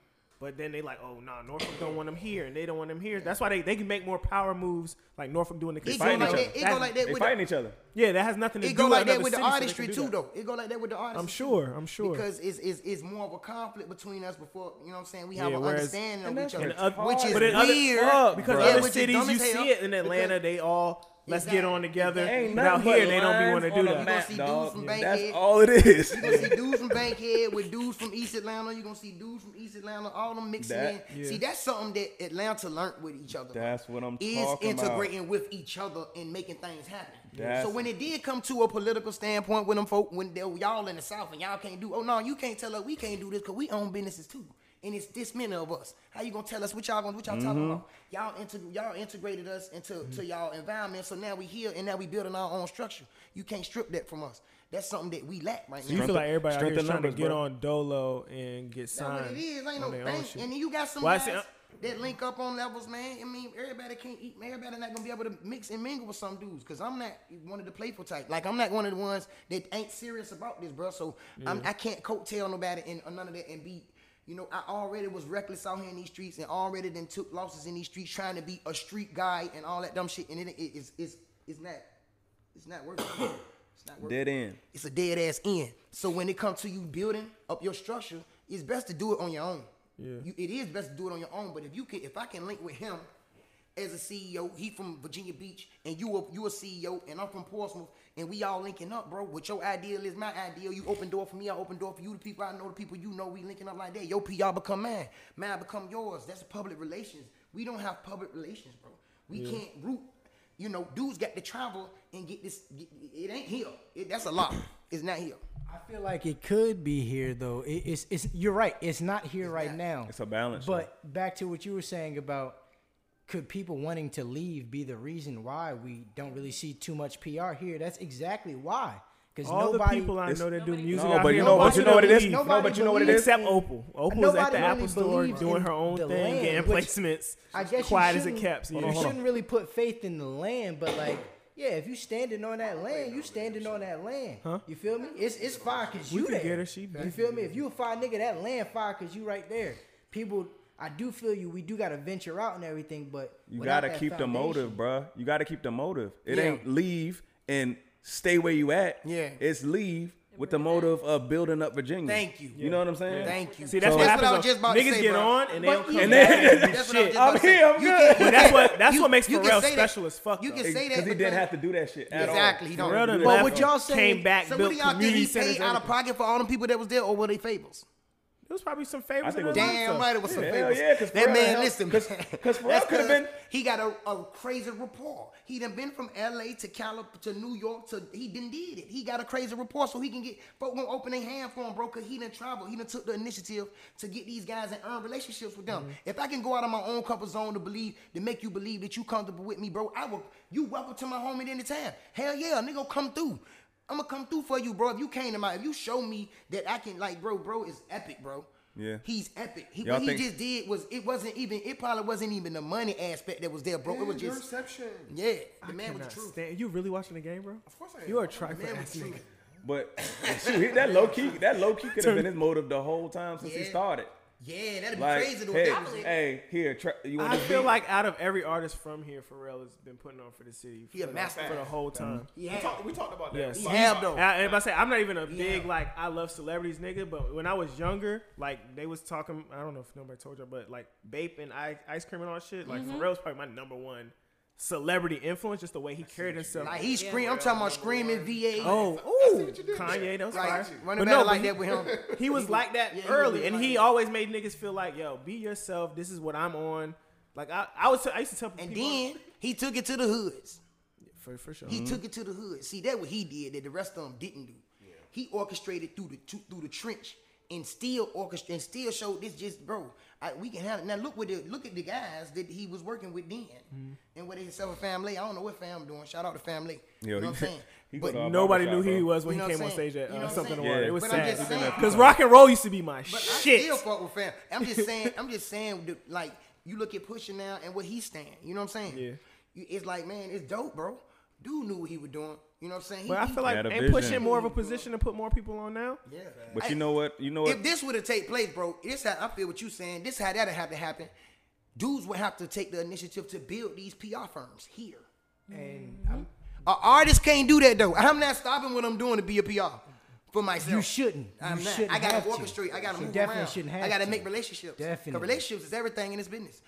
S1: but then they like, oh no, nah, Norfolk don't want them here, and they don't want them here. That's why they, they can make more power moves like Norfolk doing the
S6: It go
S2: fighting
S6: like
S2: each
S6: that. It
S1: That's-
S6: go like
S2: They
S6: that with
S2: fighting
S6: the,
S2: each other.
S1: Yeah, that has nothing to
S6: it
S1: do
S6: go like that
S1: another
S6: with the
S1: city, so they
S6: artistry
S1: can do
S6: too,
S1: that.
S6: though. It go like that with the artistry.
S1: I'm
S6: too.
S1: sure. I'm sure.
S6: Because it's, it's it's more of a conflict between us before you know what I'm saying. We have
S1: Yeah,
S6: an
S1: whereas-
S6: understanding
S1: and
S6: of each
S1: that's
S6: other,
S1: retarded.
S6: which is
S1: but in other
S6: weird.
S1: fuck, because
S6: Yeah,
S1: other
S6: which is
S1: cities
S6: dumb
S1: you
S6: as hell,
S1: see it in Atlanta,
S6: because
S1: they all let's get
S6: Exactly.
S1: on together.
S6: Ain't
S1: But out here, they don't be want to do that.
S6: map, see dudes dog. from
S2: That's
S6: Bankhead.
S2: all it is.
S6: You gonna see dudes from Bankhead with dudes from East Atlanta. You are gonna see dudes from East Atlanta, all them mixing
S2: That-
S6: in.
S1: yeah.
S6: See, that's something that Atlanta learned with each other.
S2: That's what I'm
S6: is
S2: talking about.
S6: integrating with each other and making things happen.
S2: That's-
S6: so when it did come to a political standpoint with them folk, when they, y'all in the South and y'all can't do, oh no, you can't tell us we can't do this because we own businesses too. And it's this many of us. How you gonna tell us what y'all gonna what y'all talking
S2: Mm-hmm.
S6: about? Y'all inter, y'all integrated us into to y'all environment. So now we here and now we building our own structure. You can't strip that from us. That's something that we lack right now.
S1: You feel like everybody out here
S2: Strength in
S1: trying
S2: numbers,
S1: to get
S2: bro.
S1: on Dolo and get
S6: That's
S1: signed
S6: what it is. Ain't no
S1: on their own
S6: thing.
S1: shit.
S6: And then you got some
S1: Well, I
S6: guys
S1: see- uh,
S6: that link up on levels, man. I mean, everybody can't eat. Everybody not gonna be able to mix and mingle with some dudes. Cause I'm not one of the playful type. Like I'm not one of the ones that ain't serious about this, bro. So I'm, I can't coattail nobody and or none of that and be. You know, I already was reckless out here in these streets and already then took losses in these streets trying to be a street guy and all that dumb shit. And it, it, it's, it's, it's not, it's not working. it's not working
S2: Dead end.
S6: it's a dead ass end. So when it comes to you building up your structure, it's best to do it on your own.
S1: Yeah.
S6: You, it is best to do it on your own. But if you can, if I can link with him as a CEO, he from Virginia Beach, and you a, you a CEO, and I'm from Portsmouth, and we all linking up, bro. What your ideal is my ideal. You open door for me, I open door for you. The people I know, the people you know, we linking up like that. Your PR become mine, mine become yours. That's public relations. We don't have public relations, bro. We can't root you know, dudes got to travel and get this. Get, it ain't here. It, that's a lot. It's not here.
S9: I feel like it could be here though. It, it's it's you're right. It's not here right now.
S2: It's a balance,
S9: But back to what you were saying about could people wanting to leave be the reason why we don't really see too much PR here? That's exactly why. Because
S1: all the
S9: nobody
S1: people I know that do music
S2: No,
S1: out
S2: but
S1: here,
S2: you know, but
S1: most
S2: you
S1: of
S2: know
S1: them
S2: what it is.
S1: leave.
S2: No,
S9: Nobody
S2: but you know what it
S9: believes
S2: is.
S1: Except Opal. Opal was at
S9: Nobody
S1: the
S9: really
S1: Apple Store
S9: believes
S1: doing
S9: in
S1: her own
S9: the
S1: thing,
S9: land,
S1: getting
S9: which
S1: placements.
S9: I guess
S1: quiet
S9: you
S1: as it
S9: shouldn't-
S1: kept.
S9: You
S1: Yeah.
S9: shouldn't really put faith in the land, but like, yeah, if you standing on that land, you standing on that land. You feel me? It's it's fire cause you
S1: could
S9: there.
S1: get her, she
S9: you feel me? If you a fire nigga, that land fire cause you right there. People, I do feel you. We do gotta venture out and everything, but
S2: You
S9: without
S2: gotta
S9: that
S2: keep the motive,
S9: foundation-
S2: bruh. You gotta keep the motive. It
S6: Yeah.
S2: ain't leave and stay where you at.
S6: Yeah.
S2: It's leave with the motive of building up Virginia.
S6: Thank you.
S2: You know what I'm saying?
S6: Thank you.
S1: See, that's
S2: So-
S1: what happens.
S6: That's what I was
S1: when
S6: just about to
S1: niggas
S6: say,
S1: get
S6: bro.
S1: on and they
S9: But
S1: don't come
S9: you-
S1: back.
S2: And then
S6: That's what I was just
S2: I'm
S6: about to say.
S2: here, I'm
S6: You
S2: good.
S6: can-
S1: But that's what that's
S6: you-
S1: what makes
S6: you can
S1: Pharrell
S6: say that.
S1: special as fuck.
S6: You
S1: though.
S6: can say that
S2: because he didn't
S6: because-
S2: have to do that shit at all.
S6: Exactly. He
S1: Pharrell
S6: don't.
S1: done
S6: But
S1: left,
S6: what y'all saying?
S1: came back,
S6: so what
S1: built
S6: do y'all think
S1: community
S6: he
S1: centers.
S6: paid out of
S1: everything.
S6: pocket for all the people that was there, or were they fables?
S1: It was probably some favors.
S2: I think
S1: in
S2: it was-
S1: their life,
S6: Damn
S1: though.
S6: right, it was some
S2: Yeah,
S6: favors.
S2: yeah, 'cause
S6: that
S2: Pharrell
S6: man,
S2: helped-
S6: listen,
S2: 'cause-
S6: man.
S2: 'cause Pharrell
S6: That's
S2: could've
S6: 'cause
S2: been-
S6: He got a, a crazy rapport. He done been from L.A. to Calip to New York to he done did it. He got a crazy rapport, so he can get folk gonna open their hand for him, bro. Cause he done traveled. He done took the initiative to get these guys and earn relationships with them. If I can go out of my own comfort zone to believe to make you believe that you comfortable with me, bro, I will. You welcome to my home at any time. Hell yeah, a nigga gonna come through. I'm gonna come through for you, bro. If you came to my, if you show me that I can, like, bro, bro is epic, bro.
S2: Yeah.
S6: he's epic. He,
S2: Y'all
S6: what he
S2: think-
S6: just did was it wasn't even it probably wasn't even the money aspect that was there, bro. it was
S4: your
S6: just
S4: reception.
S6: yeah, the
S1: I
S6: man was
S1: cannot
S6: the truth.
S1: stand- You really watching the game, bro?
S4: Of course I am.
S1: You are a
S4: I'm
S1: trifling *laughs*
S4: man
S1: ass
S4: with
S1: nigga.
S4: truth.
S2: But shoot, he- that low key, that low key could have
S1: *laughs*
S2: been his motive the whole time since he
S6: Yeah.
S2: started.
S6: Yeah, that'd be
S2: Like,
S6: crazy though. if
S2: hey,
S6: that was it.
S2: hey, here, try, you want
S1: I
S2: this
S1: feel
S2: beat?
S1: like out of every artist from here, Pharrell has been putting on for the city
S6: He a
S1: for, the-
S6: master.
S1: for the whole time.
S6: Yeah.
S3: We, talked, we talked about that.
S1: Yes.
S6: He have though.
S1: And I, and if I say I'm not even a big like I love celebrities nigga, but when I was younger, like they was talking. I don't know if nobody told you, but like Bape and I, ice cream and all that shit. Like Pharrell was probably my number one celebrity influence, just the way he carried himself.
S6: Like he scream. I'm talking about screaming VA.
S1: oh, ooh, Kanye, that was fire.
S6: like
S1: But
S6: running back
S1: no,
S6: like
S1: but
S6: that with him.
S1: *laughs* he was like that
S6: yeah, he was
S1: early,
S6: really
S1: and
S6: like
S1: he
S6: that.
S1: always made niggas feel like, yo, be yourself. This is what I'm on. Like I, I was, I used to tell
S6: And
S1: people
S6: then he took it to the hoods.
S1: for, for sure.
S6: He
S2: Mm-hmm.
S6: took it to the hood. See, that what he did that the rest of them didn't do. He orchestrated through the tu- through the trench and still orchestrated and still showed this just bro. I, we can have it now. Look with the look at the guys that he was working with then,
S2: Mm-hmm.
S6: and with his self family. I don't know what fam doing. Shout out to family.
S2: Yo,
S6: you know
S2: he-
S6: what I'm saying?
S2: *laughs* he
S6: But
S2: go to-
S1: Nobody
S2: barbershop,
S1: knew who he
S2: bro.
S1: was when
S6: You know
S1: he
S6: what
S1: came on
S6: I'm saying?
S1: stage at
S6: You
S1: uh,
S6: know what I'm
S1: something or
S6: saying?
S1: other. It was
S6: But I'm
S1: sad
S6: just saying-
S1: because rock and roll used to be my
S6: But I
S1: shit.
S6: still fuck with fam. I'm just saying. I'm just saying. the- Like you look at Pusha now and what he stand. You know what I'm saying?
S1: Yeah.
S6: You- It's like man, it's dope, bro. Dude knew what he was doing. You know what I'm saying? He-
S1: But I
S6: he-
S1: feel
S2: Had
S1: like
S2: a
S1: ain't pushing
S2: vision.
S1: more of a position to put more people on now.
S6: yeah.
S2: But you know what? You know what?
S6: If this were to take place, bro, this how I feel what you saying. This how that'd have to happen. Dudes would have to take the initiative to build these PR firms here.
S9: And I'm,
S6: An
S9: Mm-hmm.
S6: artist can't do that though. I'm not stopping what I'm doing to be a PR for myself.
S9: you shouldn't. You
S6: I'm not.
S9: shouldn't
S6: I gotta
S9: have to.
S6: orchestrate. I gotta
S9: You
S6: move
S9: definitely
S6: around.
S9: Shouldn't have
S6: I gotta
S9: to.
S6: make relationships. 'Cause
S9: Definitely.
S6: relationships is everything in this business.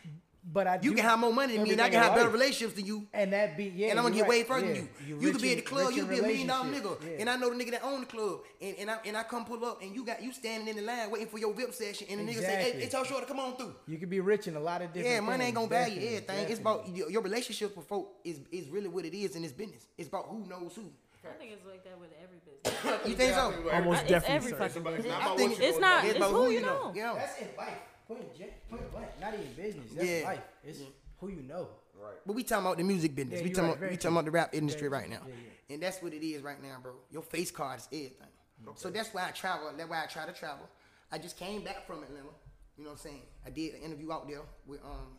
S9: But I
S6: You
S9: do-
S6: can have more money than me, and I
S9: everything
S6: can
S9: in
S6: have better
S9: life.
S6: relationships than you.
S9: And that be yeah.
S6: and I'm gonna
S9: you're
S6: get way
S9: right.
S6: further
S9: yeah.
S6: than you. You,
S9: rich
S6: could be
S9: in-
S6: at the club,
S9: rich
S6: you
S9: in
S6: could be a million dollar nigga,
S9: relationship.
S6: and I know the nigga that own the club, and, and I and I come pull up, and you got you standing in the line waiting for your VIP session, and the nigga say, "Hey,
S9: Exactly.
S6: it's all short, come on through."
S9: You could be rich in a lot of different.
S6: Yeah, money
S9: things,
S6: ain't gonna value
S9: definitely,
S6: everything. It's
S9: definitely.
S6: about your, your relationship with folk is is really what it is in this business. It's about who knows who.
S5: I think it's like that with every business.
S6: You think so?
S1: Almost
S5: it's
S1: definitely.
S5: every
S1: so.
S5: fucking
S3: It's
S5: business.
S3: not
S6: I
S3: about
S6: think
S3: what you
S5: It's
S3: gonna
S5: not.
S3: do.
S5: It's who you know.
S6: Yeah.
S9: That's in life. Put in, gen- put in life. Not even business. That's
S6: Yeah.
S9: life. It's who you know.
S6: But we talking about the music business.
S9: Yeah,
S6: we
S9: you're
S6: talking
S9: right.
S6: about,
S9: Very
S6: we
S9: true.
S6: talking about the rap industry right now, and that's what it is right now, bro. Your face card is everything. So that's why I travel. That's why I try to travel. I just came back from Atlanta. You know what I'm saying? I did an interview out there with um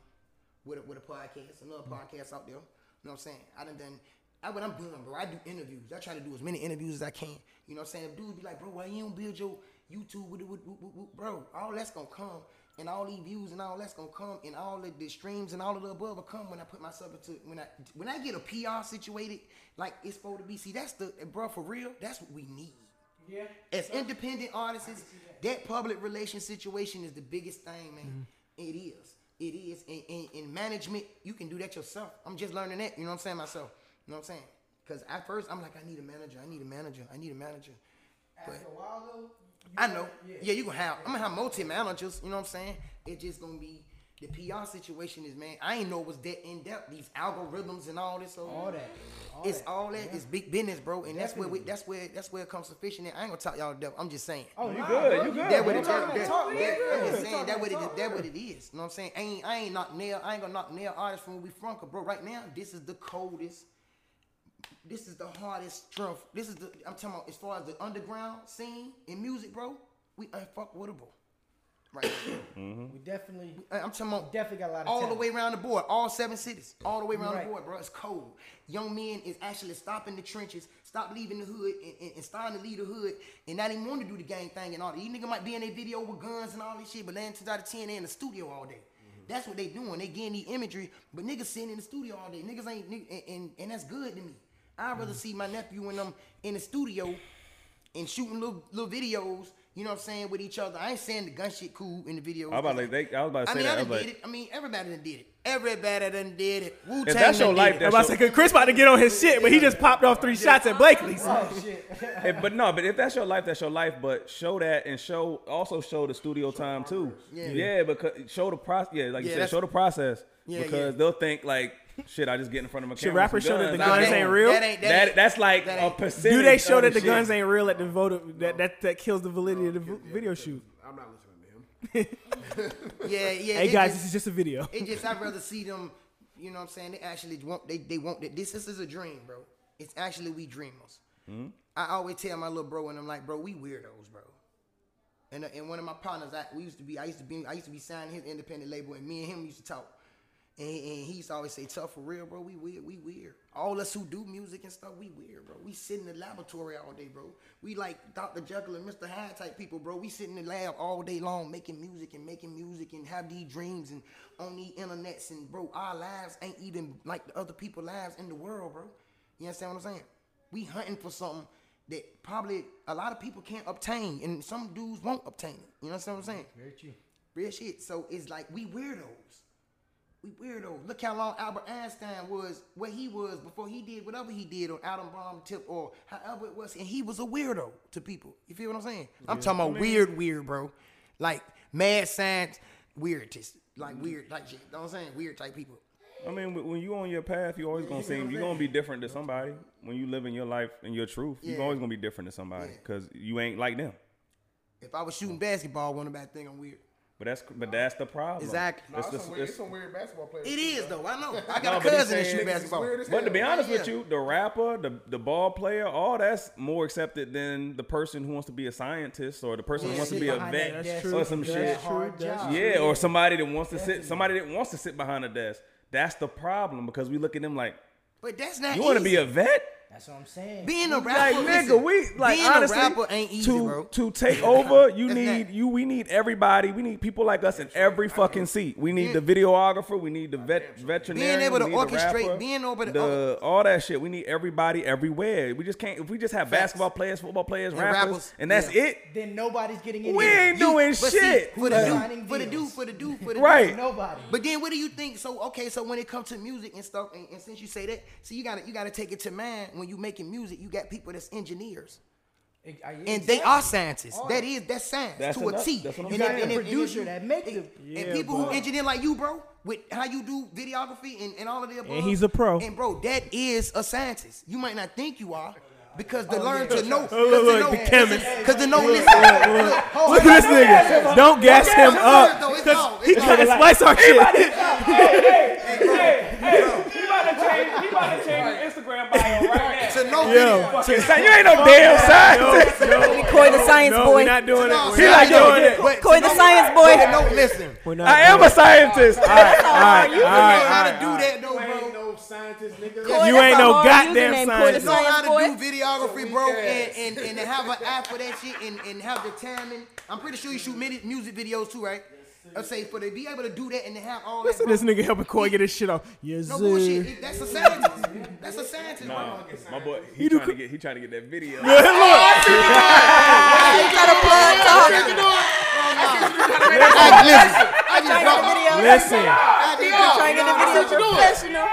S6: with a, with a podcast, another
S9: Mm-hmm.
S6: podcast out there. You know what I'm saying? I done done. I what I'm doing, bro. I do interviews. I try to do as many interviews as I can. You know what I'm saying? Dude, be like, bro, why you don't build your YouTube, with, with, with, with, with, bro? All that's gonna come, and all these views and all that's gonna come, and all of the streams and all of the above will come when I put myself into when I when I get a PR situated like it's supposed to be. See, that's the bro for real. That's what we need. Yeah. As independent artists, that public relations situation is the biggest thing, man. It is. It is. In, in, in management, you can do that yourself. I'm just learning that. You know what I'm saying myself. You know what I'm saying? Because at first, I'm like, I need a manager. I need a manager. I need a manager. But
S9: After a while though,
S6: I know. Yeah, you gonna have. I'm gonna have multi managers. You know what I'm saying? It's just gonna be the PR situation is man. I ain't know it was that in depth. These algorithms and all this. So
S9: all that. All
S6: it's
S9: that.
S6: all that. It's big business, bro, and that's where we,
S9: Definitely.
S6: that's where that's where it comes sufficient. at. I ain't gonna talk y'all devil. I'm just saying.
S9: Oh, you
S2: good, you good,
S6: That what
S2: bro.
S6: it that, that,
S9: Talk,
S6: that, I'm just
S9: yeah.
S6: saying that what it that what it is. You know what I'm saying? I ain't I ain't knock nail. I ain't gonna knock nail artists from where we from, 'cause, bro. Right now, this is the coldest. This is the hardest strength. This is the I'm talking about as far as the underground scene in music, bro. We unfuckwithable. right
S9: We definitely
S6: I- I'm talking about
S9: definitely got a lot of
S6: all the
S9: talent.
S6: way around the board, all seven cities, all the way around
S9: Right.
S6: the board, bro. It's cold. Young men is actually stopping the trenches, stop leaving the hood, and, and, and starting to leave the hood, and not even want to do the gang thing and all. that. These niggas might be in their video with guns and all this shit, but nine times out of ten, they in the studio all day.
S9: Mm-hmm.
S6: That's what they doing. They getting the imagery, but niggas sitting in the studio all day. Niggas ain't, nigg- and, and, and that's good to me. I'd
S9: Mm-hmm.
S6: rather see my nephew and them in the studio and shooting little little videos. You know what I'm saying with each other. I ain't saying the gun shit cool in the videos.
S2: I was about to, they, I was about to
S6: I
S2: say
S6: mean,
S2: that.
S6: I
S2: I
S6: done
S2: was
S6: did
S2: like,
S6: it. I mean, everybody done did it. Everybody done did it. Wu Tang.
S2: if that's your life,
S1: I'm
S2: that's
S1: about to
S2: your,
S1: say, 'cause Chris about to get on his shit, but he just popped off three shots at Blakely. So.
S9: Oh shit.
S2: Hey, but no, but if that's your life, that's your life. But show that and show also show the studio time too. Yeah. because show the process. Yeah, like
S6: Yeah,
S2: you said,
S6: that's-
S2: show the process
S6: Yeah,
S2: because
S6: yeah.
S2: they'll think like, shit, I just get in front of my camera.
S1: Should
S2: with
S1: rappers
S2: some
S1: show that the
S2: guns.
S1: guns
S2: Like,
S1: ain't real?
S6: That ain't, that
S2: That,
S6: ain't-
S2: that's like
S6: that
S2: a
S6: ain't-
S2: percentage.
S1: Do they show
S2: of
S1: that the
S2: shit.
S1: guns ain't real at the vote? of- That that that kills the validity of the v- video shoot.
S4: I'm not listening to him.
S6: Yeah, yeah.
S1: Hey
S6: it
S1: guys, this
S6: just,
S1: is just a video.
S6: it just I'd rather see them. You know what I'm saying? They actually want. They they want that. This this is a dream, bro. It's actually we dreamers.
S2: Hmm?
S6: I always tell my little bro, and I'm like, bro, we weirdos, bro. And uh, and one of my partners, I we used to be, I used to be, I used to be signing his independent label, and me and him used to talk. And, and he used to always say, tough for real, bro. We weird, we weird. All us who do music and stuff, we weird, bro. We sit in the laboratory all day, bro. We like Dr. Jekyll and Mr. Hyde type people, bro. We sit in the lab all day long making music and making music and have these dreams and on the internets and bro, our lives ain't even like the other people lives in the world, bro. You understand what I'm saying? We hunting for something that probably a lot of people can't obtain and some dudes won't obtain it. You understand what I'm saying?
S9: Very true.
S6: Real shit. So it's like we weirdos. We weirdos. Look how long Albert Einstein was where he was before he did whatever he did on Atom Bomb Tip or however it was. And he was a weirdo to people. You feel what I'm saying? I'm talking about weird, weird, bro. Like mad science weirdest. Like weird, like shit. Know what I'm saying? Weird type people.
S2: I mean, when- when you on your path, you always gonna seem you're gonna be different to somebody. When you living your life and your truth, you
S6: Yeah.
S2: always gonna be different to somebody
S6: Yeah.
S2: because you ain't like them.
S6: If I was shooting basketball, wouldn't nobody think I'm weird.
S2: But that's but that's the problem.
S6: Exactly.
S2: It's the-
S4: Some weird,
S2: it's-
S4: some weird basketball players.
S6: It is though. I know. I got
S2: No,
S6: a
S2: but he's
S6: cousin
S2: saying
S6: that shoot
S2: niggas is
S6: basketball.
S4: weird as
S2: But to be
S6: Yeah,
S2: honest with
S6: yeah.
S2: you, the rapper, the the ball player, all that's more accepted than the person who wants to be a scientist or the person who
S6: Yeah,
S2: wants to
S6: sit
S2: be a
S6: behind
S2: vet
S6: that
S9: desk
S2: or some
S9: and do
S2: shit.
S9: that hard
S1: That's
S9: job.
S2: Yeah, or somebody that wants to sit somebody that wants to sit behind a desk. That's the problem because we look at them like,
S6: But that's not.
S2: you want to be a vet?
S9: That's what I'm saying.
S6: being a
S2: Like
S6: rapper.
S2: nigga,
S6: listen,
S2: we like
S6: being
S2: honestly
S6: a rapper ain't easy,
S2: to
S6: bro.
S2: to take over. You
S6: That's
S2: need
S6: not-
S2: you. We need everybody. We need people like us in every fucking seat. We need the videographer. We need the vet veterinarian.
S6: Being able to
S2: we need the
S6: orchestrate,
S2: rapper,
S6: being able to
S2: the all that shit. We need everybody everywhere. We just can't. If we just have basketball players, football players,
S6: And
S2: rappers,
S6: rappers,
S2: and that's
S6: yeah.
S2: it.
S9: Then nobody's getting in.
S2: We
S9: here.
S2: ain't doing
S6: but
S2: shit.
S6: See, for,
S9: Like-
S6: the
S9: Signing
S6: dude, for the dude,
S9: deals.
S6: for the dude, for the
S2: Right.
S9: Nobody.
S6: Dude. But then, what do you think? So okay, so when it comes to music and stuff, and, and since you say that, so you gotta you gotta take it to mind when you making music. You got people that's engineers,
S9: Ex- I-
S6: and
S9: exactly.
S6: they are scientists.
S9: All
S6: That
S9: that.
S6: is that's science
S2: That's
S6: to a
S2: enough.
S6: T.
S2: That's what I'm saying.
S6: and if-
S9: You got
S6: and
S9: a
S6: if-
S9: producer
S6: and if-
S9: that make
S6: and-
S9: the-
S6: and people who engineer like you, bro, with how you do videography and, and all of the above.
S1: he's a pro.
S6: And bro, that is a scientist. You might not think you are. Because to learn to know,
S1: Oh, look, look, the
S6: because to know,
S1: chemist.
S6: because to know, listen,
S1: *laughs*
S6: look,
S1: Look at this nigga. Don't gas him
S6: That's
S1: up.
S6: weird, though. It's all-
S1: He
S6: it's all-
S1: trying to slice our shit.
S2: He about to change. He about to change his Instagram bio right
S6: to know
S1: *laughs* Yo,
S6: video.
S1: to-
S2: now. You ain't no damn scientist.
S13: Coy the science
S1: no,
S13: boy.
S1: we're not doing
S6: No,
S1: it.
S6: see,
S1: We're not
S6: I know.
S1: doing it.
S6: But
S13: Coy
S6: to
S13: the
S6: know-
S13: science
S6: but
S13: boy.
S6: to know, listen.
S1: We're not
S2: I
S1: doing
S2: am a scientist. All right, all right, all
S6: You know
S1: right.
S6: how to do that though, bro.
S4: ain't no scientist, nigga.
S13: Coy,
S1: You
S13: that's
S1: ain't
S13: a
S1: no
S13: hard
S1: goddamn
S13: username, Coy the
S1: scientist.
S6: know how
S13: science boy.
S6: to do videography, bro, and, and, and to have an eye for that shit and, and have the timing. I'm pretty sure you shoot mini- music videos too, right? I say for to be able to do that and to have all
S1: Listen
S6: that.
S1: to this nigga helping Corey get his shit off. Yes,
S6: No
S1: sir. *laughs*
S6: bullshit. It- That's a scientist. That's a scientist, bro.
S2: My boy, he, trying to get. He trying to get that video. *laughs*
S6: I, listen, I just dropped my video.
S1: Listen,
S6: I just dropped
S13: Trying to get the video professional.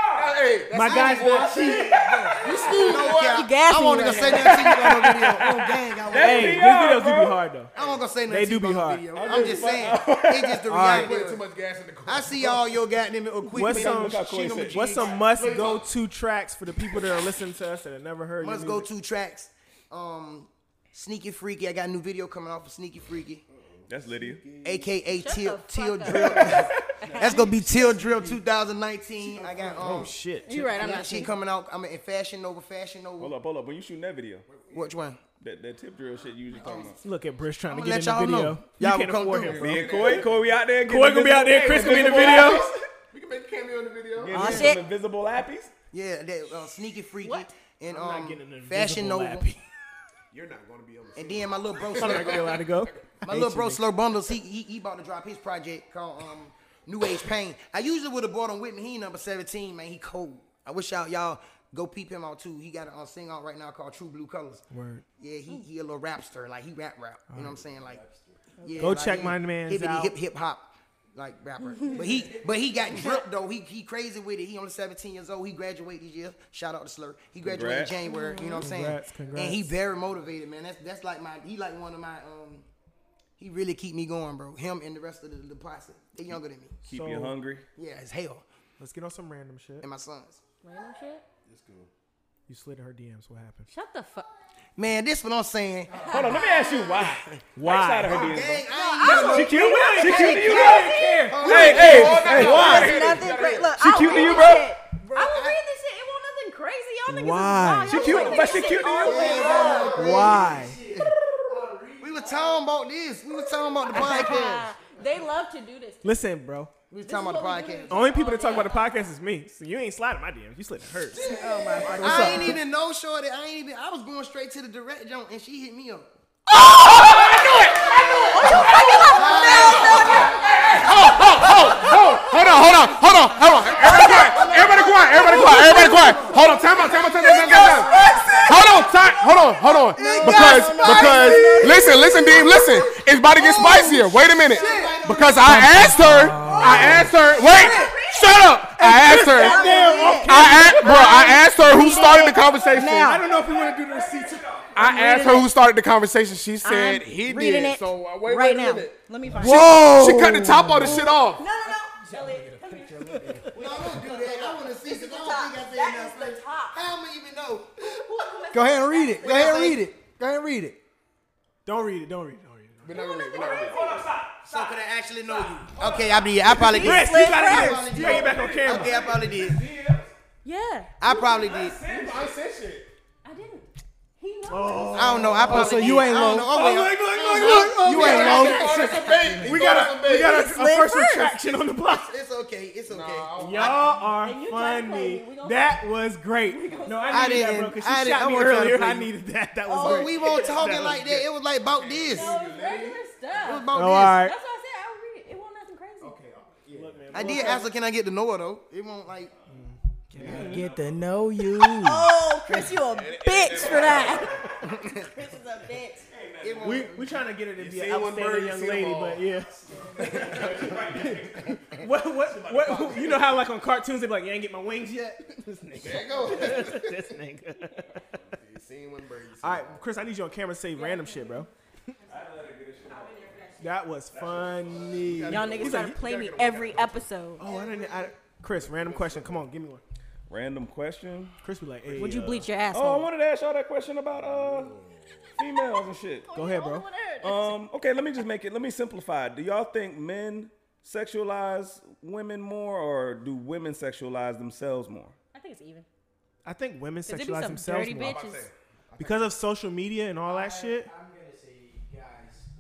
S1: my guy's not cheating.
S13: You gassing
S6: I won't
S13: right
S6: even say nothing to you
S13: *laughs*
S6: about no video. Oh, gang, I won't.
S1: Hey, these videos do be hard though.
S6: I won't gonna say
S1: They
S6: nothing.
S1: do
S6: to
S1: be
S6: you about
S1: hard.
S6: the video. I'm just saying, it's just the
S1: right.
S6: reality. of it.
S4: much gas in the car.
S6: I see all your goddamn equipment.
S1: What's some
S2: Look how Corey said.
S1: what's some must go to tracks for the people that are listening to us that have never heard? your
S6: Must go
S1: music?
S6: two tracks. Um, Sneaky Freaky. I got a new video coming off of Sneaky Freaky.
S2: That's Lydia.
S6: AKA
S5: Shut
S6: Till
S5: the
S6: Till
S5: fuck up.
S6: Drill. That's gonna be Till Drill 2019. I got um,
S1: Oh shit.
S5: You're right. I'm
S6: yeah,
S5: not
S6: she
S5: cheating.
S6: coming out. I'm in fashion over fashion
S2: Hold
S6: over.
S2: up, hold up. When you shooting that video,
S6: Which one?
S2: that, that tip drill shit you usually talking about.
S1: Look at Brish trying
S6: I'ma
S1: to get
S6: let
S1: in the
S6: y'all know.
S1: video. you
S6: Y'all
S1: can't
S6: will come
S1: afford
S6: through
S1: him,
S6: here.
S1: bro.
S2: Me and Koi, Koi, we out there.
S1: Koi gonna be out there. Chris gonna be in the video.
S4: We can make a cameo in the video.
S2: Getting
S13: Aw,
S2: them
S13: shit.
S2: Invisible appies.
S6: Yeah, that uh, sneaky freaky
S5: What?
S6: and
S1: not
S6: um,
S1: getting an
S6: fashion
S1: invisible
S6: over.
S1: lappy.
S4: You're not gonna be able to.
S6: And then my
S1: *laughs*
S6: little bro,
S1: I'm not gonna be allowed to go.
S6: *laughs* my little bro, Slur Bundles. He, he he about to drop his project called um, New Age Pain. I usually would have bought him with me. He number 17, man. He cold. I wish y'all y'all go peep him out too. He got a uh, sing out right now called True Blue Colors.
S1: Word.
S6: Yeah, he he a little rapster. Like he rap rap. You know what I'm saying? Like, yeah,
S1: Go
S6: like,
S1: check
S6: he
S1: my man's
S6: hibbity
S1: out.
S6: Hip hip hop. Like rapper, but he but he got drip though. He he crazy with it. He only 17 years old. He graduated this year. Shout out to Slur. He graduated
S2: Congrats.
S6: in January. You know what I'm saying?
S1: Congrats, congrats.
S6: And he very motivated, man. That's that's like my he like one of my um. He really keep me going, bro. Him and the rest of the, the posse. They younger than me.
S2: Keep
S1: So-
S2: you hungry.
S6: Yeah, as hell.
S1: Let's get on some random shit.
S6: And my sons.
S5: Random shit.
S1: You slid in her DMs. What happened?
S5: Shut the fuck.
S6: Man, this what I'm saying.
S2: Hold on, let me ask you why. Why? Her DMs,
S6: Gang,
S2: bro.
S6: I ain't
S2: she cute? She cute to you?
S6: Oh,
S2: Hey, hey, hey, why?
S13: There's nothing crazy. Look,
S2: She
S13: I'll
S2: cute to
S13: read
S2: you,
S13: this
S2: bro?
S13: shit.
S5: I will read this shit. It won't nothing crazy. Y'all niggas
S1: Why?
S5: is wild.
S2: She
S5: Y'all
S2: cute,
S5: like
S2: but
S5: this
S2: she
S5: shit
S2: cute to
S5: all
S2: you?
S5: the way up.
S1: Why?
S6: we were talking about this. We were talking about the podcast.
S5: They love to do this.
S1: Listen, bro.
S6: We were
S5: This is
S6: talking about
S5: what
S6: the
S5: we do.
S6: podcast.
S1: Only people that talk about the podcast is me. So you ain't sliding my DMs. You slid in hers.
S6: I ain't even know shorty. I ain't even. I was going straight to the direct joint, and she hit me up.
S2: Hold on, hold on, hold on, hold on. Everybody quiet. Everybody quiet. Everybody quiet. Everybody quiet. Hold on. Time out. Time out. Time out. Time out. Time out. Hold on. Time. Hold on. Hold on. Because because listen, listen, Dean, listen. It's about to get
S13: Oh.
S2: spicier. Wait a minute. Because I asked her. I asked her. Wait. Shut up. I asked her. I asked, bro. I asked her who started the conversation.
S1: I
S13: Now,
S1: don't know if we want to do the receipts.
S2: I asked her who started the conversation. She said
S13: I'm
S2: he
S13: reading
S2: did.
S13: it
S2: So uh, wait,
S13: right
S2: wait
S13: now.
S2: a minute.
S13: Let me find it.
S2: Whoa. She cut the top of the shit off.
S13: No, no, no. Elliot, come here.
S6: No, don't do that. I want to see
S13: This is
S6: because
S13: the
S6: I
S13: top.
S6: don't think I said
S13: That
S6: nothing.
S13: is the top.
S6: How am I even know?
S9: Go ahead and read it. Go ahead and read it. Go ahead and read it.
S1: Don't read it. Don't read it. Don't read it.
S4: We're not gonna read. We're not gonna read.
S6: So could I actually know you? Okay, I did. I probably did.
S1: Chris, you gotta get this. You gotta get back on camera.
S6: Okay, I probably did.
S5: Yeah,
S6: I probably did.
S5: I didn't. He knows.
S6: I don't know. I probably
S9: Oh, so
S6: did.
S9: you ain't
S6: I
S9: low.
S6: don't know. Oh, wait.
S1: look, look, look.
S9: You ain't low.
S1: We got a, we got a, a
S13: slid
S1: first
S13: first.
S1: retraction on the block.
S6: It's okay. It's okay.
S1: Y'all are
S5: And you trying to play
S1: funny.
S5: me. We gonna-
S1: That was great. No, I
S6: I
S1: needed that, bro,
S6: didn't-
S1: because
S6: I
S1: she
S6: didn't- I
S1: shot me
S6: wasn't trying to
S1: earlier.
S6: play
S1: I
S6: you.
S1: needed that. *laughs* That was
S6: But
S1: great.
S6: Oh, we weren't talking
S1: was
S6: like that. It was like about
S5: No,
S6: this. It
S5: it was regular
S6: was
S5: stuff.
S6: about
S1: Oh,
S6: this.
S1: all right.
S5: That's why I said I would read it. It won't nothing crazy.
S6: I did ask her, can I get to know her though? It won't like.
S9: Get to know you.
S13: Oh, Chris, you a bitch for
S6: *laughs*
S13: that. Chris is a bitch.
S6: It won't.
S1: We we trying to get her to be an
S4: see one bird,
S1: outstanding
S4: you
S1: young
S4: see them
S1: lady,
S4: all.
S1: but yeah. *laughs* what what what? You know how like on cartoons they be like, "You ain't get my wings yet." this nigga,
S6: *laughs*
S1: this nigga. All right, Chris, I need you on camera to say random shit, bro. That was funny.
S5: Y'all niggas try to play me every episode.
S1: Oh, I didn't. I, Chris, random question. Come on, give me one.
S2: Random question.
S1: Chris be like, "Hey,
S5: Would you
S1: uh,
S5: bleach your
S2: Oh, I
S5: asshole?
S2: wanted to ask y'all that question about uh females and shit.
S1: Go ahead, bro.
S2: Um, okay, let me just make it. Let me simplify. it. Do y'all think men sexualize women more, or do women sexualize themselves more?
S5: I think it's even.
S1: I think women
S5: 'Cause there be
S1: sexualize
S5: some
S1: themselves
S5: dirty
S1: more
S5: bitches.
S1: because of social media and all that shit.
S9: I'm gonna say guys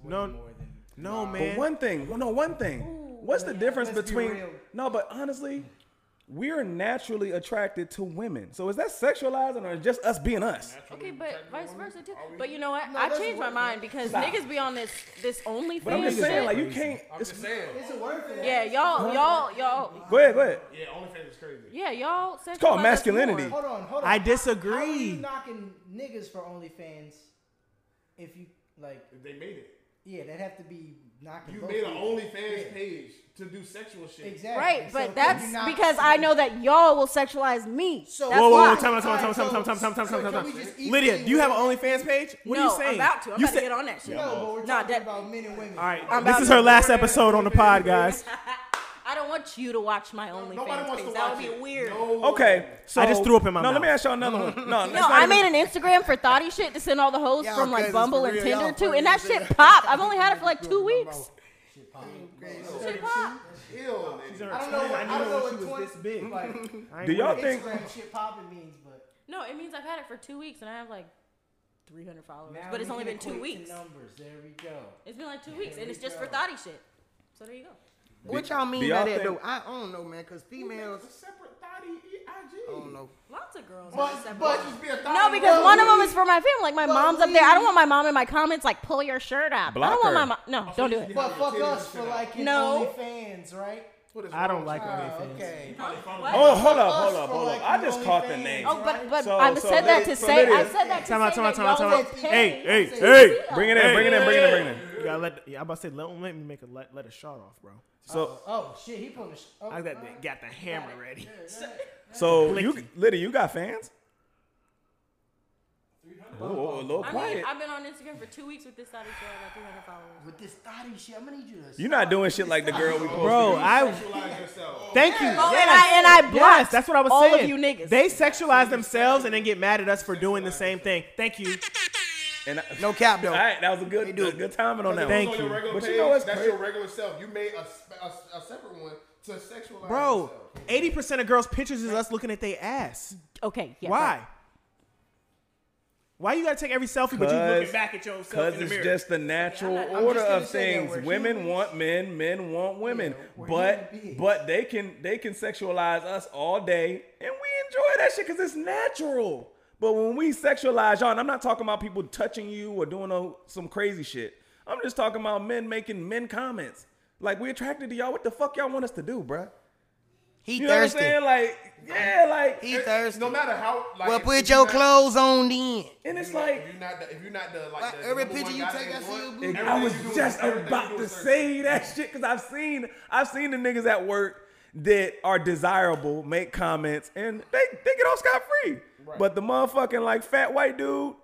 S1: No.
S9: way more than
S1: No,
S2: But
S1: man.
S2: one thing, well, no, one thing. What's the difference
S9: let's be
S2: between?
S9: real.
S2: no, but honestly, we are naturally attracted to women. So is that sexualizing, or just us being us?
S5: Okay, but vice versa too. But you know what? I changed my mind because niggas be on this this OnlyFans.
S2: But I'm just saying,
S5: shit.
S2: like you can't. It's,
S5: yeah, y'all, y'all, y'all,
S2: go ahead, go ahead.
S4: Yeah, OnlyFans is crazy.
S5: yeah, y'all. It's
S2: called masculinity.
S9: Hold on, hold on.
S1: I
S9: How are you
S1: disagree.
S9: knocking niggas for OnlyFans if you like?
S4: They made it.
S9: Yeah, that'd have to be knocking.
S4: You
S9: both
S4: made an
S9: people.
S4: OnlyFans page to do sexual shit.
S9: Exactly.
S5: Right,
S9: So if
S5: but
S9: you
S5: that's
S9: knock-
S5: because I know that y'all will sexualize me.
S9: So-
S5: that's
S1: Whoa, whoa, whoa!
S5: why.
S1: Time out, time out, time out, time out, time out, time out, time out, time out. Lydia, do you have an OnlyFans page? What
S5: no,
S1: are you saying?
S5: I'm about to. I'm
S1: you
S5: about to get on that shit.
S9: No, but we're
S5: Nah,
S9: talking
S5: that-
S9: about men and women.
S1: All right,
S5: I'm
S1: this
S5: about
S1: is
S5: to. *laughs*
S1: her last episode on the pod, guys.
S5: I I don't want you to watch my
S4: nobody
S5: OnlyFans
S4: wants to
S5: page. That
S4: watch
S5: would be
S4: it.
S5: weird.
S2: Okay, so
S1: I just threw up in my
S2: no,
S1: mouth.
S2: let me ask y'all another one. No,
S5: No, I made an Instagram for thoughty shit to send all the hoes
S6: Y'all
S5: from like
S6: cousins
S5: Bumble
S6: for
S5: and
S6: real.
S5: Tinder
S6: Y'all
S5: too, and that
S6: friends.
S5: shit popped. I've only had it for like two weeks. Shit popped.
S6: I don't know what, I don't know what 20,
S1: big.
S2: Do y'all think?
S6: Instagram shit popping means, but
S5: No, it means I've had it for two weeks and I have like 300 followers,
S9: Now
S5: but it's
S9: we
S5: only
S9: can
S5: been two
S9: equate to
S5: weeks.
S9: Numbers. There we go.
S5: It's been like two weeks, and it's just for thoughty shit. So there you go.
S6: what y'all mean
S2: do
S6: by
S2: y'all
S6: that though?
S2: think-
S6: I don't know, man, because females,
S4: Separate thotty IG.
S6: I don't know.
S5: Lots of girls.
S4: But, but just be a thotty.
S5: no, because one of them is for my family. Like my
S6: But
S5: mom's up there. I don't want my mom in my comments. Like pull your shirt up. I
S2: Block
S5: don't want
S2: her.
S5: my mom. No, don't do it.
S6: But fuck us for liking
S5: No.
S6: OnlyFans, right?
S1: I don't like
S6: Ah,
S1: OnlyFans.
S6: okay.
S2: Oh, hold up, hold
S6: Us
S2: up,
S6: for
S2: hold up!
S6: liking
S2: I just caught the
S6: OnlyFans.
S2: name.
S5: Oh, but but
S2: So-
S5: I
S2: so
S5: said that
S2: Lydia-
S5: to
S2: so
S5: say. I
S2: Lydia-
S5: said that to
S1: Time out,
S5: say
S1: time out,
S5: that
S1: time out,
S5: y'all
S1: time out.
S5: would
S1: Hey,
S5: pay.
S1: hey,
S5: to
S1: hey.
S5: see us.
S2: Bring it in, bring it in, bring it in, bring it in.
S1: You gotta let. Yeah, I'm about to say, let, don't let me make a let, let a shot off, bro.
S2: So,
S6: Oh shit, he pulling the. Sh- oh,
S1: I got the, got the hammer ready.
S2: so you,
S1: Blicky.
S2: Liddy, you got fans? Oh, oh, a little
S5: I mean,
S2: quiet.
S5: I've been on Instagram for two weeks with this thotty girl. I got 300 followers.
S6: With this thotty shit, I'm gonna need you to.
S2: You're not doing shit like the girl we posted.
S1: Bro, I thank you.
S5: Oh,
S1: yes.
S5: and I and I blocked.
S1: Yes, that's what I was
S5: all of
S1: saying.
S5: you niggas.
S1: They sexualize themselves and then get mad at us for doing the same thing. Thank you.
S2: And I,
S6: No cap though.
S2: all right, that was a good, a good timing on that. one.
S1: Thank you.
S2: But you know what's
S4: That's
S2: crazy?
S4: your regular self. You made a, sp- a, s- a separate one to sexualize.
S1: Bro,
S4: yourself.
S1: 80% of girls' pictures is us looking at their ass.
S5: Okay. Yeah,
S1: Why? Why you gotta take every selfie but you
S2: Cuz-
S1: looking back at yourself
S2: Because
S1: in the
S2: it's
S1: mirror?
S2: just the natural
S6: I'm
S2: order
S6: just gonna
S2: of
S6: say that
S2: things.
S6: we're
S2: Women
S6: humans.
S2: want men, men want women.
S6: we're
S2: but
S6: human beings.
S2: but they can they can sexualize us all day, and we enjoy that shit because it's natural. But when we sexualize y'all, and I'm not talking about people touching you or doing no, some crazy shit. I'm just talking about men making men comments. Like we attracted to y'all. What the fuck y'all want us to do, bruh?
S6: He
S2: You know
S6: thirsty.
S2: what I'm saying? Like yeah, like
S6: He thirsty.
S4: E, No matter how. Like,
S6: well,
S4: if
S6: put
S4: you're
S6: your
S4: not-
S6: clothes on then.
S2: and it's
S4: If
S2: like
S4: you're not the, if you're not the like,
S6: Like,
S4: the
S6: every
S4: number
S6: picture
S4: one
S6: you
S4: guy
S6: take,
S4: that
S6: I
S4: you
S6: see
S4: want,
S6: a booty.
S2: I
S4: everything
S2: was
S4: you do is
S2: just
S4: everything you
S2: about
S4: do
S2: to
S4: is thirsty.
S2: say that shit because I've seen I've seen the niggas at work that are desirable make comments and they they get off scot free. But the motherfucking like fat white dude,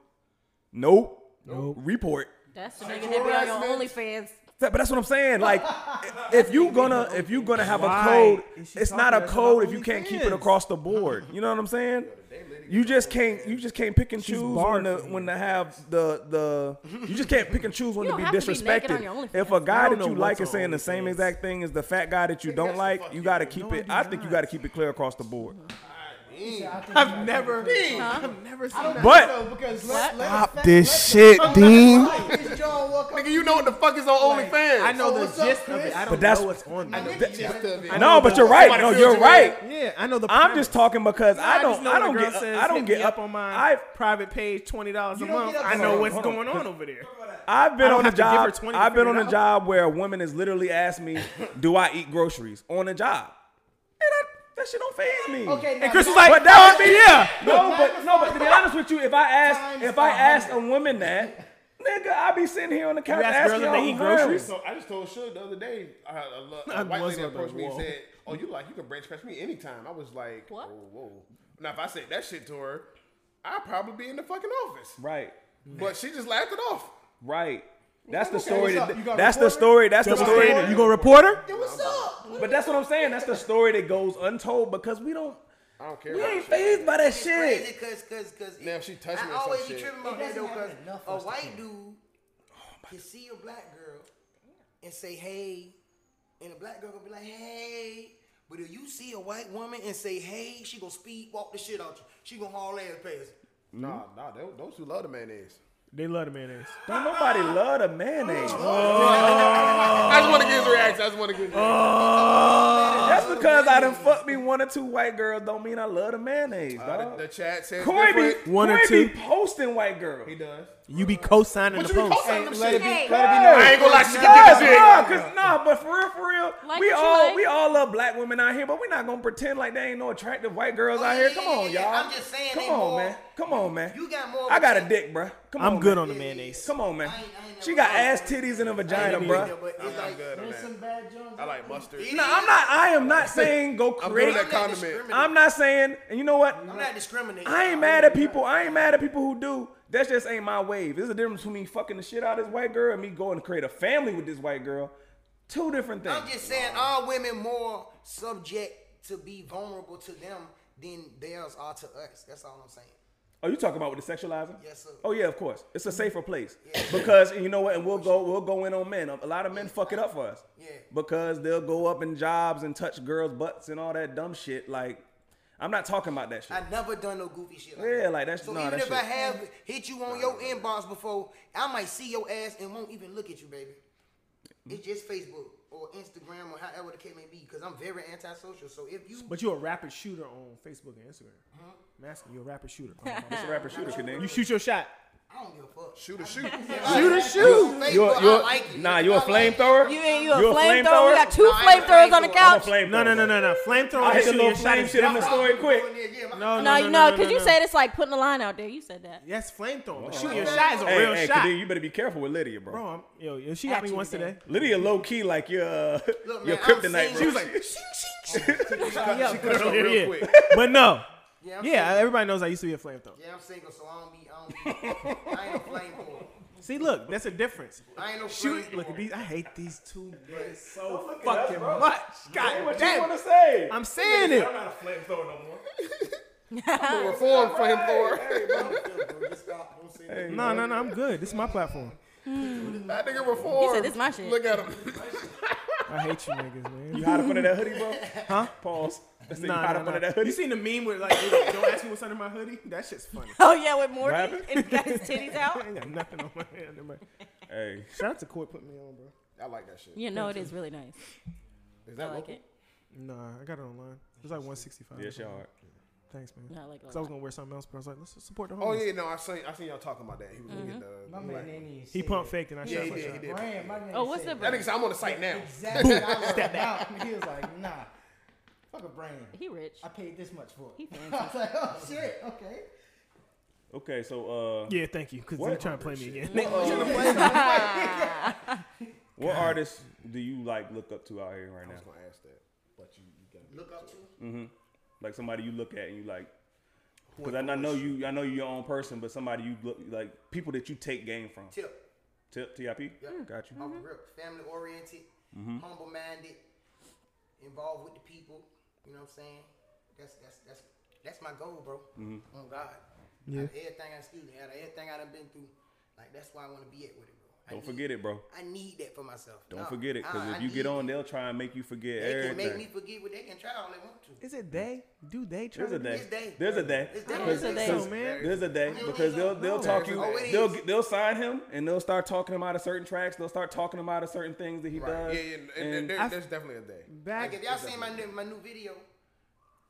S2: nope, nope, report.
S5: That's the nigga that be on your OnlyFans.
S2: That- But that's what I'm
S1: *laughs*
S2: saying. Like, if you gonna if you gonna have
S1: Why
S2: a code,
S1: is she
S2: it's not
S1: talking
S2: a
S1: about
S2: code if you can't keep it
S1: OnlyFans?
S2: across the board. You know what I'm saying? You just can't you just can't pick and
S1: She's
S2: choose when to
S1: barred from
S2: when to have the the you just can't pick and choose when
S5: You
S2: to be
S5: don't have to be naked on your
S2: disrespected.
S5: OnlyFans.
S2: If a
S1: I
S2: guy
S1: don't
S2: that you
S1: know
S2: like
S1: what's
S2: is saying
S1: on
S2: the same
S1: OnlyFans.
S2: exact thing as the fat guy that you don't like, you gotta keep it. I think you gotta keep it clear across the board.
S1: *laughs* I've never, I've never seen that.
S2: But
S6: Because let, let
S1: Stop this shit, Dean.
S6: this John walk up.
S4: Nigga, you know what the fuck is on OnlyFans?
S1: I know the
S6: what's up,
S1: gist of it. I
S6: Chris?
S1: don't
S2: that's-
S1: know what's on there.
S2: no, but you're right. No,
S4: Somebody
S2: you're
S4: feels you
S2: right.
S1: Yeah, I know the.
S2: I'm just talking because I
S1: just
S2: don't
S1: know
S2: I
S1: when
S2: don't
S1: a girl
S2: get
S1: says,
S2: I don't
S1: "Hit
S2: get
S1: me
S2: up
S1: on my
S2: I
S1: private page twenty dollars a
S6: don't
S1: month.
S6: get up
S1: I
S6: on
S1: know
S6: it.
S1: what's
S2: Hold on.
S1: going on over there.
S2: I've
S1: I
S2: been
S1: don't
S2: on a
S1: have to give her
S2: job.
S1: 20 to
S2: I've been
S1: figure
S2: on
S1: it
S2: a
S1: out.
S2: job where a woman has literally asked me, "Do I eat groceries?" On a job, and I, that shit don't phase me.
S6: Okay,
S1: And
S6: now,
S1: Chris was
S6: now-
S1: like,
S2: but that would be
S1: yeah.
S2: no, but no, but to be honest with you, if I asked
S6: Times
S2: if I asked a
S6: 100.
S2: woman that, nigga, I'd be sitting here on the couch
S1: ask
S2: asking
S1: girls if they
S2: y'all
S1: eat
S2: her.
S1: groceries?
S4: So I just told Suge the other day, I had a, lo-
S1: I
S4: a white
S1: was
S4: lady
S1: on the
S4: approached me and
S1: wall.
S4: said, "Oh, you like you can branch catch me anytime." I was like,
S5: What?
S4: "Oh, whoa." Now if I said that shit to her, I'd probably be in the fucking office.
S2: Right,
S4: But she just laughed it off.
S2: right. That's the
S4: Okay,
S2: story.
S4: what's up?
S2: That,
S4: You got
S2: that's the
S4: reported?
S2: story. That's the
S1: Double
S2: story.
S1: standard. You gonna report her?
S6: Yo, what's up?
S2: But that's what I'm saying. That's the story that goes untold because we don't
S4: I don't care.
S2: we
S4: about
S2: ain't
S4: shit.
S2: phased by that
S6: It's crazy
S2: shit.
S6: because, because, because.
S4: Now, if she touched me
S6: I
S4: or some
S6: always be
S4: shit.
S6: tripping my
S9: It
S6: head
S9: doesn't
S6: though,
S9: happen
S6: because
S9: enough for
S6: a
S9: us to
S6: white
S9: care.
S2: Oh
S6: dude can see a black girl and say, hey, and a black girl gonna be like, hey. But if you see a white woman and say, hey, she gonna speed walk the shit out you. She gonna haul ass past.
S4: Nah, nah, they, those who love the mayonnaise.
S1: They love the mayonnaise.
S2: Don't nobody love the mayonnaise.
S4: I just want to get his reaction. I just want to get. His reaction.
S2: That's because I done fucked me one or two white girls. Don't mean I love the mayonnaise,
S4: Uh,
S2: dog.
S4: the, the chat says
S2: Corey be,
S4: different.
S1: One or
S2: Corey be
S1: two.
S2: posting white girls.
S4: He does.
S1: You be co-signing
S4: What
S1: the
S4: you be
S1: post.
S4: posting them shit?
S5: Hey,
S4: I ain't gonna lie, she can get
S2: Yes,
S4: this
S2: nah,
S4: dick.
S2: cause nah, but for real, for real,
S5: Like
S2: we
S5: what you
S2: all
S5: like.
S2: we all love black women out here, but we're not gonna pretend like there ain't no attractive white girls
S6: Oh,
S2: out
S6: yeah,
S2: here.
S6: yeah,
S2: Come
S6: yeah,
S2: on,
S6: yeah.
S2: y'all.
S6: I'm just saying,
S2: Come
S6: they
S2: on,
S6: more-
S2: man. Come on, man.
S6: You got more. of
S2: I got a
S6: chance-
S2: dick, bruh. Come
S1: I'm
S2: on,
S1: good
S2: man.
S1: on the mayonnaise.
S2: Come on, man.
S6: I ain't- I ain't
S2: She
S6: never
S2: got
S6: tried
S2: ass
S6: that.
S2: titties and a
S6: I
S2: vagina,
S6: ain't
S2: bruh.
S6: either, But it's
S4: I'm
S6: like,
S4: good on
S9: There's
S4: that.
S9: some bad Jones.
S4: I like mustard.
S2: No, I'm not. I am not saying go
S4: I'm
S2: create.
S4: good at
S6: not
S4: condiment.
S2: I'm not saying. And you know what?
S6: I'm not discriminating.
S2: I ain't mad at people. I ain't mad at people who do. That just ain't my wave. There's a difference between me fucking the shit out of this white girl and me going to create a family with this white girl. Two different things.
S6: I'm just saying, are women more subject to be vulnerable to them than theirs are to us? That's all I'm saying.
S2: Oh, you talking about with the sexualizing?
S6: Yes, sir. Mm-hmm.
S2: Oh yeah, of course. It's a safer place because and you know what? And we'll go we'll go in on men. A lot of men fuck it up for us.
S6: Yeah.
S2: Because they'll go up in jobs and touch girls' butts and all that dumb shit. Like, I'm not talking about that shit.
S6: I never done no goofy shit. Like
S2: Yeah,
S6: that.
S2: like, that's-
S6: so
S2: nah,
S6: even
S2: that
S6: if I
S2: shit-
S6: have hit you on your inbox before, I might see your ass and won't even look at you, baby. It's just Facebook or Instagram or however the case may be, because I'm very antisocial. So if you
S1: But you're a rapid shooter on Facebook and Instagram. I'm asking you, a rapid shooter.
S2: It's a rapper shooter shit.
S1: you shoot your shot.
S6: I don't give a fuck.
S4: Shoot a shoot.
S6: Shoot
S1: a shoot.
S6: Facebook,
S2: You're, you're,
S6: I like it.
S2: nah,
S6: If
S2: you a
S6: I like it-
S2: flamethrower?
S13: You ain't you a
S2: You a
S13: flamethrower? We got two
S6: No, I ain't a
S13: flamethrowers on the
S6: flamethrower.
S2: I'm a
S13: couch.
S2: flamethrower.
S1: No, no, no, no, no. Flamethrowing.
S2: I hit the
S1: shooting
S2: little
S1: your shot
S2: flame
S1: and
S2: shit in the
S1: stuff.
S2: story quick.
S6: Yeah, my-
S1: No,
S13: No,
S1: no,
S13: you
S1: no,
S13: know,
S1: no,
S13: because you said it's like putting a line out there. You said that.
S1: Yes, flamethrower. But shooting
S2: oh,
S1: your shot is a
S2: Hey,
S1: real
S2: hey,
S1: shot.
S2: Kadeem, you better be careful with Lydia, bro.
S1: Bro, I'm, yo, yo, she
S13: At
S1: got me
S13: you
S1: once
S13: today.
S1: today.
S2: Lydia low key like your uh,
S6: Look, man,
S2: your
S6: I'm
S2: kryptonite.
S6: single.
S2: bro.
S1: She was like,
S4: She cut us off
S1: Yeah, yeah.
S4: real quick.
S1: but no.
S6: Yeah, I'm
S1: Yeah,
S6: Single.
S1: everybody knows I used to be a flamethrower.
S6: yeah, I'm single, so I don't be. I don't be. I ain't a flamethrower.
S1: See, look, that's a difference.
S6: I ain't no
S1: Shoot,
S6: flamethrower.
S1: look at these. I hate these two niggas so
S2: Oh, at us,
S1: fucking
S2: bro.
S1: much.
S2: Say
S1: God
S2: what you
S1: damn.
S2: want to say?
S1: I'm saying it.
S2: not a flamethrower no more.
S4: I'm a reformed flamethrower.
S1: No, no, no, I'm good. This is my platform.
S4: That nigga reformed.
S13: He said, "This my shit."
S4: Look at him.
S1: I hate you niggas, man.
S2: You hot up under that hoodie, bro? Huh? Pause. Let's say you hot
S1: Nah, nah,
S2: up under
S1: nah.
S2: that hoodie.
S1: You seen the meme where like, they don't ask me what's under my hoodie? That *laughs* shit's funny.
S13: *laughs* Oh yeah, with Morgan
S2: Rabbit?
S13: *laughs* and got his titties
S1: I
S13: out.
S1: ain't got nothing on my *laughs* hand. never mind.
S2: Hey,
S1: Shout out to Court put me on, bro.
S4: I like that shit.
S13: You know it is really nice.
S4: Is
S13: I
S4: that
S13: like
S4: local?
S13: it.
S1: Nah, I got it online. It was like 165.
S2: yes, y'all. are.
S1: Thanks, man.
S13: I like it.
S1: Cause I was gonna wear something else, but I was like, let's just support the
S4: Oh
S1: homies.
S4: yeah, no, I seen I seen y'all talking about that. He was gonna get
S9: My
S4: the.
S9: man
S4: black-
S9: ain't even
S1: He
S9: say
S1: pumped
S9: that.
S1: fake, and I
S4: Yeah,
S1: shot
S4: he
S1: my
S4: did.
S1: shot.
S4: He did.
S9: Brand, my man
S13: Oh,
S9: ain't
S13: what's
S9: say
S13: the
S9: that.
S4: That nigga said, I'm on the site now.
S9: Exactly. I was about, he was like, nah, fuck a brand.
S13: He rich.
S9: I paid this much for
S6: *laughs*
S13: He
S9: it.
S13: fancy.
S9: I was like, oh shit, okay.
S2: Okay, so uh,
S1: Yeah, thank you. Cause
S2: What?
S1: they're trying to play me again.
S2: what artists do you like look up to out here right now?
S4: gonna ask that, but you, you gotta
S6: Look up to.
S2: Like somebody you look at and you like. Because I, I know you, I know you your own person, but somebody you look like people that you take game from.
S6: Tip.
S2: Tip, TIP. Got you.
S6: Off the rip. Family oriented,
S1: Mm-hmm.
S6: humble minded, involved with the people. You know what I'm saying? That's that's that's that's my goal, bro. On God.
S1: Yeah.
S6: Out of everything I excuse me, out of everything I've been through, like that's why I want to be at with it, bro. I
S2: Don't
S6: need-
S2: forget it, bro.
S6: I need that for myself.
S2: Don't
S6: Nah,
S9: Uh,
S2: forget it, because
S6: I-
S2: if
S6: I
S2: you get
S6: need
S2: on,
S6: it.
S2: they'll try and make you forget
S6: they can make me
S2: everything.
S6: forget what they can try all they want to.
S1: Is it they? Do they try?
S2: There's
S1: to
S2: a
S1: do
S2: day.
S6: It's day.
S2: There's a day.
S6: It's day.
S2: Because-
S13: There's a day.
S2: because-
S1: No, man.
S2: There's a day because they'll they'll
S1: No.
S2: talk you.
S6: Oh, it
S2: They'll
S6: is.
S2: get- they'll sign him and they'll start talking him out of certain tracks. They'll start talking him out of certain things that he
S4: Right.
S2: does.
S4: Yeah, yeah. And, and there,
S1: I-
S4: there's definitely a day.
S1: Back.
S6: Like if y'all seen my new, my new video, you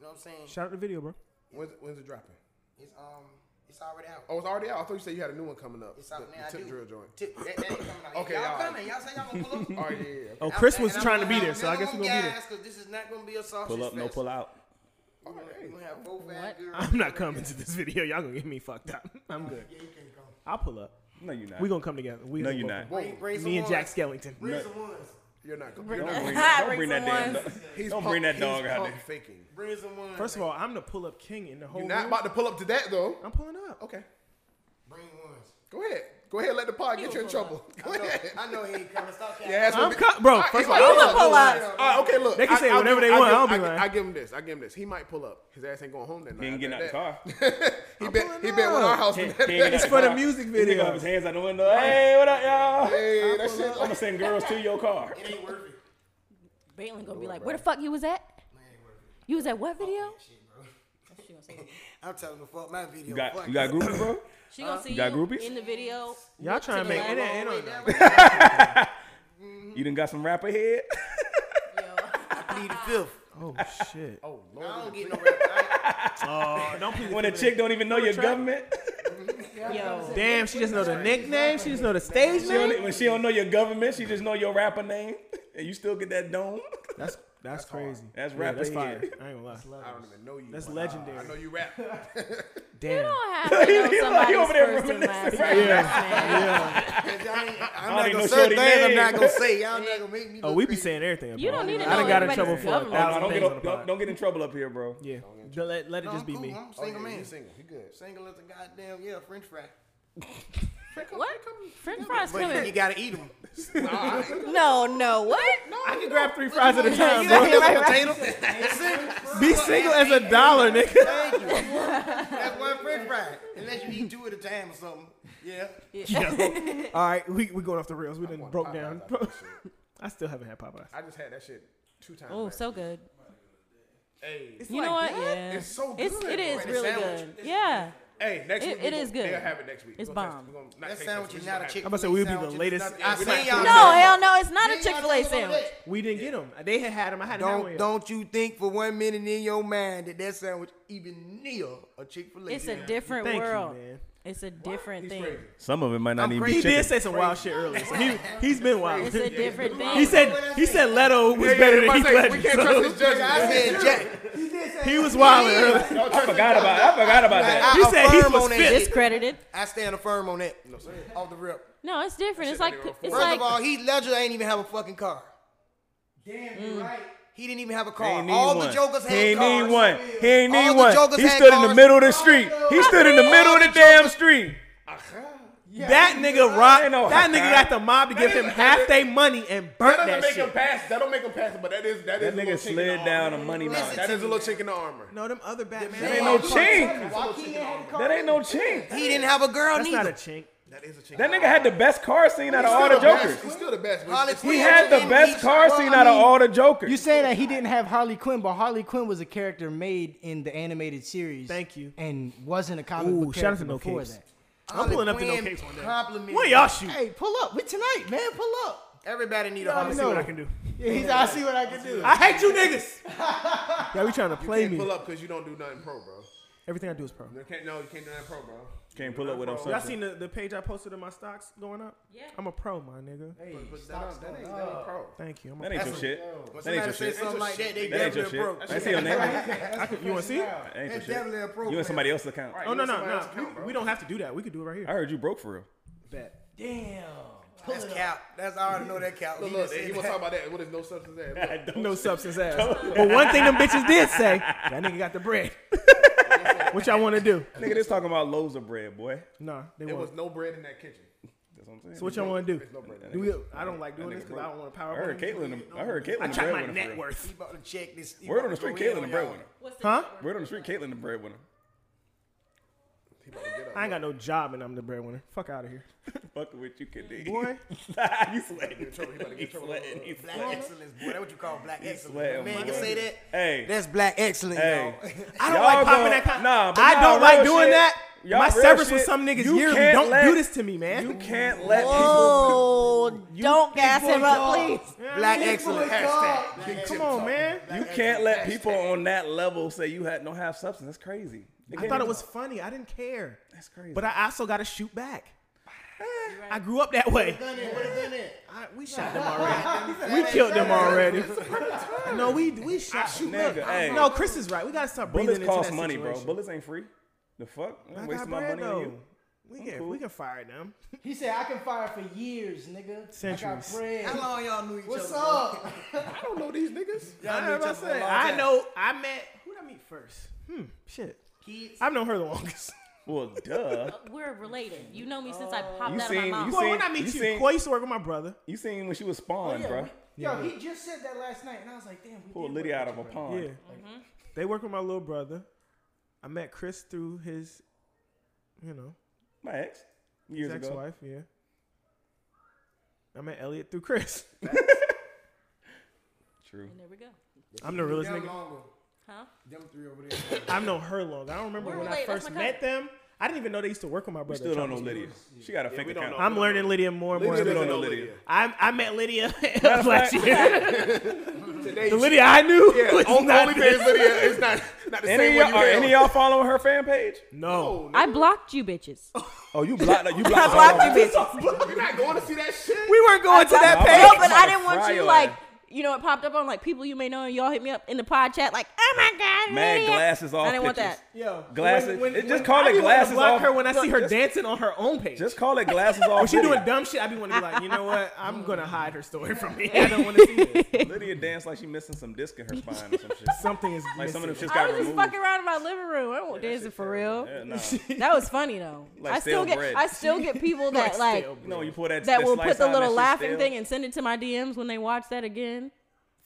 S6: know what I'm saying?
S1: Shout out the video, bro.
S4: When's, when's it dropping?
S6: It's um, it's already out.
S4: Oh, it's already out. I thought you said you had a new one coming up.
S6: It's out
S4: the,
S6: now.
S4: the
S6: I
S4: tip
S6: do.
S4: drill joint.
S6: Tip, that, that ain't coming out.
S4: Okay,
S6: y'all
S4: all right.
S6: coming? Y'all say y'all gonna
S1: *laughs*
S6: pull
S4: Oh
S6: up?
S4: yeah, yeah.
S1: Oh,
S6: I'm-
S1: Chris was
S6: and I'm
S1: trying to
S6: gonna
S1: be there,
S6: have
S1: so I guess we're
S6: minimum
S1: gonna be there.
S6: guys, 'cause this is not gonna be a sausage
S2: Pull up, no
S6: fest.
S2: pull out.
S4: yeah. All right.
S6: We're gonna have both ass
S13: What?
S6: girls.
S1: *laughs* I'm not coming to this video. Y'all gonna get me fucked up. *laughs* I'm good.
S6: Yeah, you can't come.
S1: I'll pull up.
S2: No, you're not.
S1: We gonna come together. We
S2: no,
S1: gonna
S2: you're
S1: both-
S2: not.
S6: Bring, bring some
S1: Me and Jack
S6: ones.
S1: Skellington.
S6: Bring some ones.
S4: You're not going.
S13: Bring
S4: You're not
S1: *laughs*
S13: that-
S2: Don't bring, don't
S13: Bring some
S2: bring that damn.
S13: ones.
S2: Dog. Don't bring that dog out there.
S4: Faking.
S6: Bring some ones.
S1: First of all, I'm the pull up king in the whole.
S4: You're not
S1: room.
S4: about to pull up to that though.
S1: I'm pulling up.
S4: Okay.
S6: bring ones.
S4: Go ahead. Go ahead. Let the pod get you in
S13: will pull
S4: trouble. *laughs* Go
S6: I know,
S4: ahead.
S6: I know he ain't coming. Stop
S4: Your ass
S6: that.
S4: will
S1: I'm
S4: be-
S1: co- bro,
S4: All right,
S1: first
S4: he
S1: of all,
S4: might
S1: I'm
S4: pull
S1: gonna
S13: pull up.
S4: All right, okay, look.
S1: They can
S4: I-
S1: say
S4: I'll
S1: whatever
S4: give-
S1: they
S4: I
S1: want,
S4: give-
S1: I don't be
S4: I give-
S1: lying.
S4: I give him this. I give him this. He might pull up. His ass ain't going home that night.
S2: *laughs* He ain't getting out
S4: after
S2: the car.
S4: that. he bet. He
S1: pulling
S4: bet with
S1: up.
S4: our house.
S2: He ain't
S4: that
S2: getting out
S4: day.
S1: It's for the
S2: car.
S1: music
S2: This nigga
S1: video.
S2: got his hands out the window. Hey, what up, y'all?
S4: Hey, that
S2: I'm
S4: shit.
S2: gonna send girls to your car.
S6: It ain't worth it.
S13: Baitland gonna be like, "Where the fuck you was at?
S6: Man, it ain't worth it.
S13: You was at what video?"
S6: Shit, bro.
S13: She gonna say-
S6: I'm telling the fuck my video.
S2: You got
S6: fuck
S2: you got groupies, bro.
S13: She gonna see you
S2: Uh, got groupies?
S13: in the video.
S1: Y'all trying to make it
S13: left.
S1: ain't
S6: Wait,
S1: on
S6: that
S1: that.
S6: way.
S2: You done got some rapper head.
S6: I plead the fifth.
S1: Oh shit.
S4: Oh lord.
S6: I don't get no rap. I
S1: Don't please.
S2: When a chick don't even know your
S1: Trap.
S2: government,
S13: Yo, yo,
S1: *laughs* Damn, she just know the nickname. She just know the stage
S2: she don't,
S1: name.
S2: when she don't know your government, she just know your rapper name, and you still get that dome.
S1: That's that's crazy.
S2: That's
S1: Yeah, That's
S2: rapper
S1: fire.
S2: head.
S1: I ain't gonna lie.
S4: I don't even know you.
S1: That's
S4: but
S1: legendary.
S4: I know you rap.
S13: you
S1: Damn.
S13: don't have
S2: *laughs*
S13: to
S2: He
S13: know
S2: like, he
S13: somebody's
S2: over there
S13: first and last
S2: reminiscing,
S13: name.
S2: right?
S13: man.
S2: I'm
S6: am not
S2: even
S6: gonna
S2: know
S6: say
S2: Shorty
S6: things. I'm
S2: name.
S6: not gonna say.
S2: *laughs*
S6: Y'all not gonna make me.
S1: Oh,
S6: look
S1: we be
S6: crazy.
S1: saying everything.
S13: You
S1: bro.
S13: don't need to
S1: I done
S13: know
S1: got in
S13: everybody's
S1: trouble for a
S13: government.
S2: Oh, no,
S1: thousand
S2: don't, get,
S1: things on the
S2: up- don't,
S1: pod.
S2: don't get in trouble up here, bro.
S1: Yeah, Don't let let it
S6: No,
S1: just
S6: I'm
S1: be
S6: cool.
S1: me.
S6: I'm a
S4: Oh, yeah,
S6: single man.
S4: You single. He good.
S6: Single as a goddamn yeah, French fry.
S5: What? French fries
S9: But you
S5: coming?
S9: gotta eat
S1: *laughs*
S9: them.
S14: No, Oh, no, what?
S1: I can grab three fries at a time, bro. *laughs*
S9: Potato, potato.
S1: Be single as a dollar, nigga.
S9: Thank you. That's one French fry. Unless you eat two at a time or something. Yeah.
S1: All right, we we going off the rails. We done broke down. I still haven't had Popeyes.
S4: I just had that shit two times.
S5: Oh,
S4: back.
S5: so good.
S4: hey,
S5: you know what? Yeah,
S4: It's so
S5: It's,
S4: good,
S5: it is
S4: bro.
S5: really
S9: Sandwich.
S5: good. Yeah,
S4: hey, next
S5: It-
S4: week we
S5: it
S4: gon-
S5: is good.
S4: They'll have it next week.
S5: It's
S4: We gonna
S5: bomb.
S4: test- we gonna-
S9: That
S4: taste it,
S9: sandwich
S4: we
S9: is
S4: gonna
S9: not a
S4: have it.
S9: chick.
S1: I'm about to say, we'll be the latest-
S9: I
S4: we
S9: seen
S4: not-
S9: y'all.
S4: we
S14: No, hell no, it's not a
S9: Seen y'all
S14: Chick Fil A
S9: talking about
S14: sandwich.
S9: that.
S1: We didn't get them. They had had them. I had them.
S9: Don't don't you think for one minute in your mind that that sandwich even near a Chick Fil A?
S5: it's a different
S1: Thank you,
S5: world.
S1: man.
S5: It's a different thing.
S2: Some of it might not
S9: I'm
S2: even
S1: He
S2: be chicken.
S1: did say some wild shit earlier. So he he's been wild.
S5: It's a different thing.
S1: He said he said Leto was better than Heath
S4: We
S1: Ledger.
S4: can't trust his
S9: I
S4: judgment.
S9: said Jack.
S1: He was wild earlier.
S2: I forgot about. I forgot about that.
S9: I
S1: He said he
S9: affirm
S1: was
S9: on that.
S1: fit.
S9: shit.
S5: discredited.
S9: I stand affirm on that. Off the rip.
S5: No, it's different. It's like it's
S9: First
S5: like
S9: of all, Heath Ledger ain't even have a fucking car.
S15: Damn, you're right.
S9: He didn't even have a
S2: He
S9: car.
S2: ain't need
S9: All
S2: one.
S9: the jokers had
S2: He ain't
S9: cars.
S2: need one. He ain't
S9: All
S2: need
S9: the
S2: one.
S9: jokers
S2: He
S9: had
S2: stood in the
S9: cars.
S2: middle of the street. He stood in the middle of the damn street.
S1: That nigga robbed.
S2: know
S1: That
S2: how
S1: nigga
S2: time-
S1: got the mob to give him half their money and burnt that
S4: That doesn't make him
S1: shit.
S4: pass. That don't make him pass. But that is that,
S2: That
S4: is a little
S2: nigga
S4: chink in
S2: slid
S4: the
S2: down a
S4: armor.
S2: money mountain.
S4: That is a little chink in the armor.
S1: No, them other Batman.
S2: That ain't no chink. That ain't no chink.
S9: He didn't have a girl
S1: That's not a
S9: neither.
S1: chink.
S4: That is a chink.
S2: That nigga had the best car scene out of all the Jokers.
S4: He's still the best.
S9: Harley
S4: But
S2: He
S9: Quinn
S2: had the
S9: didn't
S2: best
S9: eat-
S2: car
S9: well,
S2: scene
S9: I
S2: out of
S9: mean,
S2: all the Jokers.
S6: You say that he didn't have Harley Quinn, but Harley Quinn was a character made in the animated series.
S1: Thank you.
S6: And wasn't a comic
S1: Ooh,
S6: book
S1: shout out
S6: character
S1: to No
S6: before
S1: Capes.
S6: that.
S1: I'm pulling up the no
S9: Harley
S1: case
S9: Quinn
S1: one day.
S9: complimented-
S1: What y'all shoot?
S6: Hey, pull up. We tonight, man. Pull up.
S9: Everybody need a Harley
S1: Let's see
S9: Quinn.
S1: what I can do.
S6: Yeah, he's, I see what I can do.
S1: I hate you niggas. yeah, we trying to
S4: you
S1: play
S4: can't
S1: me.
S4: pull up because you don't do nothing pro, bro.
S1: Everything I do is pro.
S4: You can't, no, you can't do nothing pro, bro.
S2: Can't pull up with them.
S1: Y'all seen the, the page I posted of my stocks going up? Yeah. I'm a pro, my nigga.
S4: But that, don't- that ain't, that ain't pro.
S1: Thank you. I'm a
S2: That ain't your shit.
S9: When
S2: That ain't
S9: somebody
S2: your
S9: said
S2: shit.
S9: something like that, they
S2: That ain't your
S9: definitely
S2: shit.
S9: broke.
S2: That's your name. That
S1: pro. You want to see it?
S2: ain't your
S9: That's
S2: shit.
S9: definitely a pro.
S2: You and somebody else account.
S1: Oh, no, no,
S4: somebody
S1: no.
S4: else count,
S1: We,
S4: bro.
S1: we don't have to do that. We could do it right
S2: I
S1: here.
S2: heard you broke for real.
S9: That's cap. That's I already know that cap.
S4: Look,
S9: He
S4: look,
S9: just
S4: he
S9: said
S4: was
S9: that.
S4: talking about that. What is no substance
S2: *laughs*
S4: there? Look,
S1: No substance ass. but one thing them bitches did say, that nigga got the
S2: *laughs*
S1: bread. what y'all want to do?
S2: Nigga, this talking about loaves of bread, boy.
S1: Nah, they
S4: There was
S1: want.
S4: no bread in that kitchen.
S2: That's what I'm saying.
S1: So what y'all want to do?
S4: There's no bread. in that
S1: do
S4: kitchen.
S1: we, I don't like doing this because I don't want to
S2: I
S1: power.
S2: heard
S1: button.
S2: Caitlyn. I heard Caitlyn.
S1: I
S2: the
S1: tried my
S2: breadwinner for
S1: net
S2: real.
S1: worth.
S9: He about to check this. he
S2: Word on
S9: about
S2: the
S9: to
S2: street,
S9: go in
S2: Caitlyn the
S9: on
S2: breadwinner.
S1: Huh?
S2: Word on the street, Caitlyn the breadwinner. *laughs*
S4: He about to get up.
S1: I ain't got no job and I'm the breadwinner. Fuck out of here.
S2: Fuck with you, kid.
S1: Boy.
S2: *laughs* you sweating. You
S4: trouble. He about to get in trouble.
S2: sweating. You
S9: Black
S2: sweating.
S9: excellence, boy. That's what you call black
S2: sweating,
S9: excellence. Man,
S2: boy.
S9: can say that.
S2: Hey.
S9: That's black excellence,
S2: Hey.
S9: y'all.
S1: I don't
S2: Y'all
S1: like popping
S2: go-
S1: that kind.
S2: Nah, but
S1: I
S2: nah,
S1: don't like
S2: real
S1: doing
S2: shit.
S1: that.
S2: Y'all
S1: My
S2: real
S1: severance with
S2: shit,
S1: some niggas
S2: you
S1: yearly.
S2: can't
S1: Don't
S2: let-
S1: do this to me, man.
S2: You can't let
S14: Oh, don't gas him up, please.
S9: Black excellence. Hashtag.
S1: Come on, man.
S2: people. You can't let people on that level say you had, don't have substance. That's crazy. They
S1: I
S2: can't
S1: thought it
S2: even
S1: was
S2: talk.
S1: funny. I didn't care.
S2: That's crazy.
S1: But I also got to shoot back. I grew up that way. I- we shot them already. we killed them already. no, we we shot.
S2: nigga, hey.
S1: No, Chris is right. We gotta start breathing
S2: bullets
S1: into
S2: cost
S1: that
S2: money,
S1: situation.
S2: bro. Bullets ain't free. The fuck? I'm
S1: I got
S2: wasting my
S1: bread
S2: money on
S1: though.
S2: you.
S1: We can
S2: cool.
S1: we can fire them.
S6: He said, I can fire for years, nigga. I got
S1: Centuries.
S6: bread.
S9: How long y'all knew each
S6: What's
S9: other?
S6: up?
S4: I don't know these niggas.
S9: Y'all knew
S1: I,
S9: each
S1: about
S9: other
S1: to
S9: for a
S1: say,
S9: long
S1: I
S9: time.
S1: know. I met who did I meet first? Hmm. Shit.
S9: Kids.
S1: I've known her the longest.
S2: Well, duh.
S5: We're related. You know me since I popped
S2: You
S5: out
S2: seen-
S5: of my
S2: you
S5: mouth.
S1: Boy, when
S2: seen-
S1: I meet
S2: you
S1: you,
S2: seen-
S1: Koi used to work with my brother.
S2: You seen when she
S4: Oh,
S2: was spawned, bro.
S6: Yo, he just said that last night, and I was like, damn. We
S2: Pulled
S6: did
S2: Liddy
S6: work
S2: out of a
S6: with you,
S2: pond.
S1: Yeah.
S5: Mm-hmm.
S1: They work with my little brother. I met Chris through his, you know,
S2: My ex. Years
S1: his
S2: ago.
S1: ex-wife. Yeah. I met Elliot through Chris. *laughs*
S2: True.
S5: And there we go.
S1: I'm the realest
S9: Them
S1: nigga.
S9: longer.
S5: Huh?
S9: Them three over there.
S1: *laughs* I've known her long. I don't remember
S5: We're
S1: when I
S5: related. That's
S1: first
S5: my
S1: met them. I didn't even know they used to work with my brother.
S2: Still don't know
S1: Charles.
S2: Lydia. She got a fake
S4: we don't
S2: account.
S4: know.
S1: I'm learning Lydia more and more.
S2: Still
S1: every
S2: don't
S1: day.
S2: know Lydia. *laughs*
S1: I, I met Lydia *laughs*
S2: Matter of
S1: last
S2: fact-
S1: year.
S2: *laughs*
S4: Today,
S1: The Lydia I knew
S4: yeah,
S1: was
S4: on
S1: not
S4: OnlyFans
S1: this.
S4: Lydia is not not the
S2: Any
S4: same
S2: of
S4: one
S2: y'all,
S4: you
S2: are
S4: had.
S2: any of y'all following her fan page?
S1: No.
S5: I blocked you,
S1: *laughs*
S5: bitches.
S2: Oh, you blocked. You blocked. I blocked
S4: You're not going to see that shit.
S1: We weren't going to that
S2: blocked
S1: page.
S2: you.
S14: No, but I didn't want
S2: Fry
S14: you
S2: your
S14: like
S2: ass.
S5: you know, it popped up on like people you may know, and y'all hit me up in the pod chat, like, oh my god,
S2: Mad
S5: Lydia."
S2: glasses off
S5: I didn't want
S2: pictures.
S5: that.
S1: Yo,
S2: Glasses. It- just call
S1: I
S2: it
S1: be wanting to
S2: glasses
S1: block
S2: off-
S1: her when I see her
S2: just-
S1: dancing on her own page.
S2: Just call it glasses off.
S1: when Oh, she
S2: video.
S1: doing dumb shit, I be want to be like, you know what? I'm
S2: *laughs*
S1: gonna hide her story from me. I don't want to see this.
S5: *laughs*
S2: Lydia danced like she missing some disc in her spine or some shit.
S1: Something is
S2: Like some of them
S1: missing.
S2: just
S5: I
S2: got
S5: was just
S2: removed.
S5: fucking around in my living room. I won't dance it *laughs* for real.
S2: Yeah, nah.
S1: *laughs*
S5: That was funny though.
S2: *laughs* Like
S5: I still
S2: stale
S5: get
S2: bread.
S5: I still get
S2: *laughs*
S5: people
S1: Like
S5: that like
S1: stale
S2: You know when you pull that
S5: that will
S2: slice
S5: put the
S2: out and
S5: little
S2: that shit
S5: laughing
S2: stale?
S5: thing and send it to my DMs when they watch that again.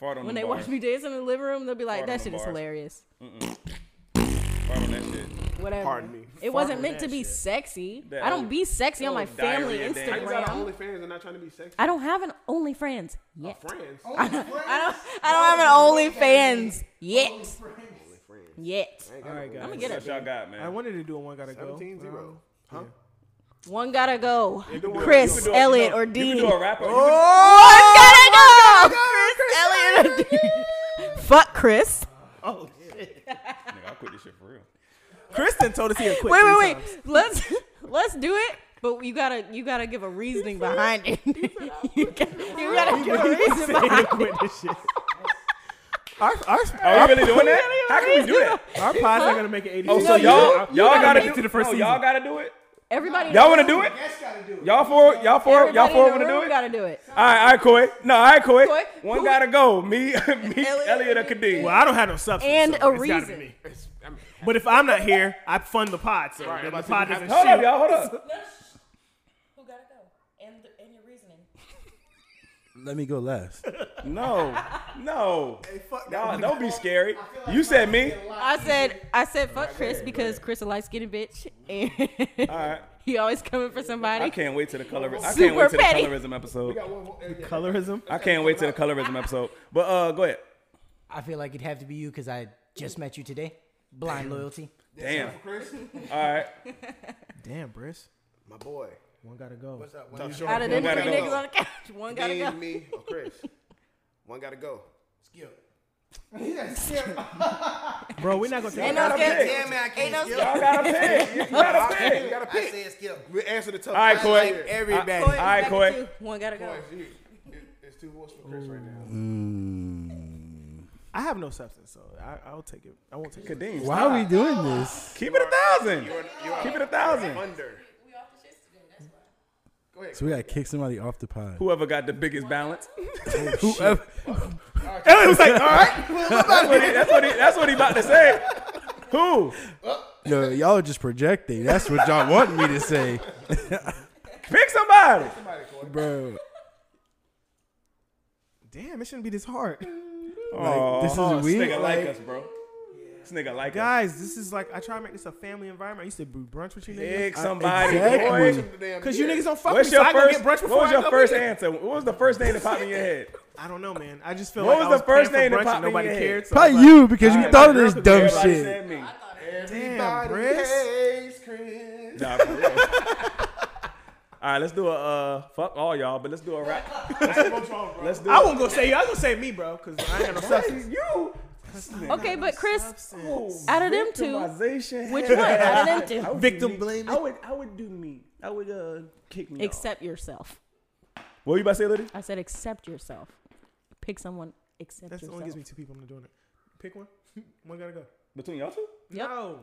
S2: Fart on
S5: When
S2: the
S5: they watch
S2: bars.
S5: me dancing in the living room, they'll be like,
S2: Fart on
S5: "That
S2: the
S5: shit is
S2: bars.
S5: hilarious."
S2: Fart
S5: *laughs*
S2: on that shit.
S5: Whatever.
S4: Pardon me.
S5: It wasn't meant to be sexy.
S2: That
S5: I don't
S2: old-
S5: be sexy on my
S2: old
S5: family
S2: diarrhea dance.
S4: How you got
S5: Instagram.
S4: an OnlyFans and not trying to be sexy?
S5: I don't have an OnlyFans yet.
S4: Friends.
S5: I don't. I don't have an OnlyFans yet. Yet.
S1: All right, guys.
S5: I'ma get it.
S2: What y'all got, man?
S1: I wanted to do a one gotta go.
S4: 17
S1: Um,
S4: 0. Huh?
S5: One gotta go.
S2: You
S5: Chris,
S2: can do a-
S5: Elliot,
S2: you
S5: or
S2: can do- You
S5: Dean.
S2: can do a rapper. you can
S5: One gotta go. Chris, Elliot, or Dean. Fuck Chris.
S2: do- Nigga, I quit this shit for real.
S1: Kristen told us he had quit.
S5: Wait,
S1: three
S5: wait, wait.
S1: times.
S5: Let's let's do it. But you gotta you gotta give a reasoning behind it. *laughs* you, gotta, you gotta give
S1: *laughs*
S5: a reason behind it.
S1: Quit this
S5: *laughs*
S1: shit. Our our
S2: Are we really
S1: *laughs*
S2: doing that? How can we
S5: *laughs*
S2: do that?
S1: our pod's not gonna make it 80.
S2: Oh, so y'all
S5: you-
S1: you
S2: y'all
S1: gotta
S2: gotta
S1: make it
S2: do
S1: to the first
S2: no, Y'all
S1: season.
S2: gotta do it.
S5: Everybody,
S2: Y'all want to do it?
S16: Guess gotta do it.
S2: Y'all for y'all for y'all
S5: everybody
S2: for
S5: in
S2: want
S5: the
S2: to do
S5: room
S2: it?
S5: Gotta do it.
S2: All right, all right, Koi. No, all right, Koi.
S5: Koi,
S2: One
S5: who-
S2: gotta go. Me, *laughs* me,
S5: Elliot.
S2: Elliot, or Kadeem.
S1: Well, I don't have no substance.
S5: And
S1: so
S5: a
S1: it's gotta be
S5: reason.
S1: me. But if I'm not here, I fund the pod, so
S4: Right,
S1: then the
S4: I'm about to
S1: pod
S4: say,
S1: doesn't
S2: Hold up,
S1: shoot.
S2: y'all. Hold up.
S5: *laughs* Who gotta go? And and your reasoning.
S7: Let me go
S4: *laughs*
S7: last.
S2: No, no. Y'all, don't be scary. You said me.
S5: I said I said fuck Chris because Chris a light skinned bitch and
S2: right.
S5: *laughs* he always coming for somebody.
S2: I can't wait to the color. I can't
S5: Super
S2: wait to the
S5: petty.
S2: colorism episode.
S1: Colorism.
S2: I can't wait to the colorism episode. But uh, go ahead.
S9: I feel like it'd have to be you because I just met you today. Blind loyalty.
S2: Damn. All right.
S1: Damn, Briss.
S4: My boy.
S1: One gotta go.
S6: What's up? What's up?
S5: Out of them
S2: One
S5: three
S2: gotta go.
S5: niggas on the couch, one gotta
S4: Me,
S5: go.
S4: me, or Chris. One gotta go.
S6: Skip. Yeah, skip.
S1: Bro, we're not gonna take
S5: Ain't
S1: it.
S5: no skip.
S6: Damn, man, I can't skip.
S2: Y'all gotta pick. You gotta
S4: You
S2: pick.
S4: gotta
S6: I
S4: pick.
S6: said skip.
S4: We answer the tough
S2: All right,
S4: questions here.
S2: Koi.
S6: Everybody.
S5: All
S2: right, Koi.
S5: One gotta go.
S4: Boys, you- it- It's two votes for Chris right now.
S1: I have no substance, so I, I'll take it. I won't take it.
S2: Kadeem,
S7: Why are we doing this?
S2: keep it a thousand.
S4: You are
S2: Keep it a thousand.
S4: under.
S7: So we gotta kick somebody off the pod.
S2: Whoever got the biggest balance.
S7: Whoever.
S2: *laughs* Elliot was like, all right. that's, what he, that's, what he, that's what he about to say. Who?
S7: No, y'all are just projecting. That's what y'all want me to say,
S2: Pick somebody.
S7: bro.
S1: Damn, it shouldn't be this hard.
S2: Mm. Aw,
S7: this is
S2: huh,
S7: weird,
S2: This nigga like,
S7: like-
S2: us, bro. This nigga like us.
S1: Guys, this is like I try to make this a family environment. I used to do brunch with you niggas.
S2: Pick somebody,
S7: exactly.
S2: boy.
S1: Cause you niggas don't fuck
S2: What's
S1: with me, so
S2: your
S1: I go
S2: first?
S1: get brunch
S2: What
S1: before
S2: was
S1: I
S2: your
S1: come
S2: first
S1: in.
S2: answer? What was the first name that popped in
S1: *laughs*
S2: your head?
S1: I don't know, man. I just feel like
S2: What was
S1: I was
S2: the first
S1: paying
S2: name
S1: for brunch
S2: that popped
S1: and
S2: in your
S1: nobody
S2: head?
S1: cared. So I was
S7: Probably you because
S2: All
S7: you
S2: right,
S7: thought of
S1: my
S7: this
S1: girl,
S7: dumb
S2: Everybody
S7: shit.
S2: said me.
S1: Damn, Briss.
S4: Praise Chris.
S2: Nah, for real. All *laughs* right, let's do a uh, fuck all y'all, but let's do a rap. let's do.
S1: I
S2: a-
S1: won't go say you. I was gonna say me, bro, cause I ain't got
S2: *laughs*
S1: no substance.
S2: you.
S5: Okay, but Chris,
S1: Substance.
S5: out of them two,
S2: Victimization.
S5: which one?
S1: *laughs*
S5: Out of them two,
S1: Victim blaming.
S2: would. I would do me. I would uh, kick me.
S5: except yourself.
S2: What you about to say, Liddy?
S5: I said, accept yourself. Pick someone, accept
S1: That
S5: yourself.
S1: only gives me two people. I'm not doing it. Pick one. *laughs* one gotta go.
S2: Between y'all two?
S5: Yep.
S1: No,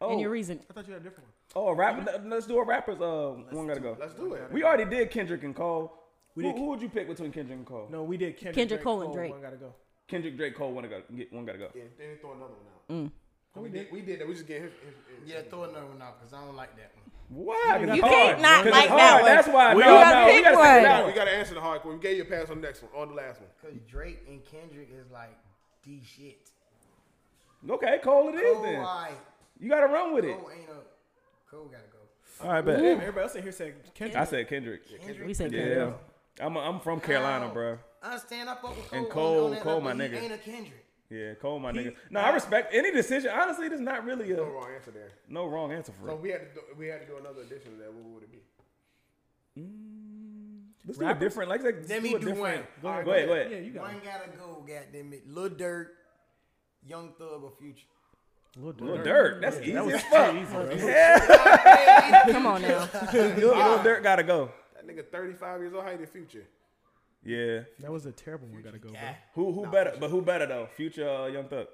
S2: Oh,
S5: And your reason.
S1: I thought you had a different one.
S2: oh, a rapper. let- Let's do a rappers. Uh, one gotta go.
S4: Let's do it.
S2: We already did Kendrick and Cole.
S1: We
S2: who,
S1: did-
S2: who would you pick between Kendrick and Cole?
S1: No, we did Kendrick,
S5: Kendrick
S1: Drake,
S5: Cole and Drake.
S1: One gotta go.
S2: Kendrick, Drake, Cole. One gotta get. One gotta go.
S4: Yeah, then throw another one out.
S1: Mm.
S4: We did. We did that. We just getting his. his, his
S6: Yeah, throw another one out because I don't like that one.
S2: Why? 'Cause it's
S5: You
S2: hard.
S5: can't not
S2: 'Cause it's
S5: like
S2: hard.
S5: that one.
S2: That's why.
S5: We
S2: no,
S5: gotta
S2: no, we
S5: pick
S2: gotta stick with
S5: one.
S2: that
S4: We gotta answer the hard question. We gave you a pass on the next one, on the last one.
S6: Because Drake and Kendrick is like the shit.
S2: one. Okay, Cole it is
S6: Cole,
S2: then.
S6: alright.
S2: You gotta run with it.
S6: Cole ain't a. Cole gotta go.
S2: All right, bet.
S1: Damn, everybody else in here said Kendrick.
S2: I said Kendrick.
S5: We said
S2: Yeah. I'm, I'm from Carolina,
S6: Ow.
S2: bro.
S6: I stand up with Cole.
S2: And
S6: on,
S2: Cole-
S6: on that
S2: Cole
S6: level.
S2: my
S6: He
S2: nigga.
S6: ain't a Kendrick.
S2: Yeah, Cole, my nigga. No, I respect any decision. Honestly, there's not really a
S4: No wrong answer there.
S2: no wrong answer for
S4: So
S2: it.
S4: we had to do, we had to do another edition of that. What would it be?
S2: Let's do a different. Like, like
S6: Let me
S2: do a
S6: do
S2: different.
S6: one.
S2: Go ahead, go ahead, go ahead.
S1: Yeah, you got
S6: One gotta go, goddamn it. Lil Durk, Young Thug, or
S1: *laughs*
S6: Future.
S2: Little dirt. That's easy as fuck.
S5: Come on now.
S1: *laughs*
S2: Little dirt gotta go.
S4: That nigga 35 years old. How you the future?
S2: Yeah.
S1: That was a terrible one. Gotta go. bro.
S2: Who who better? But who better though? Future or Young Thug?